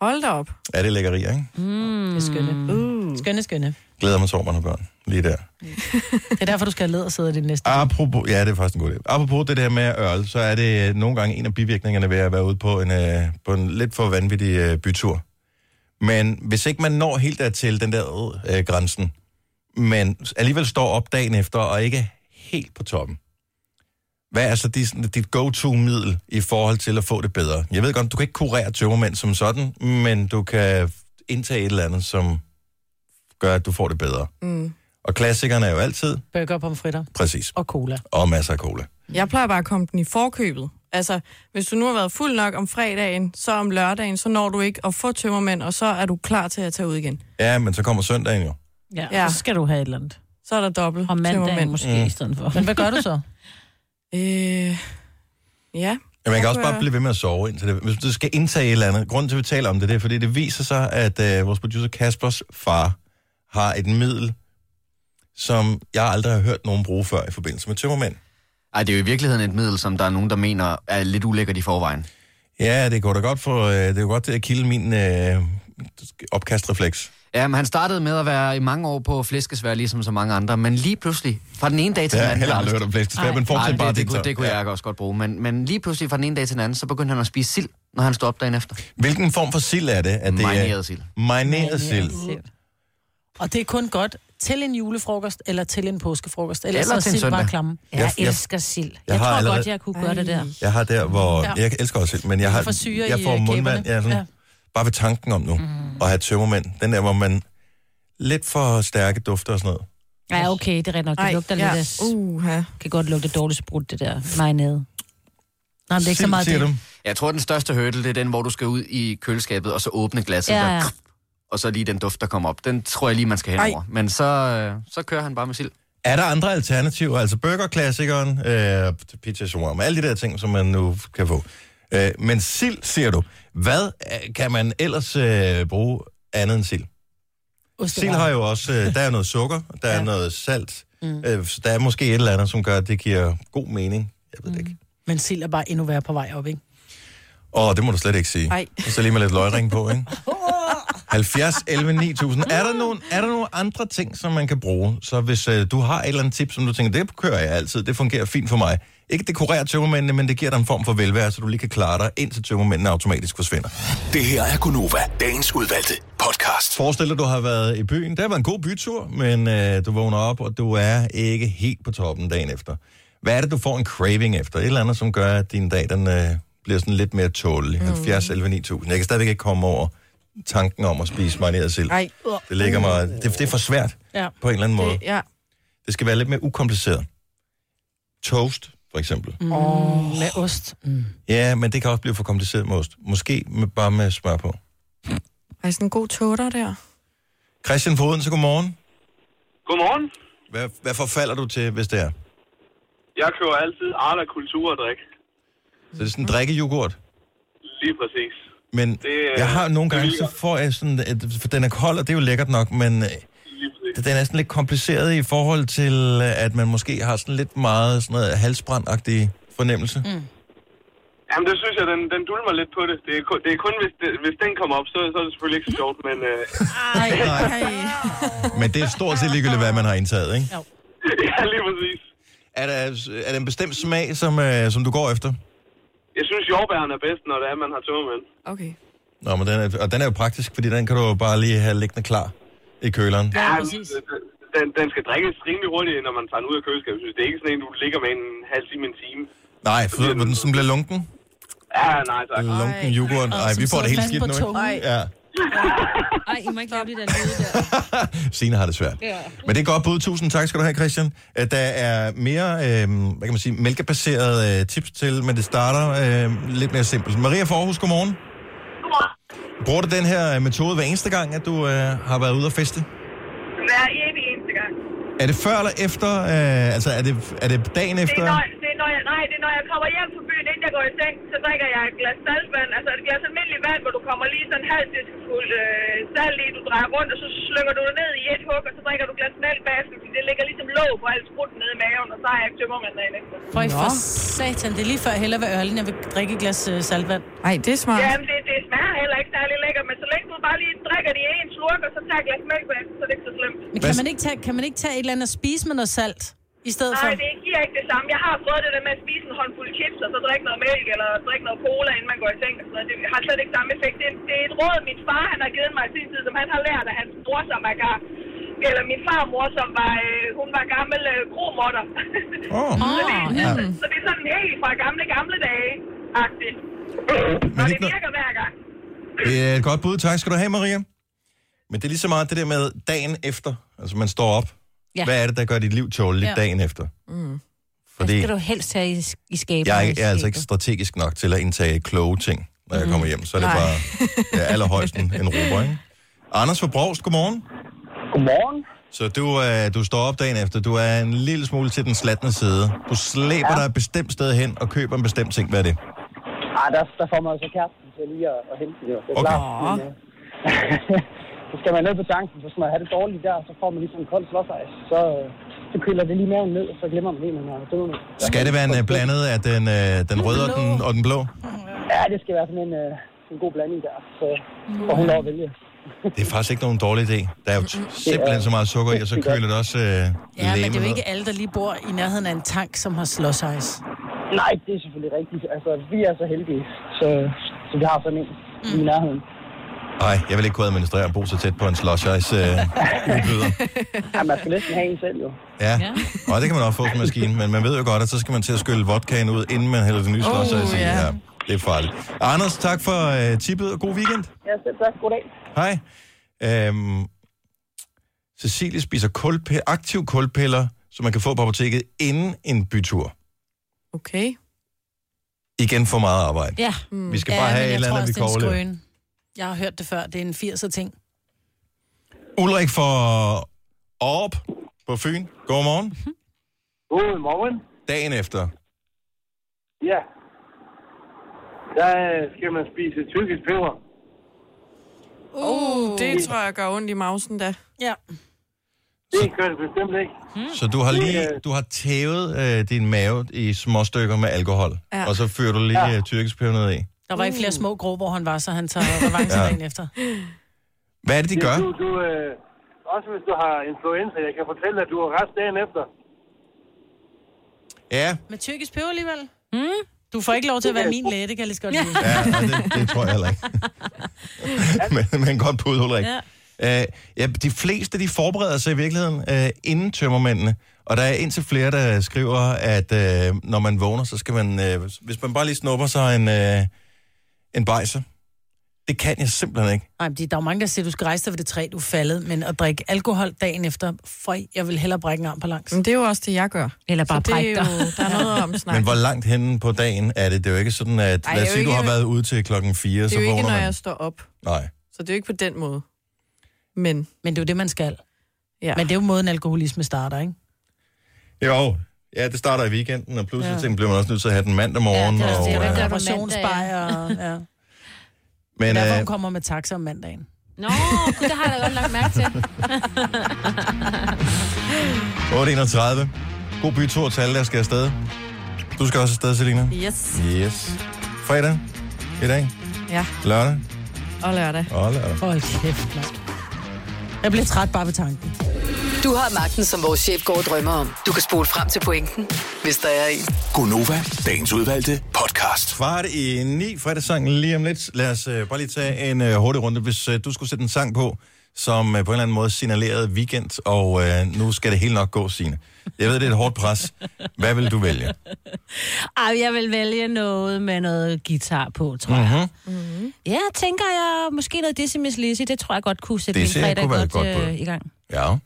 Speaker 4: Hold da op.
Speaker 1: Er det lækkeri, ikke?
Speaker 3: Mm. Det er skønne. Uh. Skønne, skønne.
Speaker 1: Glæder mig så over, man har børn. Lige der.
Speaker 3: Det er derfor, du skal have lædersæde i det næste.
Speaker 1: Apropos, ja, det er faktisk en god idé. Apropos det der med ørl, så er det øh, nogle gange en af bivirkningerne ved at være ude på en, øh, på en lidt for vanvittig øh, bytur. Men hvis ikke man når helt dertil den der øh, grænsen, men alligevel står op dagen efter og ikke helt på toppen, hvad er så dit, sådan- dit go-to-middel i forhold til at få det bedre? Jeg ved godt, du kan ikke kurere tømmermænd som sådan, men du kan indtage et eller andet, som gør, at du får det bedre.
Speaker 4: Mm.
Speaker 1: Og klassikerne er jo altid
Speaker 3: Burger og pomfritter.
Speaker 1: præcis.
Speaker 3: Og cola.
Speaker 1: Og masser af cola.
Speaker 4: Jeg plejer bare at komme den i forkøbet. Altså, hvis du nu har været fuld nok om fredagen, så om lørdagen, så når du ikke at få tømmermænd, og så er du klar til at tage ud igen.
Speaker 1: Ja, men så kommer søndagen jo.
Speaker 2: Ja, ja. Så skal du have et eller andet.
Speaker 4: Så er der dobbelt
Speaker 2: Og mandagen
Speaker 4: tømmermænd.
Speaker 2: måske mm. i stedet for.
Speaker 3: Men hvad gør du
Speaker 2: [LAUGHS]
Speaker 3: så?
Speaker 4: Øh, ja.
Speaker 1: Ja, man kan
Speaker 4: Så
Speaker 1: også
Speaker 4: kunne
Speaker 1: bare
Speaker 4: jeg-
Speaker 1: blive ved med at sove indtil det. Hvis du skal indtage et eller andet, grunden til, at vi taler om det, det er, fordi det viser sig, at øh, vores producer Kaspers far har et middel, som jeg aldrig har hørt nogen bruge før i forbindelse med tømmermænd.
Speaker 19: Ej, det er jo i virkeligheden et middel, som der er nogen, der mener er lidt ulækkert i forvejen.
Speaker 1: Ja, det går da godt for, øh, det er jo godt til at kilde min øh, opkastrefleks.
Speaker 19: Ja, men han startede med at være i mange år på flæskesvær, ligesom så mange andre, men lige pludselig, fra den ene dag til
Speaker 1: Ja,
Speaker 19: den anden...
Speaker 1: heller aldrig hørt om flæskesvær, men fortsæt
Speaker 19: Nej, det,
Speaker 1: bare,
Speaker 19: det, det,
Speaker 1: Victor.
Speaker 19: kunne, det kunne
Speaker 1: Ja.
Speaker 19: jeg også godt bruge, men, men lige pludselig fra den ene dag til den anden, så begyndte han at spise sild, når han stod op dagen efter.
Speaker 1: Hvilken form for sild er det? Er det øh,
Speaker 19: Marineret sild.
Speaker 1: Marineret sild.
Speaker 3: Og det er kun godt til en julefrokost, eller til en påskefrokost, eller,
Speaker 2: Eller
Speaker 3: eller
Speaker 2: til
Speaker 3: så
Speaker 2: en
Speaker 3: sild bare
Speaker 2: søndag.
Speaker 3: klamme.
Speaker 2: Ja, jeg elsker sild. Jeg,
Speaker 1: Jeg
Speaker 2: jeg tror
Speaker 1: har allerede-
Speaker 2: godt, jeg kunne gøre det der.
Speaker 1: Jeg har der, hvor...
Speaker 2: Ja.
Speaker 1: Ja. Jeg elsker også sild, men jeg, har,
Speaker 2: Du får syre
Speaker 1: jeg
Speaker 2: i,
Speaker 1: får
Speaker 2: øh,
Speaker 1: mundvand.
Speaker 2: kæberne.
Speaker 1: Ja, sådan, ja.
Speaker 2: Ja. Mm.
Speaker 1: Bare ved tanken om nu, at have tømmermænd. Den der, hvor man lidt for stærke dufter og sådan noget.
Speaker 2: Ja, okay, det er rigtigt nok. Det
Speaker 4: Ej,
Speaker 2: lugter
Speaker 4: ja.
Speaker 2: lidt af...
Speaker 4: Uha.
Speaker 2: Kan godt lugte dårligt sprudt, det der marinade. Nej, men det er ikke så meget det.
Speaker 19: Jeg tror, den største hurdle, det er den, hvor du skal ud i køleskabet, og så åbne glasset,
Speaker 2: Ja,
Speaker 19: ja,
Speaker 2: ja.
Speaker 19: ja. og så lige den duft, der kommer op. Den tror jeg lige, man skal
Speaker 2: Ej.
Speaker 19: hen over. Men så, øh, så kører han bare med sild.
Speaker 1: Er der andre alternativer? Altså burgerklassikeren, øh, pizza shawarma, alle de der ting, som man nu kan få. Øh, men sild, siger du. Hvad øh, kan man ellers øh, bruge andet end sild? Sild har jo også, øh, der er noget sukker, der er noget salt. Mm. Øh, så der er måske et eller andet, som gør, at det giver god mening.
Speaker 3: Mm. Men sild er bare endnu værre på vej op, ikke?
Speaker 1: Åh, det må du slet ikke sige.
Speaker 3: Ej.
Speaker 1: Og så lige med lidt løgring på, ikke? 70, 11, 9000. Er der, nogen, er der nogle andre ting, som man kan bruge? Så hvis øh, du har et eller andet tip, som du tænker, det kører jeg altid, det fungerer fint for mig. Ikke det kurerer tømmermændene, men det giver dig en form for velvære, så du lige kan klare dig, indtil tømmermændene automatisk forsvinder.
Speaker 6: Det her er Gunova, dagens udvalgte podcast.
Speaker 1: Forestil dig, du har været i byen. Det har været en god bytur, men øh, du vågner op, og du er ikke helt på toppen dagen efter. Hvad er det, du får en craving efter? Et eller andet, som gør, at din dag den, øh, bliver sådan lidt mere tålelig. Mm. 70, 11, 9000. Jeg kan stadigvæk ikke komme over tanken om at spise marineret sild.
Speaker 4: Ej.
Speaker 1: Det ligger mig... Det, det er for svært
Speaker 4: Ja.
Speaker 1: på en eller anden måde.
Speaker 4: Det, ja.
Speaker 1: Det skal være lidt mere ukompliceret. Toast, for eksempel.
Speaker 3: Mm. Oh. Med ost. Mm.
Speaker 1: Ja, men det kan også blive for kompliceret med ost. Måske med, bare med smør på.
Speaker 4: Ej, sådan en god tåter der.
Speaker 1: Christian Foden, så godmorgen.
Speaker 12: Godmorgen.
Speaker 1: Hvad, hvad forfalder du til, hvis det er?
Speaker 12: Jeg køber altid Arla kulturdrik.
Speaker 1: Så det er sådan en drikkejoghurt?
Speaker 12: Lige præcis.
Speaker 1: Men det,
Speaker 12: Det, øh,
Speaker 1: jeg har nogle
Speaker 12: det
Speaker 1: gange,
Speaker 12: ligger-
Speaker 1: så får jeg sådan, at, for den er kold, og det er jo lækkert nok, men øh, den er sådan lidt kompliceret i forhold til, øh, at man måske har sådan lidt meget sådan noget halsbrandagtig fornemmelse. Mm.
Speaker 12: Jamen, det synes jeg, den, den dulmer lidt på det. Det er, kun- det er kun, hvis, det, hvis den kommer op, så, så er det selvfølgelig ikke så sjovt, men... Øh,
Speaker 1: Men det er stort set ligegyldigt, hvad man har indtaget, ikke?
Speaker 12: [LAUGHS] ja, lige præcis.
Speaker 1: Er der, er der en bestemt smag, som, øh, som du går efter?
Speaker 12: Jeg synes, jordbærne er bedst, når det er, man har tømmermænd.
Speaker 4: Okay.
Speaker 1: Nå, men den er, og den er jo praktisk, fordi den kan du bare lige have liggende klar i køleren.
Speaker 12: Ja, den- den, den skal drikkes rimelig hurtigt, når man tager den ud af køleskabet. Jeg synes, det er ikke sådan en, du ligger med en halv time, en time.
Speaker 1: Nej, for den sådan bliver lunken.
Speaker 12: Ja, nej, tak.
Speaker 1: Lunken yoghurt. Nej, vi får det helt skidt nu. ikke? Ja.
Speaker 2: Ej, I må ikke lave det der lyde der.
Speaker 1: Sina har det svært.
Speaker 2: Ja.
Speaker 1: Men det er et godt bud. Tusind tak skal du have, Christian. Øh, Der er mere, øh, hvad kan man sige, mælkebaserede øh, tips til, men det starter øh, lidt mere simpelt. Maria Forhus, godmorgen. Bruger du den her øh, metode hver eneste gang, at du øh, har været ude at feste?
Speaker 16: Hver evig eneste gang.
Speaker 1: Er det før eller efter? Øh, altså, er det, er det dagen
Speaker 16: Det er,
Speaker 1: efter?
Speaker 16: når, det er, når jeg, nej, det er, når jeg kommer hjem fra byen, inden jeg går i seng, så drikker jeg et glas saltvand. Altså et glas almindeligt vand, hvor du kommer lige sådan en halv diskfuld øh, salt i, du drejer rundt, og så slykker du det ned i et hug, og så drikker du et glas mælk bagefter, fordi det ligger ligesom låg på alt sprutten nede i maven, og så har jeg ikke tømmermand dagen efter.
Speaker 3: For i for satan, det er lige før jeg hellere vil ørlen, jeg vil drikke et glas øh, saltvand.
Speaker 4: Nej, det er smart.
Speaker 16: Jamen, det, det smager heller ikke særlig lækkert, men så længe du bare lige drikker det i en slurk, og så tager et glas mælk bagefter, så er det ikke så slemt.
Speaker 3: Men kan man, ikke tage, kan man ikke tage et eller andet og spise med noget salt i stedet for?
Speaker 16: Nej, det giver ikke det samme. Jeg har prøvet det der med at spise en håndfuld chips, og så drikke noget mælk, eller drikke noget cola, inden man går i seng. Og sådan noget. Det har slet ikke samme effekt. Det, det er et råd, min far han har givet mig i sin tid, som han har lært af hans mor, som er gar... Eller min farmor, som var, øh, hun var gammel øh, gromotter.
Speaker 1: Åh.
Speaker 16: [LAUGHS] så, det,
Speaker 1: Ja.
Speaker 16: så det er sådan helt fra gamle, gamle dage-agtigt. Og det
Speaker 1: ikke noget-
Speaker 16: virker hver gang.
Speaker 1: Det er et godt bud. Tak skal du have, Maria. Men det er lige så meget det der med dagen efter. Altså, man står op.
Speaker 2: Ja.
Speaker 1: Ja. Hvad er det, der gør dit liv tåligt
Speaker 2: Ja.
Speaker 1: ja. dagen efter?
Speaker 2: Mm.
Speaker 1: Fordi-
Speaker 2: Fordi... skal du helst have i, i skabet.
Speaker 1: Jeg er, ikke- jeg er altså ikke strategisk nok til at indtage kloge ting, når jeg kommer hjem. Så er det
Speaker 2: Mhm. Nej.
Speaker 1: bare ja, allerhøjst en, en rober, ikke? Anders fra Brogst, godmorgen. Godmorgen. Så du, øh, du står op dagen efter. Du er en lille smule til den slatne side. Du slæber ja. dig et bestemt sted hen og køber en bestemt ting. Hvad er det?
Speaker 18: Ej, der, der får man jo så kæresten til lige at, at hente den jo. Det er
Speaker 1: Okay.
Speaker 18: klart. Men, øh, [LAUGHS] så skal man ned på tanken, så skal man have det dårligt der, så får man lige sådan en kold slåsejs. Så, øh, så køler det lige maven ned, og så glemmer man helt, man har døden.
Speaker 1: Skal det være en øh, blandet af den, øh, den røde og den, og den blå?
Speaker 18: Ja, det skal være sådan en, øh, en god blanding der, så får hun lov at vælge.
Speaker 1: Det er faktisk ikke nogen dårlig idé. Der er jo t- simpelthen så meget sukker i, og så køler det også øh, ja,
Speaker 3: Ja, men det er jo ikke alle, der lige bor i nærheden af en tank, som har slåsejs.
Speaker 18: Nej, det er selvfølgelig rigtigt. Altså, vi er så heldige, så, Øh, så vi har sådan en mm. i nærheden.
Speaker 1: Nej, jeg vil ikke kunne administrere at bo så tæt på en slush ice øh, udbyder.
Speaker 18: Ja, man skal næsten have en selv jo.
Speaker 1: Ja. Og det kan man også få på maskinen, men man ved jo godt, at så skal man til at skylle vodkaen ud, inden man hælder den nye
Speaker 18: Oh,
Speaker 1: slush ice i.
Speaker 18: ja.
Speaker 1: Ja, det er farligt. Anders, tak for øh, tippet, og god weekend.
Speaker 18: Ja, selv tak. Goddag.
Speaker 1: Hej. Øhm, Cecilie spiser kulpe- aktiv kulpiller, som man kan få på apoteket inden en bytur.
Speaker 4: Okay.
Speaker 1: Igen for meget arbejde.
Speaker 3: Ja.
Speaker 1: Vi skal bare
Speaker 3: ja,
Speaker 1: have
Speaker 3: men
Speaker 1: et
Speaker 3: jeg
Speaker 1: eller
Speaker 3: tror
Speaker 1: andet, vi
Speaker 3: også, det
Speaker 1: kan
Speaker 3: er en
Speaker 1: overleve.
Speaker 3: skrøne. Jeg har hørt det før, det er en 80'er ting.
Speaker 1: Ulrik for Orp på Fyn. Godmorgen.
Speaker 20: Godmorgen.
Speaker 1: Dagen efter.
Speaker 20: Ja. Der øh, skal man spise tyrkisk peber.
Speaker 4: Uh, det tror jeg gør ondt i mausen da.
Speaker 3: Ja.
Speaker 20: Det gør det bestemt ikke.
Speaker 2: Hmm.
Speaker 1: Så du har lige du har tævet øh, din mave i små stykker med alkohol,
Speaker 3: Ja.
Speaker 1: ja. og så fyrer du lige ja. tyrkisk peber ned i.
Speaker 3: Der var ikke flere
Speaker 18: Mm.
Speaker 3: små grå, hvor han var, så han tager revanche
Speaker 1: [LAUGHS] Ja.
Speaker 3: dagen efter.
Speaker 1: Hvad er det, de gør?
Speaker 20: Du, du, øh, også hvis du har influenza, jeg kan fortælle dig, at du har rest dagen efter.
Speaker 1: Ja,
Speaker 3: Med tyrkisk peber alligevel? Mm. Du får ikke lov til at være min læge, det kan jeg lige så godt lide.
Speaker 1: ja og det, det tror jeg heller ikke. [LAUGHS] men, men godt bud, Ulrik.
Speaker 3: Ja.
Speaker 1: Øh, ja, de fleste, de forbereder sig i virkeligheden øh, inden tømmermændene. Og der er indtil flere, der skriver, at øh, når man vågner, så skal man... Øh, hvis man bare lige snupper sig en, øh, en bajse. Det kan jeg simpelthen ikke.
Speaker 3: Nej, men de- der er jo mange, der siger, du skal rejse dig ved det træ, du er faldet, men at drikke alkohol dagen efter, for jeg vil hellere brække en arm på langs. Men
Speaker 4: det er jo også det, jeg gør.
Speaker 2: Eller
Speaker 4: bare Så det er brække dig. jo- der er noget
Speaker 2: [LAUGHS]
Speaker 4: om
Speaker 1: Men hvor langt henne på dagen er det? Det er jo ikke sådan, at...
Speaker 4: Ej,
Speaker 1: Ej,
Speaker 4: det
Speaker 1: lad
Speaker 4: er
Speaker 1: os
Speaker 4: jo
Speaker 1: sige, du
Speaker 4: ikke-
Speaker 1: har været ude til klokken 4,
Speaker 4: Det
Speaker 1: så
Speaker 4: er jo
Speaker 1: vågner
Speaker 4: ikke, når
Speaker 1: man.
Speaker 4: jeg står op.
Speaker 1: Nej.
Speaker 4: Så det er jo ikke på den måde.
Speaker 3: Men. Men det er jo det, man skal.
Speaker 4: Ja.
Speaker 3: Men det er jo måden, alkoholisme starter, ikke?
Speaker 1: Jo, ja, det starter i weekenden, og pludselig
Speaker 3: Ja.
Speaker 1: ja. bliver man også nødt til at have den mandag morgen. Ja, og,
Speaker 3: det er
Speaker 1: øh,
Speaker 3: en operationsbejer. og- Ja. Men,
Speaker 1: men
Speaker 3: derfor
Speaker 1: øh,
Speaker 3: hun kommer med taxa om mandagen.
Speaker 2: Nå, gud, det har jeg da godt lagt mærke til.
Speaker 1: 8.31. God bytur til alle, der skal afsted. Du skal også afsted, Selina.
Speaker 4: Yes.
Speaker 1: Yes. Fredag i dag,
Speaker 4: Ja,
Speaker 1: lørdag
Speaker 4: og lørdag.
Speaker 1: og lørdag.
Speaker 3: Hold kæft, mand. Jeg blev træt bare ved tanken.
Speaker 5: Du har magten, som vores chef går og drømmer om. Du kan spole frem til pointen, hvis der er en.
Speaker 6: Gonova, dagens udvalgte podcast.
Speaker 1: Kvart i ni fredagssangen lige om lidt. Lad os øh, bare lige tage en øh, hurtig runde. Hvis øh, du skulle sætte en sang på, som øh, på en eller anden måde signalerede weekend, og øh, nu skal det helt nok gå, Signe. Jeg ved, det er et hårdt pres. Hvad vil du vælge?
Speaker 2: [LAUGHS] Ej, jeg vil vælge noget med noget guitar på, tror jeg.
Speaker 1: Mhm.
Speaker 2: Mm-hmm. Ja, tænker jeg måske noget Dizzy Miss Lizzy. Det tror jeg godt kunne sætte
Speaker 1: Dizzy
Speaker 2: min fredag
Speaker 1: kunne være
Speaker 2: godt,
Speaker 1: et godt bud.
Speaker 2: øh, i gang.
Speaker 1: Ja.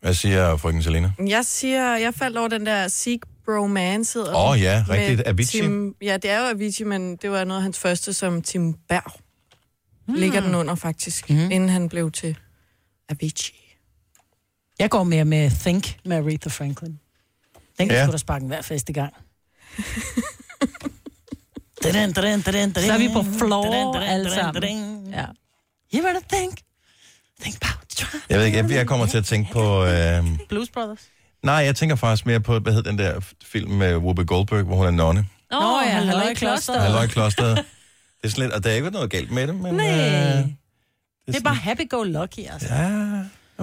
Speaker 1: Hvad siger frøken Selina?
Speaker 4: Jeg siger, jeg faldt over den der Seek Bromance. hedder
Speaker 1: Åh,
Speaker 4: den,
Speaker 1: ja,
Speaker 4: med
Speaker 1: rigtigt. Avicii.
Speaker 4: Tim, ja, det er jo Avicii, men det var noget af hans første som Tim Berg. Mm. Ligger
Speaker 2: Hmm.
Speaker 4: den under faktisk, mm. inden han blev til Avicii.
Speaker 3: Jeg går mere med Think med Aretha Franklin. Den kan
Speaker 1: Ja.
Speaker 3: ja. sgu da sparke hver fest i gang. Dadin, dadin, dadin,
Speaker 2: Så er vi på floor alle sammen.
Speaker 3: Ja. You better think. Think about trying.
Speaker 1: Jeg ved ikke, jeg, jeg kommer til at tænke på... Øh,
Speaker 3: Blues Brothers.
Speaker 1: nej, jeg tænker faktisk mere på, hvad hed den der film med Whoopi Goldberg, hvor hun er nonne?
Speaker 2: Nå, Nå ja,
Speaker 3: halløj
Speaker 2: halløj
Speaker 3: i
Speaker 2: kloster.
Speaker 3: klosteret.
Speaker 1: Halløj Klosteret. Det er slet, og der er ikke noget galt med det, men...
Speaker 3: Nej.
Speaker 1: Øh,
Speaker 3: Det er bare happy-go-lucky, altså.
Speaker 1: Ja.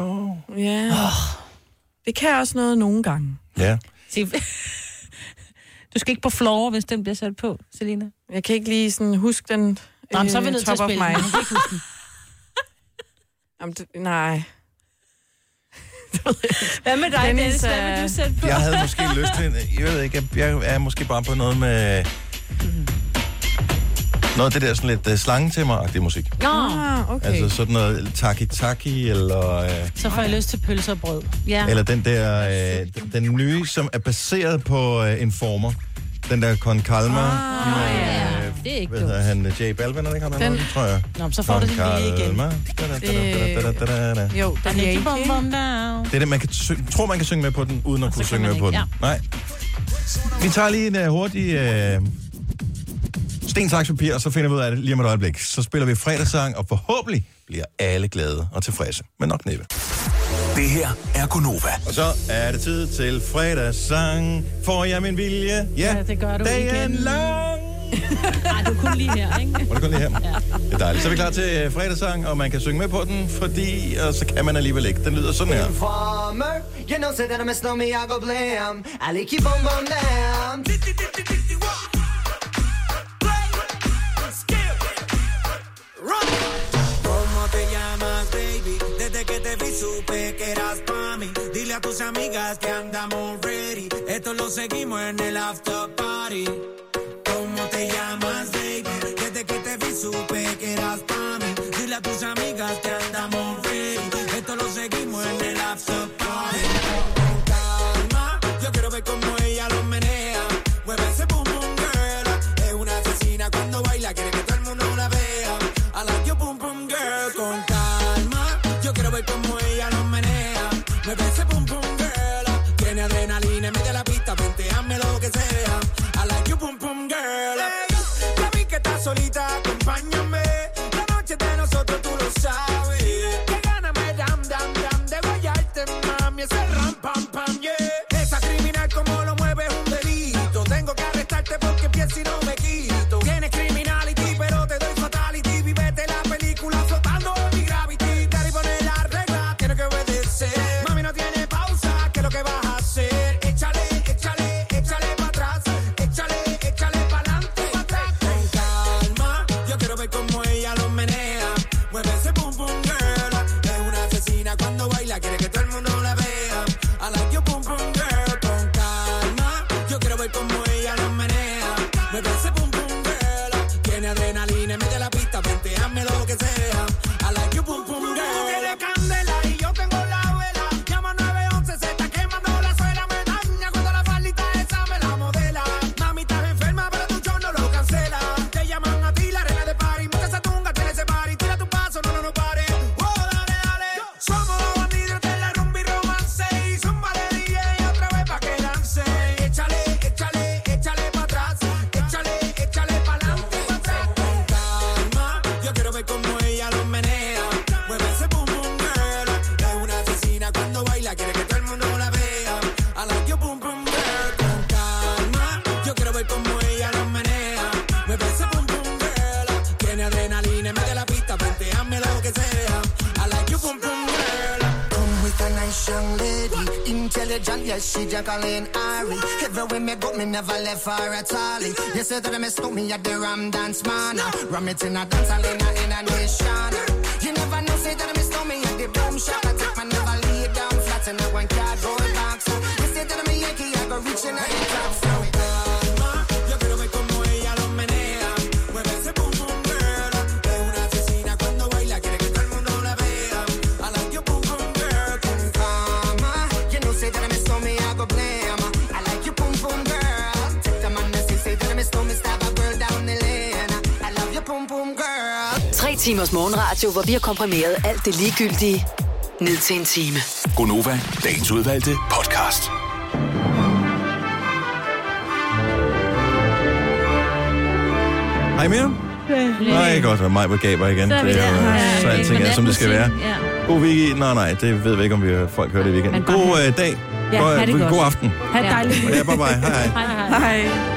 Speaker 1: Oh.
Speaker 4: Ja. Oh. Det kan også noget nogle gange.
Speaker 1: ja.
Speaker 2: [LAUGHS] Du skal ikke på floor, hvis den bliver sat på, Selina.
Speaker 4: Jeg kan ikke lige sådan huske den. øh,
Speaker 2: Nå, men så er vi nødt til at spille den. Man kan ikke huske
Speaker 4: Jamen, det, nej. [LAUGHS]
Speaker 2: Hvad [LAUGHS] med dig,
Speaker 4: Dennis?
Speaker 2: Dennis? Hvad vil
Speaker 4: øh,
Speaker 2: du sætte på?
Speaker 1: Jeg havde
Speaker 3: [LAUGHS]
Speaker 1: måske lyst til... en- Jeg ved ikke, jeg, jeg er måske bare på noget med... Noget af det der sådan lidt uh, slange til mig, det er musik.
Speaker 3: Nå, Ah, okay.
Speaker 1: Altså sådan noget taki-taki, eller, uh,
Speaker 3: Så får jeg lyst til pølser og brød.
Speaker 2: Ja.
Speaker 1: eller den der... Uh, den, den nye, som er baseret på uh, Informer. Den der Con Calma. Ah, med, ja.
Speaker 3: Det er ikke
Speaker 1: Hvad hedder han? øh, J Balvin, er det ikke ham? Den...
Speaker 3: Den-
Speaker 1: Tror jeg.
Speaker 3: Nå, men så får du
Speaker 1: Con
Speaker 3: det lige igen.
Speaker 1: Calma. Da, da, da, da, da, da, da, da.
Speaker 4: Jo, den er ikke.
Speaker 1: Det er det, man kan sy- tror, man kan synge med på den, uden at kunne
Speaker 3: Altså,
Speaker 1: synge med på den.
Speaker 2: ikke,
Speaker 1: Nej. Vi tager lige en uh, hurtig uh, sten, saks, papir, og så finder vi ud af det lige om et øjeblik. Så spiller vi fredagssang, og forhåbentlig bliver alle glade og tilfredse. Men nok næppe.
Speaker 6: Det her er Gonova.
Speaker 1: Og så er det tid til fredagssang. Får jeg min vilje? Ja,
Speaker 3: Ja, det gør du
Speaker 1: dagen
Speaker 3: igen.
Speaker 1: lang.
Speaker 3: Nej, du er kun lige her, ikke?
Speaker 1: Var det kun det her? Det er dejligt. Så er vi klar til øh, fredagssang, og man kan synge med på den, fordi, og så kan man alligevel ikke. Den lyder sådan her.
Speaker 7: Informer, you know, say that I'm a snowman, I go blam. I like you, boom, boom, lamb.
Speaker 21: ¿Cómo te llamas, baby? Desde que te vi supe que eras pa' mí. Dile a tus amigas que andamos ready. Esto lo seguimos en el after party. ¿Cómo te llamas, baby? Desde que te vi supe que eras pa' mí. Dile a tus amigas que andamos ready. Esto lo seguimos en el after party. Con calma, yo quiero ver cómo ella lo menea. Mueve ese boom boom girl. Es una asesina cuando baila, quiere que todo el mundo la vea. I like your boom boom girl. Con calma, yo quiero ver cómo ella lo menea. Mueve ese boom boom girl. Tiene adrenalina, mete la pista, venteame lo que sea. I like your boom boom girl. Ya vi que estás solita, acompáñame. La noche de nosotros tú lo sabes. Que gana me dam, dam, dam de guayarte, mami. Ese ram, pam, pam, yeah. Esa criminal como lo mueve es un delito. Tengo que arrestarte porque pienso y no me quito. Tienes criminality, pero te doy fatality. Vivete la película flotando en mi gravity. Dale y poner la regla, tienes que obedecer. Mami, no tiene pausa, ¿qué es lo que vas a hacer? Échale, échale, échale para atrás. Échale, échale para adelante, para atrás. Con calma, yo quiero ver cómo ella lo menea. Mueve ese pum pum girl. Es una asesina cuando baila, quiere que todo el mundo la vea. I like your pum pum girl. Con calma, yo quiero ver cómo ella lo menea. Mueve ese pum pum girl. Tiene adrenalina, mete la pista, hazme lo que sea. I like your pum pum girl. Tú tienes candela y yo tengo la vela. Llama 911, se está quemando la suela. Me daña cuando la faldita esa me la modela. Mami, estás enferma, pero tu show no lo cancela. Te llaman a ti la reina de party. Busca esa tunga, tiene ese party. Tira tu paso, no, no, no pares. Oh, dale, dale. Somos los bandidos de la rumba y romance. Y zumba de DJ otra vez pa' que lance. Échale, échale, échale pa' atrás. Échale, échale pa' adelante, pa' atrás. Con calma, yo quiero ver cómo ella lo menea.
Speaker 22: que se vea. I like you, pum pum girl. Come with a nice young lady, intelligent, yes she juggling Ari. Everywhere me go, me never left her at all. You say that I miss me at the Ram Dance man. Ram it in a dance hall in a in a nation. You never know, say that I miss me at the boom shop. I take my never lay down flat in a one cardboard box. You say that I'm a Yankee, I go reaching out the top. So calma, yo quiero ver cómo ella lo menea. Mueve ese pum pum girl. Es una asesina cuando baila, quiere que todo el mundo la vea. I like your pum pum girl. Con calma, you know say that I'm a stormy, I go blam. I like your pum pum girl. Take the man and say, say that I'm a stormy, stab a girl down the lane. I love your pum pum girl.
Speaker 5: Tre timers morgenradio, hvor vi har komprimeret alt det ligegyldige ned til en time.
Speaker 6: Gonova, dagens udvalgte podcast.
Speaker 1: Hej mere. Nej, godt. Og mig på gaber igen.
Speaker 3: Så er vi
Speaker 1: det
Speaker 3: der.
Speaker 1: jo,
Speaker 3: Ja,
Speaker 1: så alting er, som det skal være.
Speaker 3: Ja.
Speaker 1: God weekend. Nej, nej, det ved vi ikke, om vi folk hører det i weekenden. God øh, dag.
Speaker 3: Ja,
Speaker 1: god,
Speaker 3: ha' det godt.
Speaker 1: god aften.
Speaker 3: Ha' det dejligt.
Speaker 1: Ja, bye bye. Hej hej.
Speaker 3: Hej. hej.